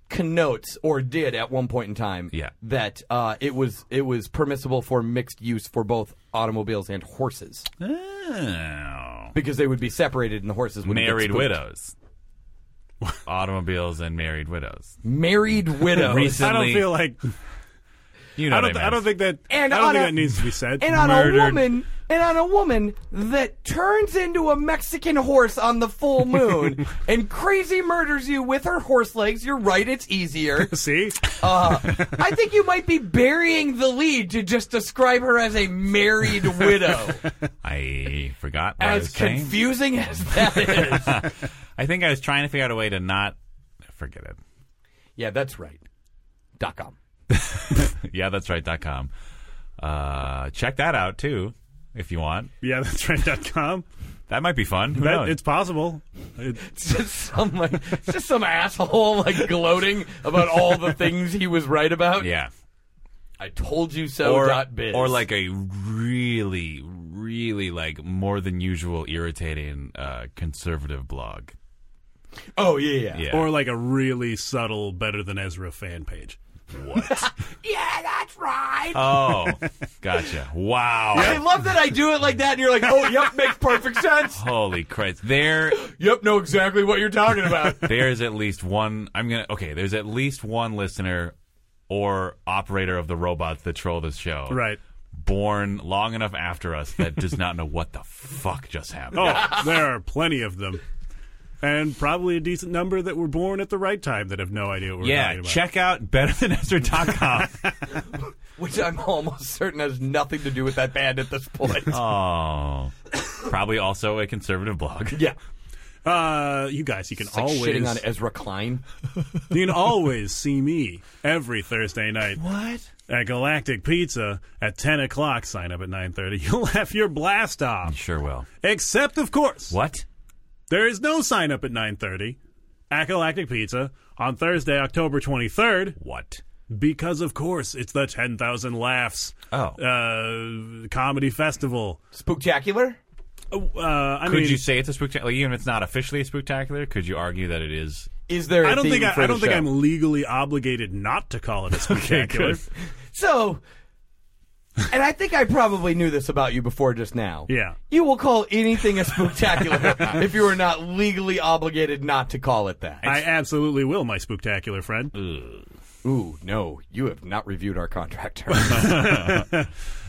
[SPEAKER 2] connotes or did at one point in time
[SPEAKER 1] Yeah.
[SPEAKER 2] that uh, it was it was permissible for mixed use for both automobiles and horses
[SPEAKER 1] Oh.
[SPEAKER 2] because they would be separated and the horses would
[SPEAKER 1] Married widows. Automobiles and married widows.
[SPEAKER 2] married widow
[SPEAKER 1] Recently,
[SPEAKER 3] I don't feel like
[SPEAKER 1] you know
[SPEAKER 3] I
[SPEAKER 1] what
[SPEAKER 3] don't. I
[SPEAKER 1] meant.
[SPEAKER 3] don't think that.
[SPEAKER 2] And
[SPEAKER 3] I don't
[SPEAKER 2] on
[SPEAKER 3] think
[SPEAKER 2] a-
[SPEAKER 3] that needs to be said.
[SPEAKER 2] and on
[SPEAKER 1] Murdered.
[SPEAKER 2] a woman and on a woman that turns into a Mexican horse on the full moon and crazy murders you with her horse legs. You're right, it's easier.
[SPEAKER 3] See,
[SPEAKER 2] Uh, I think you might be burying the lead to just describe her as a married widow.
[SPEAKER 1] I forgot what I
[SPEAKER 2] as
[SPEAKER 1] was saying.
[SPEAKER 2] confusing as that is.
[SPEAKER 1] I think I was trying to figure out a way to not forget it.
[SPEAKER 2] yeah, that's right. Dot com.
[SPEAKER 1] yeah, that's right. Dot com. Uh, check that out too, if you want.
[SPEAKER 3] yeah, that's right. Dot com.
[SPEAKER 1] That might be fun. Who
[SPEAKER 3] That,
[SPEAKER 1] knows?
[SPEAKER 3] it's possible. It-
[SPEAKER 2] It's just some like, it's just some asshole like gloating about all the things he was right about.
[SPEAKER 1] yeah,
[SPEAKER 2] I told you so. Oh, dot biz.
[SPEAKER 1] or like a really, really like more than usual irritating uh, conservative blog.
[SPEAKER 2] oh yeah,
[SPEAKER 1] Yeah,
[SPEAKER 3] Or like a really subtle, better than Ezra fan page.
[SPEAKER 1] what?
[SPEAKER 2] yeah, that's right.
[SPEAKER 1] oh, gotcha. Wow.
[SPEAKER 2] Uh, I love that I do it like that, and you're like, oh, yep, makes perfect sense.
[SPEAKER 1] Holy Christ! There,
[SPEAKER 2] Yep, know exactly what you're talking about.
[SPEAKER 1] there is at least one. I'm gonna. Okay, there's at least one listener or operator of the robots that troll this show.
[SPEAKER 3] Right.
[SPEAKER 1] born long enough after us that does not know what the fuck just happened.
[SPEAKER 3] Oh, there are plenty of them, and probably a decent number that were born at the right time that have no idea what we're
[SPEAKER 1] yeah,
[SPEAKER 3] talking about.
[SPEAKER 1] check out betterthanesther.com.
[SPEAKER 2] Which I'm almost certain has nothing to do with that band at this point.
[SPEAKER 1] oh, probably also a conservative blog.
[SPEAKER 2] yeah,
[SPEAKER 3] Uh, you guys, you can
[SPEAKER 2] like
[SPEAKER 3] always
[SPEAKER 2] shitting on Ezra Klein.
[SPEAKER 3] you can always see me every Thursday night
[SPEAKER 1] What?
[SPEAKER 3] at Galactic Pizza at ten o'clock. Sign up at nine thirty. You'll have your blast off.
[SPEAKER 1] Sure will.
[SPEAKER 3] Except, of course,
[SPEAKER 1] What?
[SPEAKER 3] There is no sign up at 9:30 at Galactic Pizza on Thursday, October 23rd,
[SPEAKER 1] What?
[SPEAKER 3] because of course it's the 10,000 laughs
[SPEAKER 1] Oh.
[SPEAKER 3] uh, comedy festival.
[SPEAKER 2] Spooktacular?
[SPEAKER 3] Uh, I
[SPEAKER 1] Could
[SPEAKER 3] mean,
[SPEAKER 1] you say it's a spectacular? Like, even if it's not officially a spectacular, could you argue that it is?
[SPEAKER 2] Is there? I
[SPEAKER 3] I don't think I, I don't think I'm legally obligated not to call it a spectacular.
[SPEAKER 2] so. And I think I probably knew this about you before just now.
[SPEAKER 3] Yeah.
[SPEAKER 2] You will call anything a spooktacular if you are not legally obligated not to call it that.
[SPEAKER 3] I absolutely will, my spectacular friend.
[SPEAKER 2] Ooh, no, you have not reviewed our contract terms.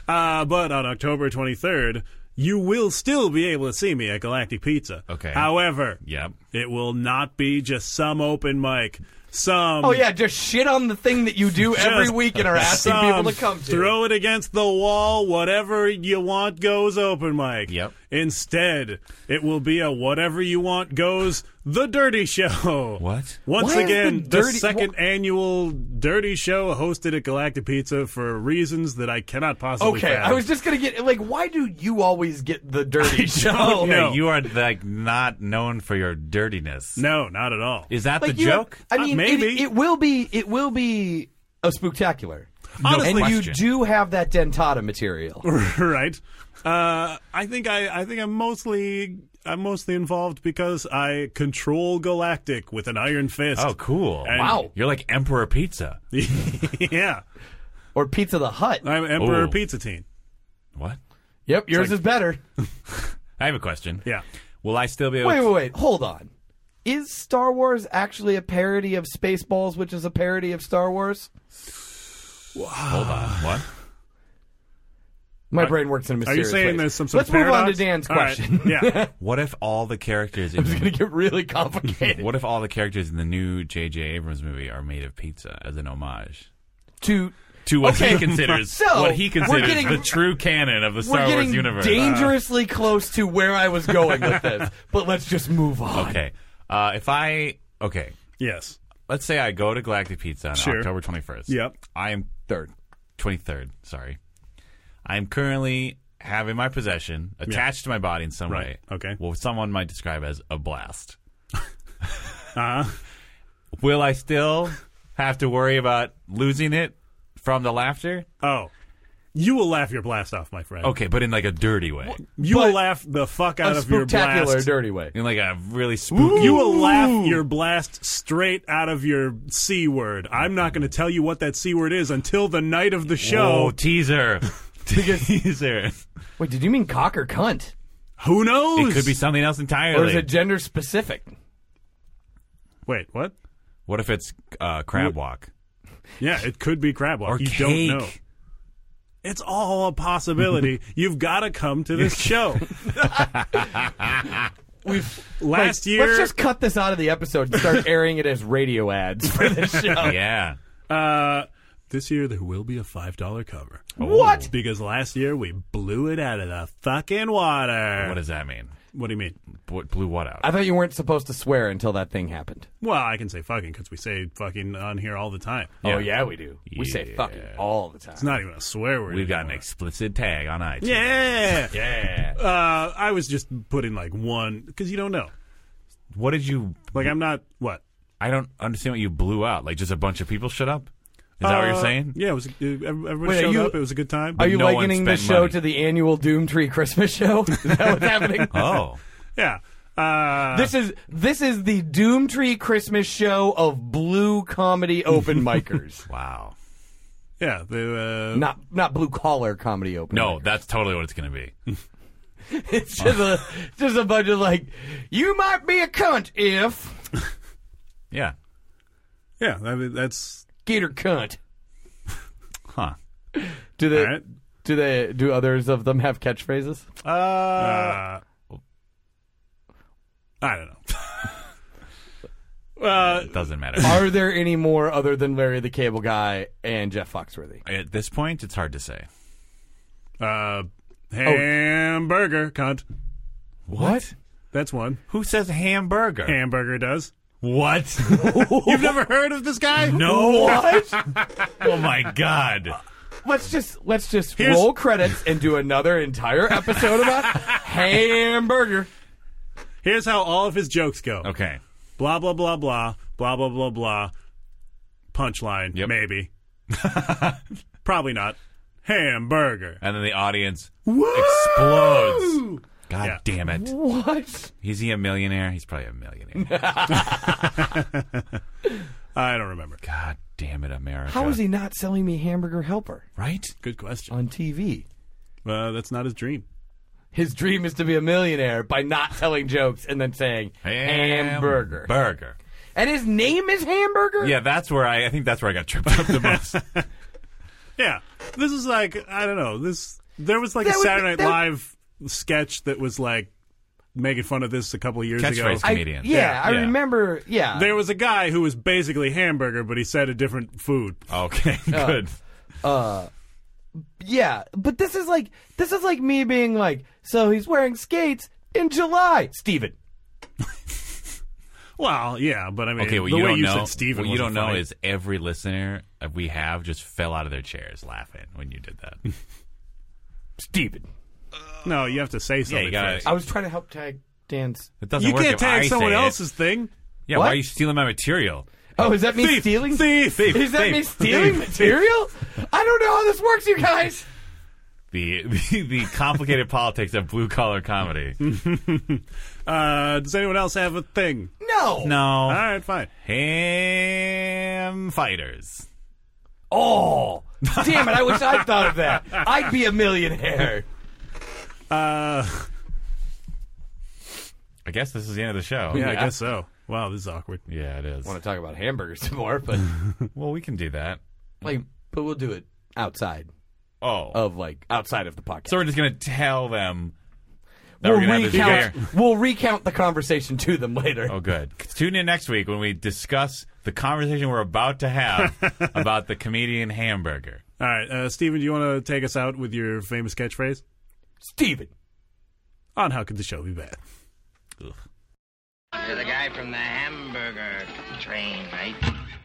[SPEAKER 3] Uh, but on October 23rd, you will still be able to see me at Galactic Pizza.
[SPEAKER 1] Okay.
[SPEAKER 3] However,
[SPEAKER 1] Yep.
[SPEAKER 3] it will not be just some open mic. Some
[SPEAKER 2] oh yeah, just shit on the thing that you do every
[SPEAKER 3] Just
[SPEAKER 2] week and are asking people
[SPEAKER 3] some-
[SPEAKER 2] to come to.
[SPEAKER 3] Throw it against the wall. Whatever you want goes open mic.
[SPEAKER 1] Yep.
[SPEAKER 3] Instead, it will be a whatever you want goes the Dirty Show.
[SPEAKER 1] What?
[SPEAKER 3] Once
[SPEAKER 2] Why is
[SPEAKER 3] again,
[SPEAKER 2] the
[SPEAKER 3] the,
[SPEAKER 2] Dirty-
[SPEAKER 3] second annual Dirty Show hosted at Galactic Pizza for reasons that I cannot possibly.
[SPEAKER 2] Okay,
[SPEAKER 3] fathom.
[SPEAKER 2] I was just gonna get like, why do you always get the dirty show?
[SPEAKER 3] know. No.
[SPEAKER 1] You are like not known for your dirtiness.
[SPEAKER 3] no, not at all.
[SPEAKER 1] Is that
[SPEAKER 2] Like
[SPEAKER 1] the
[SPEAKER 2] you-
[SPEAKER 1] joke?
[SPEAKER 2] I
[SPEAKER 3] Uh,
[SPEAKER 2] mean,
[SPEAKER 3] maybe.
[SPEAKER 2] It, it will be. It will be a spooktacular.
[SPEAKER 1] Honestly-
[SPEAKER 2] and you
[SPEAKER 1] question.
[SPEAKER 2] do have that dentata material.
[SPEAKER 3] right. Uh, I think I, I think I'm mostly I'm mostly involved because I control Galactic with an iron fist.
[SPEAKER 1] oh, cool.
[SPEAKER 3] And-
[SPEAKER 2] Wow.
[SPEAKER 1] You're like Emperor Pizza.
[SPEAKER 3] yeah,
[SPEAKER 2] Or Pizza the Hut.
[SPEAKER 3] I'm Emperor
[SPEAKER 1] Ooh.
[SPEAKER 3] Pizza Teen.
[SPEAKER 1] What?
[SPEAKER 2] Yep, yours is better.
[SPEAKER 1] I have a question.
[SPEAKER 3] Yeah.
[SPEAKER 1] Will I still be able
[SPEAKER 2] Wait,
[SPEAKER 1] to
[SPEAKER 2] wait, wait. Hold on. Is Star Wars actually a parody of Spaceballs, which is a parody of Star Wars?
[SPEAKER 1] hold on? What?
[SPEAKER 2] My brain works in a
[SPEAKER 3] Are you
[SPEAKER 2] mysterious
[SPEAKER 3] saying
[SPEAKER 2] ways.
[SPEAKER 3] there's some sort
[SPEAKER 2] Let's
[SPEAKER 3] of
[SPEAKER 2] move on to
[SPEAKER 3] paradox?
[SPEAKER 2] Dan's
[SPEAKER 3] All right,
[SPEAKER 2] question.
[SPEAKER 3] Yeah.
[SPEAKER 1] What if all the characters in
[SPEAKER 2] it's
[SPEAKER 1] the
[SPEAKER 2] going to get really complicated.
[SPEAKER 1] What if all the characters in the new J.J. Abrams movie are made of pizza as an homage
[SPEAKER 2] to
[SPEAKER 1] to what
[SPEAKER 2] Okay,
[SPEAKER 1] he considers
[SPEAKER 2] so
[SPEAKER 1] what he
[SPEAKER 2] we're
[SPEAKER 1] considers
[SPEAKER 2] getting-
[SPEAKER 1] the true canon of the
[SPEAKER 2] we're
[SPEAKER 1] Star
[SPEAKER 2] getting
[SPEAKER 1] Wars universe? Uh.
[SPEAKER 2] dangerously close to where I was going with this, but let's just move on.
[SPEAKER 1] okay, uh, if I okay,
[SPEAKER 3] Yes.
[SPEAKER 1] Let's say I go to Galactic Pizza on
[SPEAKER 3] Sure.
[SPEAKER 1] October 21st.
[SPEAKER 3] Yep.
[SPEAKER 1] I am
[SPEAKER 2] Third.
[SPEAKER 1] 23rd, sorry. I am currently have in my possession, attached to my body in some
[SPEAKER 3] Right.
[SPEAKER 1] way.
[SPEAKER 3] Okay.
[SPEAKER 1] Well, someone might describe as a blast.
[SPEAKER 3] Uh,
[SPEAKER 1] Will I still have to worry about losing it from the laughter?
[SPEAKER 3] oh. You will laugh your blast off, my friend.
[SPEAKER 1] Okay, but in like a dirty way.
[SPEAKER 3] You will
[SPEAKER 2] But-
[SPEAKER 3] laugh the fuck out
[SPEAKER 2] a
[SPEAKER 3] of your
[SPEAKER 2] spectacular,
[SPEAKER 3] blast.
[SPEAKER 2] dirty way.
[SPEAKER 1] In like a really spooky
[SPEAKER 3] You will laugh your blast straight out of your C word. I'm not going to tell you what that C word is until the night of the
[SPEAKER 1] Whoa,
[SPEAKER 3] show.
[SPEAKER 1] Oh, teaser. teaser.
[SPEAKER 2] Wait, did you mean cock or cunt,
[SPEAKER 3] Who knows?
[SPEAKER 1] It could be something else
[SPEAKER 2] or
[SPEAKER 1] entirely.
[SPEAKER 2] is it gender specific?
[SPEAKER 3] Wait, what?
[SPEAKER 1] what if it's uh, crab walk?
[SPEAKER 3] Yeah, it could be crab walk.
[SPEAKER 1] Or
[SPEAKER 3] you
[SPEAKER 1] cake.
[SPEAKER 3] don't know. It's all a possibility. You've got to come to this show. We've last year.
[SPEAKER 2] Let's just cut this out of the episode and start airing it as radio ads for this
[SPEAKER 3] Oh.
[SPEAKER 2] show.
[SPEAKER 1] Yeah.
[SPEAKER 3] Uh, this year there will be a five dollar cover. Oh.
[SPEAKER 2] What?
[SPEAKER 3] Because last year we blew it out of the fucking water.
[SPEAKER 1] What does that mean?
[SPEAKER 3] What do you mean?
[SPEAKER 1] Bl- blew what out?
[SPEAKER 2] I thought you weren't supposed to swear until that thing happened.
[SPEAKER 3] Well, I can say fucking because we say fucking on here all the time.
[SPEAKER 2] Oh yeah, we do. We say
[SPEAKER 1] Yeah.
[SPEAKER 2] fucking all the time.
[SPEAKER 3] It's not even a swear word.
[SPEAKER 1] We've got an
[SPEAKER 3] anymore.
[SPEAKER 1] explicit tag on iTunes.
[SPEAKER 3] Yeah.
[SPEAKER 1] Yeah.
[SPEAKER 3] Uh, I was just putting like one because you don't know.
[SPEAKER 1] What did you?
[SPEAKER 3] Like I'm not what.
[SPEAKER 1] I don't understand what you blew out. Like just a bunch of people shut up. Is that what you're
[SPEAKER 3] Uh,
[SPEAKER 1] saying?
[SPEAKER 3] Yeah, it was. uh, Everybody
[SPEAKER 2] Wait, are
[SPEAKER 3] showed
[SPEAKER 2] you-
[SPEAKER 3] up. It was a good time.
[SPEAKER 2] Are you
[SPEAKER 1] no one
[SPEAKER 2] likening the
[SPEAKER 1] spent
[SPEAKER 2] show
[SPEAKER 1] money.
[SPEAKER 2] to the annual Doom Tree Christmas show? Is that what's happening?
[SPEAKER 1] Oh,
[SPEAKER 3] yeah. Uh,
[SPEAKER 2] This is this is the Doom Tree Christmas show of blue comedy open micers.
[SPEAKER 1] wow.
[SPEAKER 3] yeah. The, uh,
[SPEAKER 2] not not blue collar comedy open.
[SPEAKER 1] No, that's totally what it's going to be.
[SPEAKER 2] micers. it's just a just a bunch of like, you might be a cunt if
[SPEAKER 1] Yeah.
[SPEAKER 3] Yeah. I mean, that's
[SPEAKER 2] get her cunt.
[SPEAKER 1] Huh.
[SPEAKER 2] Do
[SPEAKER 3] all
[SPEAKER 2] they
[SPEAKER 3] right.
[SPEAKER 2] do they do others of them have catchphrases?
[SPEAKER 1] Uh,
[SPEAKER 3] Uh, I don't know. uh,
[SPEAKER 1] it doesn't matter.
[SPEAKER 2] Are there any more other than Larry the Cable Guy and Jeff Foxworthy?
[SPEAKER 1] At this point, it's hard to say. oh.
[SPEAKER 3] uh, hamburger, cunt.
[SPEAKER 1] What?
[SPEAKER 3] That's one.
[SPEAKER 1] Who says hamburger?
[SPEAKER 3] Hamburger does.
[SPEAKER 1] what?
[SPEAKER 3] You've never heard of this guy?
[SPEAKER 1] no. What? oh my god.
[SPEAKER 2] Let's just let's just
[SPEAKER 3] Here's-
[SPEAKER 2] roll credits and do another entire episode about hamburger.
[SPEAKER 3] Here's how all of his jokes go.
[SPEAKER 1] Okay.
[SPEAKER 3] Blah blah blah blah blah blah blah blah. Punchline.
[SPEAKER 1] Yep.
[SPEAKER 3] Maybe. Probably not. Hamburger.
[SPEAKER 1] And then the audience
[SPEAKER 3] Woo!
[SPEAKER 1] explodes. God
[SPEAKER 3] Yeah.
[SPEAKER 1] damn it.
[SPEAKER 2] What?
[SPEAKER 1] Is he a millionaire? He's probably a millionaire.
[SPEAKER 3] I don't remember.
[SPEAKER 1] God damn it, America.
[SPEAKER 2] How is he not selling me Hamburger Helper
[SPEAKER 1] Right?
[SPEAKER 3] Good question.
[SPEAKER 2] on TV?
[SPEAKER 3] Uh, that's not his dream.
[SPEAKER 2] His dream is to be a millionaire by not telling jokes and then saying hamburger.
[SPEAKER 1] Burger.
[SPEAKER 2] And his name is Hamburger?
[SPEAKER 1] Yeah, that's where I, I think that's where I got tripped up the most.
[SPEAKER 3] Yeah, this is like I don't know. This there was like
[SPEAKER 2] That
[SPEAKER 3] a
[SPEAKER 2] would be-
[SPEAKER 3] Saturday Night
[SPEAKER 2] that-
[SPEAKER 3] Live sketch that was like making fun of this a couple of years ago.
[SPEAKER 1] Catchphrase
[SPEAKER 2] I,
[SPEAKER 1] comedian.
[SPEAKER 2] yeah, I
[SPEAKER 1] Yeah.
[SPEAKER 2] remember. Yeah.
[SPEAKER 3] there was a guy who was basically hamburger, but he said a different food.
[SPEAKER 1] okay,
[SPEAKER 3] Oh.
[SPEAKER 1] good.
[SPEAKER 2] Yeah, but this is like this is like me being like, so he's wearing skates in July, Steven.
[SPEAKER 3] Well, yeah, but I mean,
[SPEAKER 1] Okay, what
[SPEAKER 3] the
[SPEAKER 1] you
[SPEAKER 3] way
[SPEAKER 1] don't
[SPEAKER 3] you
[SPEAKER 1] know,
[SPEAKER 3] said Steven
[SPEAKER 1] what you don't
[SPEAKER 3] wasn't
[SPEAKER 1] know
[SPEAKER 3] funny.
[SPEAKER 1] is every listener we have just fell out of their chairs laughing when you did that.
[SPEAKER 2] Steven.
[SPEAKER 3] no, you have to say something.
[SPEAKER 1] gotta-
[SPEAKER 3] first.
[SPEAKER 2] I was trying to help tag Dan's.
[SPEAKER 1] It doesn't
[SPEAKER 3] you
[SPEAKER 1] work
[SPEAKER 3] can't
[SPEAKER 1] if
[SPEAKER 3] tag
[SPEAKER 1] I
[SPEAKER 3] someone
[SPEAKER 1] say it.
[SPEAKER 3] else's thing.
[SPEAKER 1] Yeah, why
[SPEAKER 2] What?
[SPEAKER 1] are you stealing my material?
[SPEAKER 2] Oh, is that me
[SPEAKER 3] Thief,
[SPEAKER 2] stealing?
[SPEAKER 3] thief, thief,
[SPEAKER 2] Is that
[SPEAKER 1] thief,
[SPEAKER 2] me stealing
[SPEAKER 1] thief.
[SPEAKER 2] material? I don't know how this works, you guys.
[SPEAKER 1] The the, the complicated politics of blue collar comedy.
[SPEAKER 3] Uh, does anyone else have a thing?
[SPEAKER 2] No.
[SPEAKER 1] No,
[SPEAKER 3] All right, fine.
[SPEAKER 1] ham fighters.
[SPEAKER 2] Oh, damn it! I wish I thought of that. I'd be a millionaire.
[SPEAKER 3] Uh,
[SPEAKER 1] I guess this is the end of the show.
[SPEAKER 3] yeah, I
[SPEAKER 2] Yeah.
[SPEAKER 3] guess so. Wow, this is awkward.
[SPEAKER 1] yeah, it is.
[SPEAKER 2] want to talk about hamburgers some more, but
[SPEAKER 1] Well, we can do that.
[SPEAKER 2] like, but we'll do it outside
[SPEAKER 1] Oh,
[SPEAKER 2] of like outside of the podcast.
[SPEAKER 1] so we're just gonna tell them that
[SPEAKER 2] we'll
[SPEAKER 1] we're gonna have this
[SPEAKER 2] recount.
[SPEAKER 1] beer.
[SPEAKER 2] We'll recount the conversation to them later.
[SPEAKER 1] Oh, good. Tune in next week when we discuss the conversation we're about to have about the comedian hamburger.
[SPEAKER 3] All right, uh, Steven, do you want to take us out with your famous catchphrase
[SPEAKER 2] Steven.
[SPEAKER 3] on how could the show be bad?
[SPEAKER 8] You're the guy from the hamburger train, right?